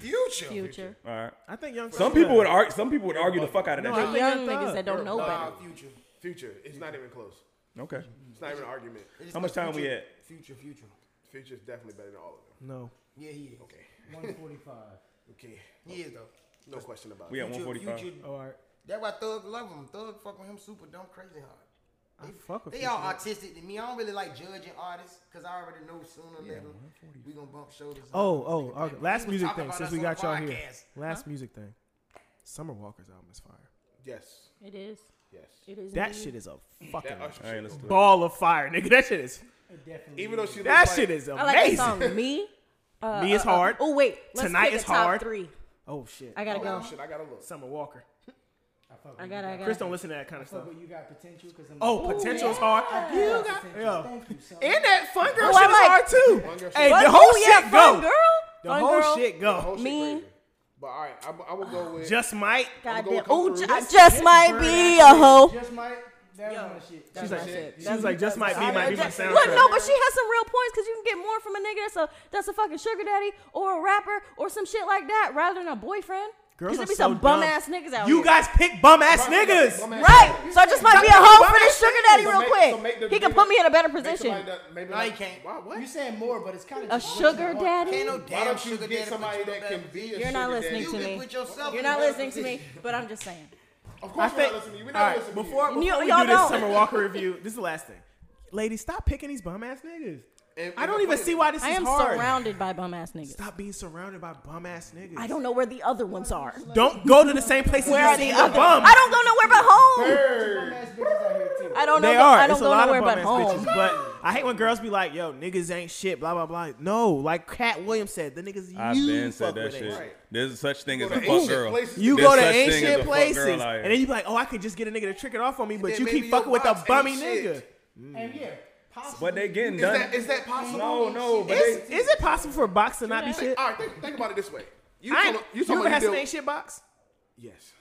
S6: Future.
S5: Future.
S2: All right.
S1: I think Young.
S2: Some
S1: Thug-
S2: people would argue. Some people would argue the fuck out of that.
S1: No, I
S2: shit.
S1: think
S5: Young
S1: Young Thug.
S5: niggas that don't know
S4: Nah,
S5: better.
S6: Future.
S4: Future. It's not even close.
S2: Okay.
S4: It's not even an argument.
S6: It's
S2: How much time we
S6: future,
S2: at?
S6: Future, future.
S4: Future's definitely better than all of them.
S1: No.
S6: Yeah, he is.
S4: Okay.
S9: 145.
S4: Okay.
S6: He is though.
S4: No question about
S2: We
S4: it.
S2: at one
S6: Future-
S2: forty five.
S6: Future-
S1: All right.
S6: That's why Thug love him. Thug fuck with him super dumb crazy hard.
S1: I fuck with
S6: They
S1: Future.
S6: all artistic to me. I don't really like judging artists because I already know sooner or later we gonna bump shoulders.
S1: Oh, oh, okay.
S6: Like,
S1: Last
S6: we
S1: music
S6: talking
S1: thing
S6: about
S1: since
S6: us
S1: we
S6: on
S1: got
S6: the
S1: y'all here.
S6: podcast.
S1: Last music thing. Summer Walker's album is fire.
S6: Mm-hmm.
S4: Yes.
S5: It is.
S4: Yes.
S5: It is.
S1: That
S5: indeed.
S1: shit is a fucking
S4: That Usher
S2: All right,
S4: shit.
S2: let's do it.
S1: ball of fire, nigga. That shit is.
S4: Even though she looks
S1: That
S4: like,
S1: shit is
S5: I like that
S1: amazing.
S5: song. Me. Uh,
S1: Me is
S5: uh, uh,
S1: hard.
S5: Oh wait. Let's
S1: Tonight
S5: pick
S1: is
S5: a top
S1: hard.
S5: Three.
S1: Oh shit.
S5: I gotta go.
S4: Shit, I gotta look.
S1: Summer Walker.
S5: I gotta. I
S1: Chris
S5: gotta.
S1: don't listen to that kind of stuff.
S9: Fuck with you got potential because I'm.
S1: Oh, potential's hard. You got
S9: potential.
S1: yo.
S9: Thank you, son.
S1: And that fun girl
S5: Oh,
S1: shit
S5: I like-
S1: is hard too. Hey, the
S5: Fun-
S1: whole
S5: oh, yeah,
S1: shit
S5: Fun
S1: go.
S5: Girl.
S1: The
S5: Fun
S1: whole
S5: girl.
S1: shit
S4: The
S1: go.
S4: whole Oh, shit
S5: Me.
S4: crazy. But all right, I'm, I will go with.
S1: Just might.
S5: Goddamn.
S4: come
S5: Oh,
S4: through.
S5: ju- I just might be a hoe.
S9: Just might. That
S5: Yo.
S9: one shit.
S1: She's
S9: That's
S1: like,
S9: my shit.
S1: she was like, just might be, might be my
S5: Look,
S1: soundtrack.
S5: no, but she has some real points because you can get more from a nigga that's a that's a fucking sugar daddy or a rapper or some shit like that rather than a boyfriend.
S1: Girls
S5: Because there
S1: are
S5: be
S1: so
S5: some bum
S1: dumb.
S5: ass niggas out
S1: You
S5: here.
S1: guys pick bum ass niggas.
S5: right. So I just might be a hoe for this sugar daddy
S4: So
S5: real
S4: make- so
S5: quick.
S4: make the
S5: he can
S4: nigga-
S5: put me in a better
S4: Make
S5: position.
S4: somebody that- maybe
S6: No,
S4: like-
S6: you can't.
S4: Why, what?
S9: You saying more, but it's kind of
S5: A sugar daddy.
S6: Ain't no
S4: Why
S6: damn
S4: don't you
S6: sugar
S4: get
S6: daddy
S4: somebody
S6: put you
S4: that
S6: in
S4: can
S6: better
S4: be a
S6: position.
S5: You're not
S4: sugar daddy?
S5: listening
S6: You
S5: to
S6: can
S5: me.
S6: put yourself
S5: You're
S6: in
S5: not
S6: a better
S5: listening to me,
S6: position.
S5: but I'm just saying.
S4: Of
S1: I
S4: course you're
S1: think.
S4: not listening to me. We're
S1: all
S4: not
S1: right,
S4: listening to you.
S1: before,
S5: You-
S1: before we
S5: y'all
S1: do this
S5: don't.
S1: Summer Walker review, this is the last thing. Ladies, stop picking these bum ass niggas.
S4: And-
S1: I
S4: and
S1: don't
S4: the
S1: even
S4: point
S1: see
S4: is-
S1: why this
S5: I
S1: is
S5: am
S1: hard.
S5: surrounded by bum ass niggas.
S1: Stop being surrounded by bum ass niggas.
S5: I don't know where the other ones are.
S1: Don't go to the same places
S5: Where
S1: you
S5: are
S1: see
S5: the
S1: the
S5: other?
S1: bum.
S5: I don't go nowhere but home. I don't know.
S1: They
S5: the-
S1: are.
S5: I don't
S1: it's
S5: go
S1: a lot
S5: nowhere
S1: of
S5: but
S1: bum ass bitches.
S5: home.
S1: But I hate when girls be like, "Yo, niggas ain't shit." Blah blah blah. No, like Cat Williams said, the niggas
S2: I've
S1: you
S2: been
S1: fuck
S2: said that
S1: with ain't
S2: shit.
S1: shit.
S2: There's such thing as
S4: go
S2: a
S4: to
S2: fuck
S4: ancient
S2: girl.
S4: places.
S1: You
S2: There's
S1: go to
S2: such thing as a
S1: ancient
S2: fuck
S1: places,
S2: girl out here.
S1: and then you be like, "Oh, I could just get a nigga to trick it off on me," but
S4: then
S1: you
S4: maybe
S1: keep fucking
S4: your
S1: with a
S4: box ain't
S1: bummy
S4: shit.
S1: nigga.
S9: And yeah, possibly.
S2: But they getting
S4: Is
S2: done.
S4: that, is that possible?
S2: no, no. But they,
S1: Is, is it possible for a box to not be shit?
S4: All right, think, think about it this way. You
S1: I ain't,
S4: told-
S1: you,
S4: told
S1: ever
S4: me
S1: had some
S4: deal-
S1: ain't shit box?
S4: Yes.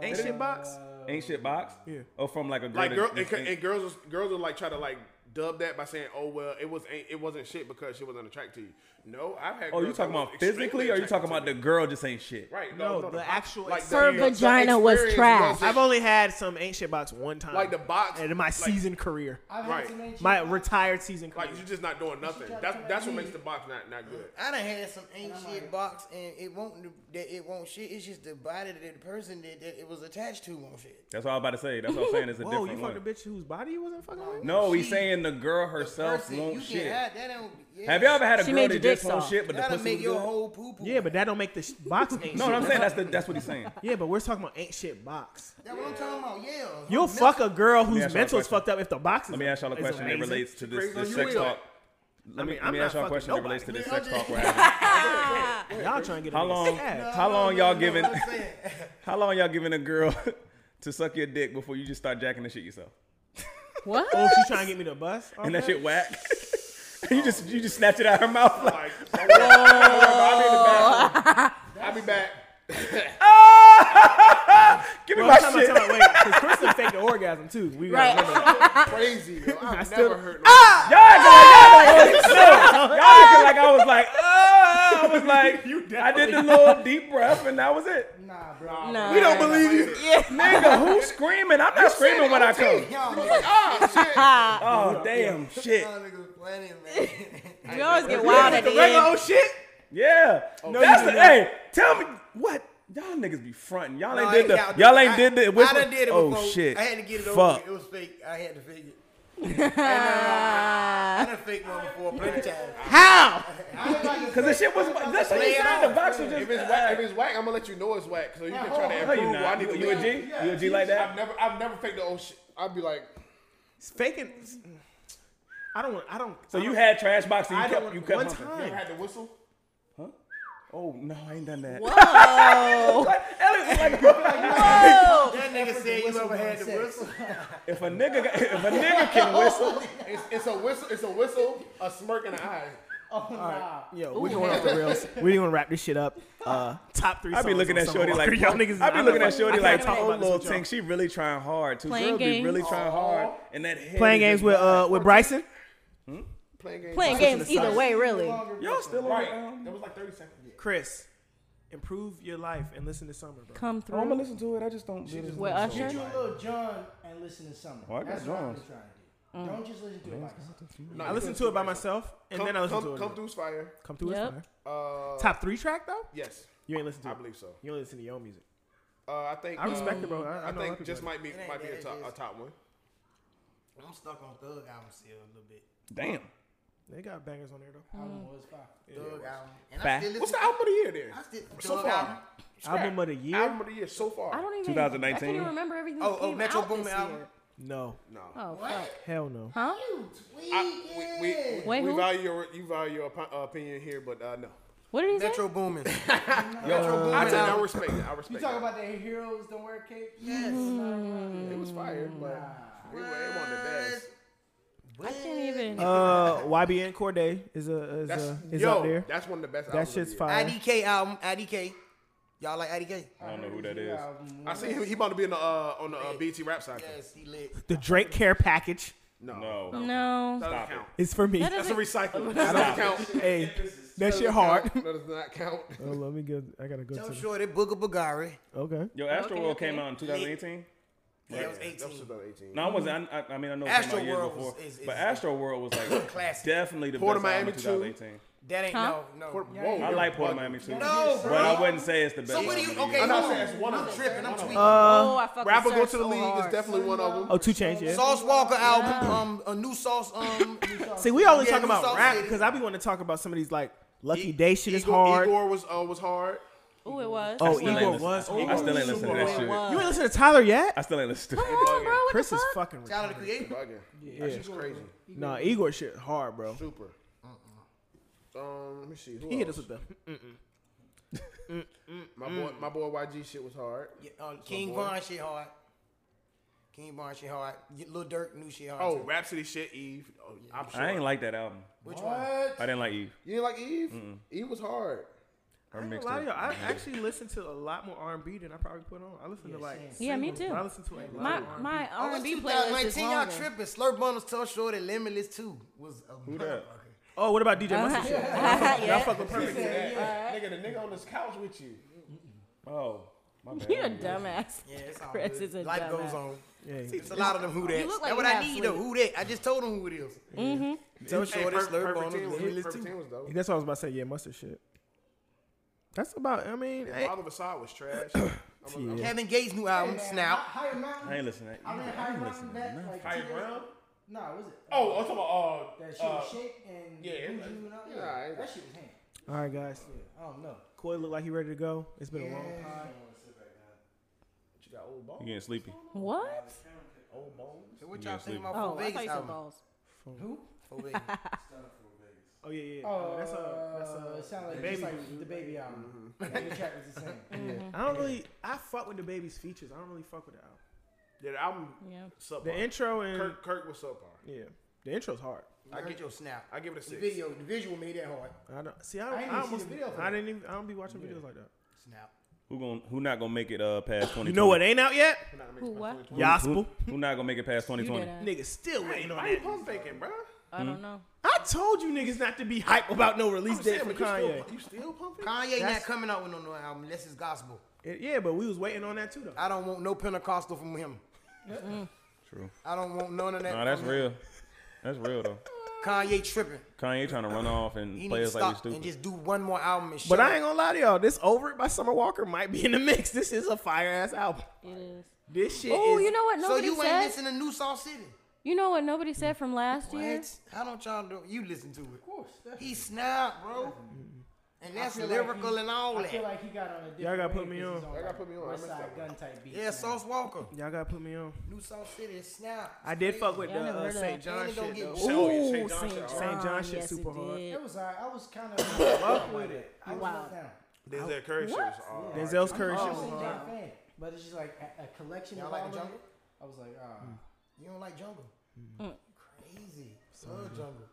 S1: Ain't shit box?
S2: ain't shit box.
S1: Yeah.
S2: Or from like a girl.
S4: Like
S2: that-
S4: girl, and, and, girls, was, girls will like try to like dub that by saying, "Oh well, it was ain't, it wasn't shit because she wasn't attracted to you." No, I've had.
S2: oh, you
S4: girls
S2: talking
S4: that was
S2: about physically,
S4: extremely
S2: or you talking
S4: attracted
S2: about the girl just ain't shit?
S4: to me. right?
S1: No,
S4: No,
S1: the
S4: box-
S1: actual
S4: the-
S5: Her
S4: the
S5: vagina was
S4: experience
S5: trash.
S4: wasn't-
S1: I've only had some ain't shit box one time.
S4: Like the box-
S1: And in my
S4: like-
S1: season career.
S9: I've
S4: Right.
S9: had some ancient
S1: My
S9: box.
S1: retired season career.
S4: like you're just not doing nothing. That's that's what makes the box not not good.
S6: I done had some ain't shit box and it won't do- that it won't shit. It's just the body that the person that, that it was attached to won't shit.
S2: That's what I was about to say. That's what I'm saying. It's a
S1: Whoa, you
S2: different
S1: fucked a
S2: one.
S1: bitch whose body you wasn't fucking with?
S2: No, he's
S6: She-
S2: saying the girl herself
S6: Person, you
S2: won't
S6: can
S2: shit.
S6: have- that don't, yeah.
S2: Have y'all ever had a
S5: She
S2: girl
S5: made
S2: that
S5: your
S2: just
S5: dick
S2: won't
S5: soft.
S2: shit, but the
S6: That'll
S2: pussy
S6: make
S2: was
S6: your
S2: good?
S6: whole poo poo.
S1: Yeah, but that don't make the sh-
S4: *laughs*
S1: box ain't
S2: No,
S1: shit.
S2: no, I'm saying that's the, that's what he's saying.
S1: Yeah, but we're talking about ain't shit box.
S6: That's what I'm talking about. Yeah.
S1: You'll
S6: Her
S1: fuck a girl
S2: me
S1: whose
S2: ask y'all a
S1: mental's
S2: question.
S1: fucked up if the box is
S2: Let me ask y'all a
S1: is
S2: question that
S1: amazing.
S2: relates to this,
S4: Crazy on
S2: this
S4: you,
S2: sex
S4: Will.
S2: talk. Let me,
S1: mean,
S2: let me
S1: I'm
S2: ask
S1: not
S2: y'all a
S1: fucking
S2: question that relates to this
S1: nobody.
S2: sex talk we're having.
S1: Y'all trying to get a *laughs*
S2: How
S1: nigga
S2: long?
S1: stabbed.
S2: How long y'all giving?
S6: I'm saying.
S2: How long y'all giving a girl *laughs* to suck your dick before you just start jacking the shit yourself?
S5: What?
S1: Oh, she trying to get me to bust?
S2: And that shit whack. *laughs* you just you just snatch it out of her mouth. Like,
S4: Like, so what? I'll be in the bathroom.
S5: *laughs*
S4: I'll be back.
S2: Give me
S1: Well,
S2: my
S1: Oh, time out,
S2: shit.
S1: time out, wait, because Kristen faked the orgasm too. We
S5: Right.
S1: gotta
S5: *laughs*
S1: remember.
S4: Crazy.
S1: *laughs*
S4: yo. I've
S1: still-
S4: never heard. No
S2: Y'all acting like, y'all, no, y'all acting like I was like, *laughs* oh, I was like, I did the little deep breath and that was it.
S9: Nah, bro.
S5: Nah.
S4: don't believe you.
S2: Nigga, who's screaming? I'm not screaming when I come.
S6: *laughs*
S2: *laughs*
S6: Y'all
S4: Like, oh shit.
S2: Oh damn, shit.
S6: niggas playing, man.
S2: *laughs*
S5: We always get wild at the
S1: Regular
S5: end.
S1: old shit.
S2: Yeah, that's the hey. Tell me what y'all niggas be fronting. Y'all ain't
S6: No, I
S2: did the
S6: gotta do
S2: y'all
S6: it.
S2: ain't
S6: I-
S2: did the
S6: I
S2: whisper.
S6: done did it
S2: oh
S6: before.
S2: shit!
S6: I had to get it over.
S2: Fuck.
S6: with. It was fake. I had to fake it. I done faked one before plenty of times. *laughs*
S1: How?
S2: Cause the shit was that's what you said. The box was just.
S4: If it's whack, if it's whack, I'm gonna let you know it's whack, so you can try to
S2: no, you
S4: improve. I
S2: not.
S4: need
S2: You,
S4: to
S2: you a
S4: learn.
S2: G? You a G like
S4: I've
S2: that?
S4: never, I've never faked the old shit. I'd be like,
S1: Faking. I don't. want- I don't.
S2: So
S1: I
S2: you
S1: don't-
S2: had trash box and you
S1: I don't.
S2: kept you
S1: want-
S2: kept
S1: one
S2: humping.
S4: I
S1: time.
S4: had to whistle.
S2: Oh no, I ain't done that.
S5: Whoa.
S2: Elliot was like,
S5: Whoa.
S6: That nigga said you ever had to whistle.
S2: if a nigga got- if a nigga can whistle,
S4: It's, it's a whistle. It's a whistle, a smirk, and an eye.
S1: Yo, we're going off the *laughs* rails. We're gonna wrap this shit up. *laughs* Uh, top three.
S2: I be
S1: songs
S2: looking
S1: on
S2: at
S1: Summer
S2: Shorty
S1: Walker. *laughs*
S2: like,
S1: y'all niggas.
S2: I be
S1: I'm
S2: looking
S1: not-
S2: at Shorty
S1: I
S2: like,
S1: can't talk
S2: oh
S1: about this
S2: little
S1: with y'all.
S2: thing, she really trying hard. Two
S5: Playing
S2: girls be
S5: games.
S2: really trying hard, and that head
S1: Playing
S2: is
S1: games
S2: just
S1: with
S2: wide.
S1: uh with Bryson.
S4: Playing games.
S13: Playing games either way, really.
S2: Y'all still on
S4: Right.
S2: right. um,
S4: That was like 30 seconds.
S1: Chris, improve your life and listen to Summer, bro.
S5: Come
S2: I'm gonna
S5: through
S2: listen to it. I just don't. She just
S5: with Usher.
S9: Do a little John and listen to something.
S2: Oh, I got
S9: That's what I'm
S2: Johns.
S9: trying to do. Don't just listen to it. Like,
S4: No,
S1: I listened to it by myself, and
S4: Come,
S1: then I listened
S4: come,
S1: to it.
S4: come through fire.
S1: Come through
S5: Yep.
S1: is fire.
S4: Uh,
S1: Top three track though.
S4: yes,
S1: You ain't listen to
S4: I
S1: it.
S4: believe so.
S1: You only listen to your own music.
S4: Uh, I think
S1: I respect
S4: um,
S1: it, bro. I, I,
S4: I,
S1: know a lot of
S4: think
S1: people
S4: just
S1: like
S4: might be
S6: It ain't
S4: might be
S6: bad,
S4: a top
S6: it
S4: a
S6: is.
S4: top one.
S6: I'm stuck on Thug album still a little bit.
S2: Damn.
S1: it. They got bangers on there though.
S9: album was fire.
S6: Thug album. And
S2: Fact.
S6: I still
S4: What's
S6: listen
S4: the album of the year then?
S6: I still,
S4: So
S6: Thug
S4: far.
S6: album.
S1: Album of the year?
S4: Album of the year so far.
S5: I don't even. I
S2: 2019.
S5: can't even remember everything.
S6: Oh,
S5: that
S6: oh,
S5: came
S6: Metro
S5: out
S6: Boomin
S5: this
S6: album?
S5: year.
S1: No,
S4: no.
S5: Oh fuck.
S6: What?
S1: hell no.
S5: Huh?
S4: I, we we, we,
S5: Wait,
S4: we
S5: who?
S4: value your you value your opi- uh, opinion here, but uh, no.
S5: What did he say?
S6: Metro
S2: *laughs*
S6: Boomin. Metro Boomin.
S4: I, take- I
S6: album.
S4: respect it. I respect
S9: You
S4: it.
S9: talk about that heroes don't wear capes.
S6: Mm.
S4: it was fire, but it, wa- it wasn't the best.
S5: I can't even.
S1: Uh, YBN Corday is a is,
S4: That's
S1: a, is
S4: yo,
S1: up there.
S4: that's one of the best.
S1: That
S4: albums of
S1: shit's
S4: the year.
S1: fire.
S6: IDK album. IDK. Y'all like IDK?
S2: I don't know who that is.
S4: I see him. He about to be in the uh, on the uh, BT rap cycle.
S6: Yes, he lit.
S1: The Drake Care package
S4: No,
S2: No.
S5: no.
S4: that doesn't
S2: Stop
S4: count.
S1: is for me.
S5: That
S4: That's a
S5: doesn't.
S4: recycle. That doesn't *laughs*
S1: *laughs*
S4: count.
S1: Hey, that shit
S4: Doesn't
S1: hard.
S4: count. That does not
S2: *laughs*
S4: count.
S1: Oh, let me get. I gotta go
S6: Joe
S1: to. the-
S6: Shorty, Booker Bagari.
S1: Okay.
S2: Yo, Astro
S5: Okay,
S2: World
S5: okay.
S2: came out in 2018.
S6: Yeah, that was
S4: That was
S6: 18.
S4: 2018.
S2: No, I wasn't. I, I, I mean, I know it came out years
S6: Astroworld
S2: before,
S6: was- is- is-
S2: but Astro World was like
S6: Classic.
S2: definitely the
S4: Port of
S2: best album
S4: Miami
S2: in
S4: too.
S2: 2018.
S6: That ain't
S5: Huh?
S6: no, no.
S4: Port- whoa,
S2: I
S4: you're
S2: like Port of
S4: bugging.
S2: Miami too,
S6: No,
S2: but
S6: bro.
S2: I wouldn't say it's the best.
S6: Somebody,
S2: album of the
S6: okay,
S2: year.
S4: I'm not saying
S6: hold
S4: it's one
S6: on.
S4: of
S6: I'm
S4: them.
S6: tripping. I'm tweaking.
S5: oh, I fucking.
S4: Rapper go
S5: searched
S4: to the
S5: so
S4: league is
S5: hard.
S4: definitely one of them.
S1: Oh, two chains. Yeah.
S6: Sauce Walker album. Um, a new sauce. Um,
S1: See, we only
S6: Yeah,
S1: talk
S6: new
S1: about
S6: South
S1: rap
S6: City.
S1: because I be want to talk about some of these like Lucky
S4: E-
S1: Day shit is
S4: Igor-
S1: hard.
S4: Igor was uh, was hard.
S5: Oh, it was.
S1: Oh,
S2: still
S1: Igor
S2: ain't
S1: was.
S2: listen- I still ain't listening to that
S5: It
S2: shit.
S1: You ain't
S5: was.
S1: listen to Tyler yet?
S2: I still ain't listening
S5: Come
S2: to
S5: on, bro. What
S1: Chris
S5: the
S1: is
S5: fuck?
S1: fucking.
S6: Shout out to Creator.
S4: Bugging.
S1: Yeah.
S4: That shit's crazy.
S1: Nah, Igor shit hard, bro.
S4: Super. Um, let me see. Who
S1: He hit us
S4: else?
S1: with the. *laughs*
S4: My boy, my boy YG shit was hard.
S6: Yeah, uh, King
S4: boy.
S6: Von shit hard. King Von shit hard. Lil Durk new shit hard.
S4: Oh,
S6: too.
S4: Rhapsody shit, Eve. Oh, I'm
S2: that. I ain't
S4: sure.
S2: like that album.
S6: which one?
S2: I didn't like Eve.
S4: You didn't like Eve? Eve was hard.
S1: I
S2: Her
S1: ain't
S2: mixtape.
S1: gonna lie to you, I actually listen to a lot more R and B than I probably put on. I listen to like
S5: Yeah, me too.
S1: I listen to a lot
S5: My
S1: of R&B.
S5: my R and B
S6: Unless
S5: playlist is
S6: 2019, y'all
S5: longer.
S6: tripping. Slurp Bundles, Tough Short, and Limitless 2 was a Who
S2: that?
S1: Oh, what about DJ Mustard shit?
S5: yeah.
S4: Nigga, the nigga on this couch with you.
S2: Oh, my bad.
S5: You're a dumbass.
S6: Yeah, it's all
S5: Chris
S6: good.
S5: is a
S6: Life
S5: dumbass.
S6: goes on.
S1: Yeah.
S6: It's a lot of them who that.
S5: You look like
S6: That's what
S5: you
S6: I
S5: half
S6: need, though. Who that? I just told them who it is. Mm-hmm. Tough Short,
S4: Perfect
S6: Slurp
S4: Perfect
S6: Bundles,
S4: Ten was-
S6: Limitless 2.
S4: Perfect Ten was dope.
S1: That's what I was about to say. Yeah, Mustard shit. That's about. I mean, hey,
S4: Father Versailles was *coughs* trash. I'm a-
S1: yeah.
S6: Kevin Gates' new album, Snout.
S9: Higher
S2: I
S9: Mountain.
S2: ain't listening to
S9: I
S2: that.
S9: ran Higher Mountain back like
S4: Higher
S9: two years-
S4: Ground?
S9: Nah, was it?
S4: Oh, I'm talking about uh,
S9: that shit was shake and
S4: yeah, it
S9: Juju
S4: was-
S9: and all-
S4: yeah, I-
S9: that shit was hand.
S1: All right, guys.
S9: I don't know.
S1: Koi look like he ready to go. It's been a long.
S4: you got old ball,
S2: You getting sleepy?
S5: What?
S4: old bones.
S6: So what y'all
S2: sleep.
S6: think
S5: Oh,
S6: about Full
S5: I thought
S6: Vegas
S5: you said
S6: album?
S5: balls.
S9: *laughs*
S6: Full Vegas.
S1: Oh yeah, yeah.
S9: Oh,
S1: Uh, that's a. That's
S9: uh, it
S1: a.
S9: sound like
S1: baby
S9: just like the baby album.
S6: Mm-hmm.
S9: Every track was the same.
S1: I don't really. I fuck with the baby's features. I don't really fuck with the album.
S4: Yeah, the album
S5: Yeah.
S4: subpar.
S1: The intro and
S4: Kirk, Kirk was subpar.
S1: yeah, the intro's hard.
S6: I get your Snout.
S4: I give it a
S6: The
S4: six.
S6: video, the *laughs* visual made that hard.
S1: I don't see. I, don't,
S9: I
S1: I,
S9: didn't even see
S1: almost.
S9: the video for
S1: I
S9: that.
S1: didn't even. I don't be watching videos like that.
S6: Snout.
S2: Who gon' Who not gonna make it uh past
S1: *laughs*
S2: 2020?
S1: You know what ain't out yet?
S5: Who? What?
S1: Gospel.
S2: Who not gonna make it past
S5: You
S2: 2020?
S5: did that.
S1: Niggas still waiting on
S4: Why you
S1: that.
S4: pump faking, bro?
S5: I don't know.
S1: I told you niggas not to be hype about no release
S4: I'm
S1: date
S4: saying,
S1: from
S4: but you
S1: Kanye.
S4: still- You still pump faking?
S6: Kanye
S1: That's-
S6: not coming out with no new album unless it's gospel.
S1: It- yeah, but we was waiting on that too though.
S6: I don't want no Pentecostal from him.
S2: True.
S6: I don't want none of that.
S2: Nah, that's
S6: from
S2: real. That's real though.
S6: Kanye tripping.
S2: Kanye trying to run off and
S6: He
S2: play
S6: need to
S2: us like we
S6: stop and
S2: stupid.
S6: just do one more album and shit.
S1: But I ain't gonna lie to y'all. This "Over It" by Summer Walker might be in the *laughs* mix. This is a fire ass album.
S5: It is.
S1: This shit
S5: Oh,
S1: is.
S5: you know what
S6: So
S5: nobody
S6: you ain't
S5: said?
S6: listening to New South City?
S5: You know what nobody said from last year?
S6: What? How don't y'all do? You listen to it? Of course. He snap, bro. And that's
S9: feel like
S6: lyrical
S9: he-
S6: and all
S9: I
S6: that.
S9: feel like he got on a different
S1: Y'all gotta put
S9: wave
S1: me
S9: 'cause
S1: on.
S9: he's
S4: gotta
S9: like
S4: put me on. I
S9: West
S4: missed
S9: Side
S4: that
S9: gun type beat.
S6: yeah, Sauce Walker.
S1: Y'all gotta put me on.
S6: New South City is snap.
S1: I did fuck with
S5: Y'all
S1: the
S5: never
S1: uh,
S5: heard of
S1: St.
S5: that.
S1: John
S6: And it don't
S1: shit.
S6: get
S1: though.
S4: Shell, yeah, Shane
S5: Ooh,
S4: Johnson,
S5: St.
S4: all
S1: Saint John shit
S5: yes,
S1: super
S5: it
S1: hard.
S5: did.
S9: It was alright. I was kind of fuck with it. I was
S5: Wow.
S9: let down.
S4: Denzel Curry shit was uh, all right.
S1: Denzel's Curry
S9: I'm
S1: shit
S9: a
S1: was
S9: Saint
S1: hard.
S9: John fan, but it's just like a, a collection
S6: Y'all
S9: of
S6: like
S9: all
S6: the
S9: of
S6: jungle?
S9: it. I was like, ah,
S6: You don't like jungle? Crazy. Love jungle.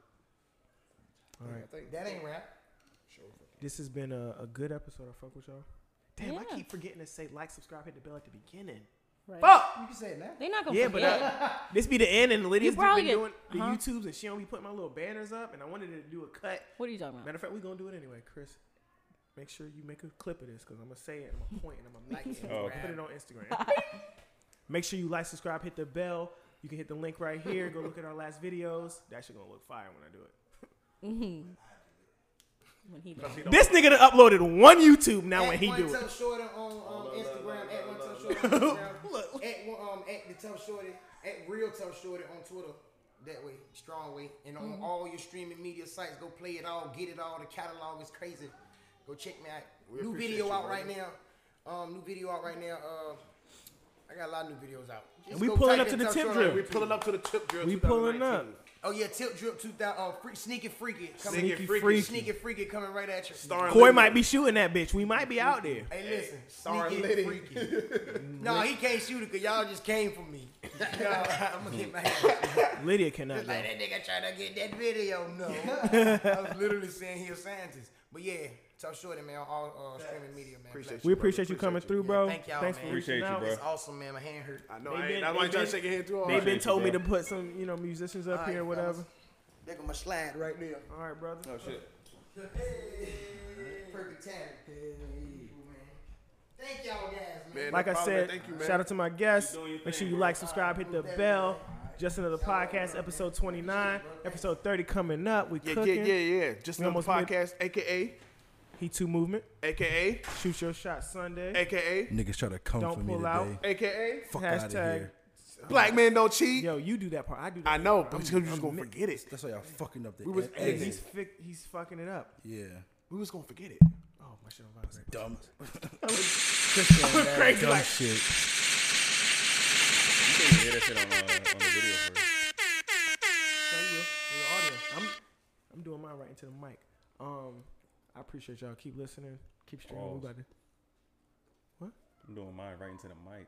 S6: That ain't rap.
S1: This has been a, a good episode. I fuck with y'all. Damn, I
S5: Yeah.
S1: keep forgetting to say like, subscribe, hit the bell at the beginning. Fuck.
S17: You can say it now.
S5: They not gonna
S1: Yeah, but
S5: forget.
S1: uh, this be the end, and the ladies have
S5: probably
S1: been
S5: get-
S1: doing the
S5: huh?
S1: YouTubes, and she don't be putting my little banners up, and I wanted to do a cut.
S5: what are you talking about?
S1: Matter of fact, we're gonna do it anyway, Chris. Make sure you make a clip of this because I'm gonna say it, I'm gonna point, and I'm gonna like it, and I'm
S2: Oh,
S1: gonna put it on
S5: *laughs*
S1: Instagram. make sure you like, subscribe, hit the bell. You can hit the link right here. Go look at our last videos. That shit gonna look fire when I do it.
S5: Mm-hmm. When he does.
S1: This nigga done uploaded one YouTube now when
S9: At
S1: he
S9: one
S1: do it.
S9: tough shorter on um, Instagram. At one tough shorter on Instagram. At one, um, at the tough shorter. At real tough shorter on Twitter. That way, strong way, and
S1: Mm-hmm.
S9: on all your streaming media sites, go play it all, get it all. The catalog is crazy. Go check me out. new video out right now. Um, new video out right now. Uh, I got a lot of new videos out. Just
S1: we
S9: go
S1: pulling
S9: type
S1: up
S9: in
S1: to the
S9: Tough
S1: tip
S9: Shorter
S1: drill.
S9: on
S4: We pulling up to the tip drill.
S1: We pulling
S4: 2019.
S9: Oh yeah, Tilt Drip 2000, uh, free, Sneaky Freaky, coming,
S1: Sneaky
S9: sneaky,
S1: freaky.
S9: freaky. sneaky Freaky coming right at you.
S4: Starring
S1: Corey
S4: Liddy.
S1: might be shooting that bitch. We might be out there.
S9: Hey, listen,
S4: Starring
S9: Sneaky
S4: Liddy.
S9: Freaky. no, he can't shoot it because y'all just came for me. Y'all, I'm gonna get my hand.
S1: Lydia cannot.
S9: Like
S1: Though.
S9: that nigga trying to get that video. No, *laughs* I was literally saying he a scientist. But yeah, tough shorty man on all uh, streaming media man.
S4: Appreciate
S1: We
S4: you, brother.
S1: appreciate you coming through,
S9: Yeah,
S1: bro.
S9: thank y'all,
S1: Thanks
S9: man.
S1: for reaching
S2: Appreciate you,
S1: out.
S2: bro.
S9: It's awesome, man. My hand hurt.
S4: I know.
S1: They
S4: I
S1: been-
S4: ain't- That's
S1: they
S4: why
S1: been-
S4: you trying to shake your hand through all.
S1: They've been
S2: Appreciate you,
S1: told me to
S2: bro.
S1: put some, you know, musicians up
S9: All
S1: here or
S9: right,
S1: whatever.
S9: fellas. They gonna slide right there.
S1: All right, brother.
S2: Oh shit.
S9: Perfect timing. Thank y'all guys, man.
S4: Man, no
S1: Like I
S4: problem,
S1: said,
S4: man. thank you, man.
S1: shout out to my guests.
S2: You doing your
S1: Make sure
S2: thing,
S1: you
S2: bro.
S1: like, subscribe, hit the bell. Just another podcast, episode 29, episode 30 coming up. We
S4: yeah, yeah,
S1: cooking.
S4: yeah, yeah. Just
S1: We
S4: another
S1: almost
S4: podcast, aka,
S1: He Two Movement.
S4: aka,
S1: Shoot your shot Sunday.
S4: aka,
S18: Niggas try to come
S1: Don't
S18: for me
S1: pull
S18: today.
S1: out.
S4: aka.
S18: Fuck out of
S1: Hashtag-
S18: here.
S4: Black man don't cheat.
S1: Yo, you do that part. I do that.
S4: I know, but
S1: I'm-
S4: because you just
S1: I'm
S4: gonna
S1: mi-
S4: forget it.
S18: That's why y'all fucking up the
S4: was
S18: end.
S1: Hey,
S4: editing.
S1: he's fi- he's fucking it up.
S18: Yeah.
S4: We was gonna forget it.
S1: Oh my shit, I'm about to
S18: Dumb.
S1: *laughs* crazy.
S18: Dumb
S1: Like,
S18: shit.
S2: You can't even hear that shit on, uh, on the video. For
S1: I'm, I'm doing mine right into the mic. Um, I appreciate y'all. Keep listening. Keep streaming. We
S2: Pause.
S1: about to-
S2: I'm doing mine right into the mic.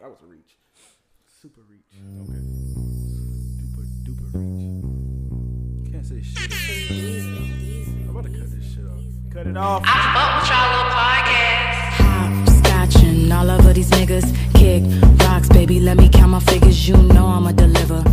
S4: That was a reach.
S1: super reach.
S18: Duper duper reach. Can't say shit. I'm about to cut this shit off.
S1: Cut it off.
S19: Hot Scotch and all over these niggas. Kick rocks, baby. Let me count my figures. You know I'ma deliver.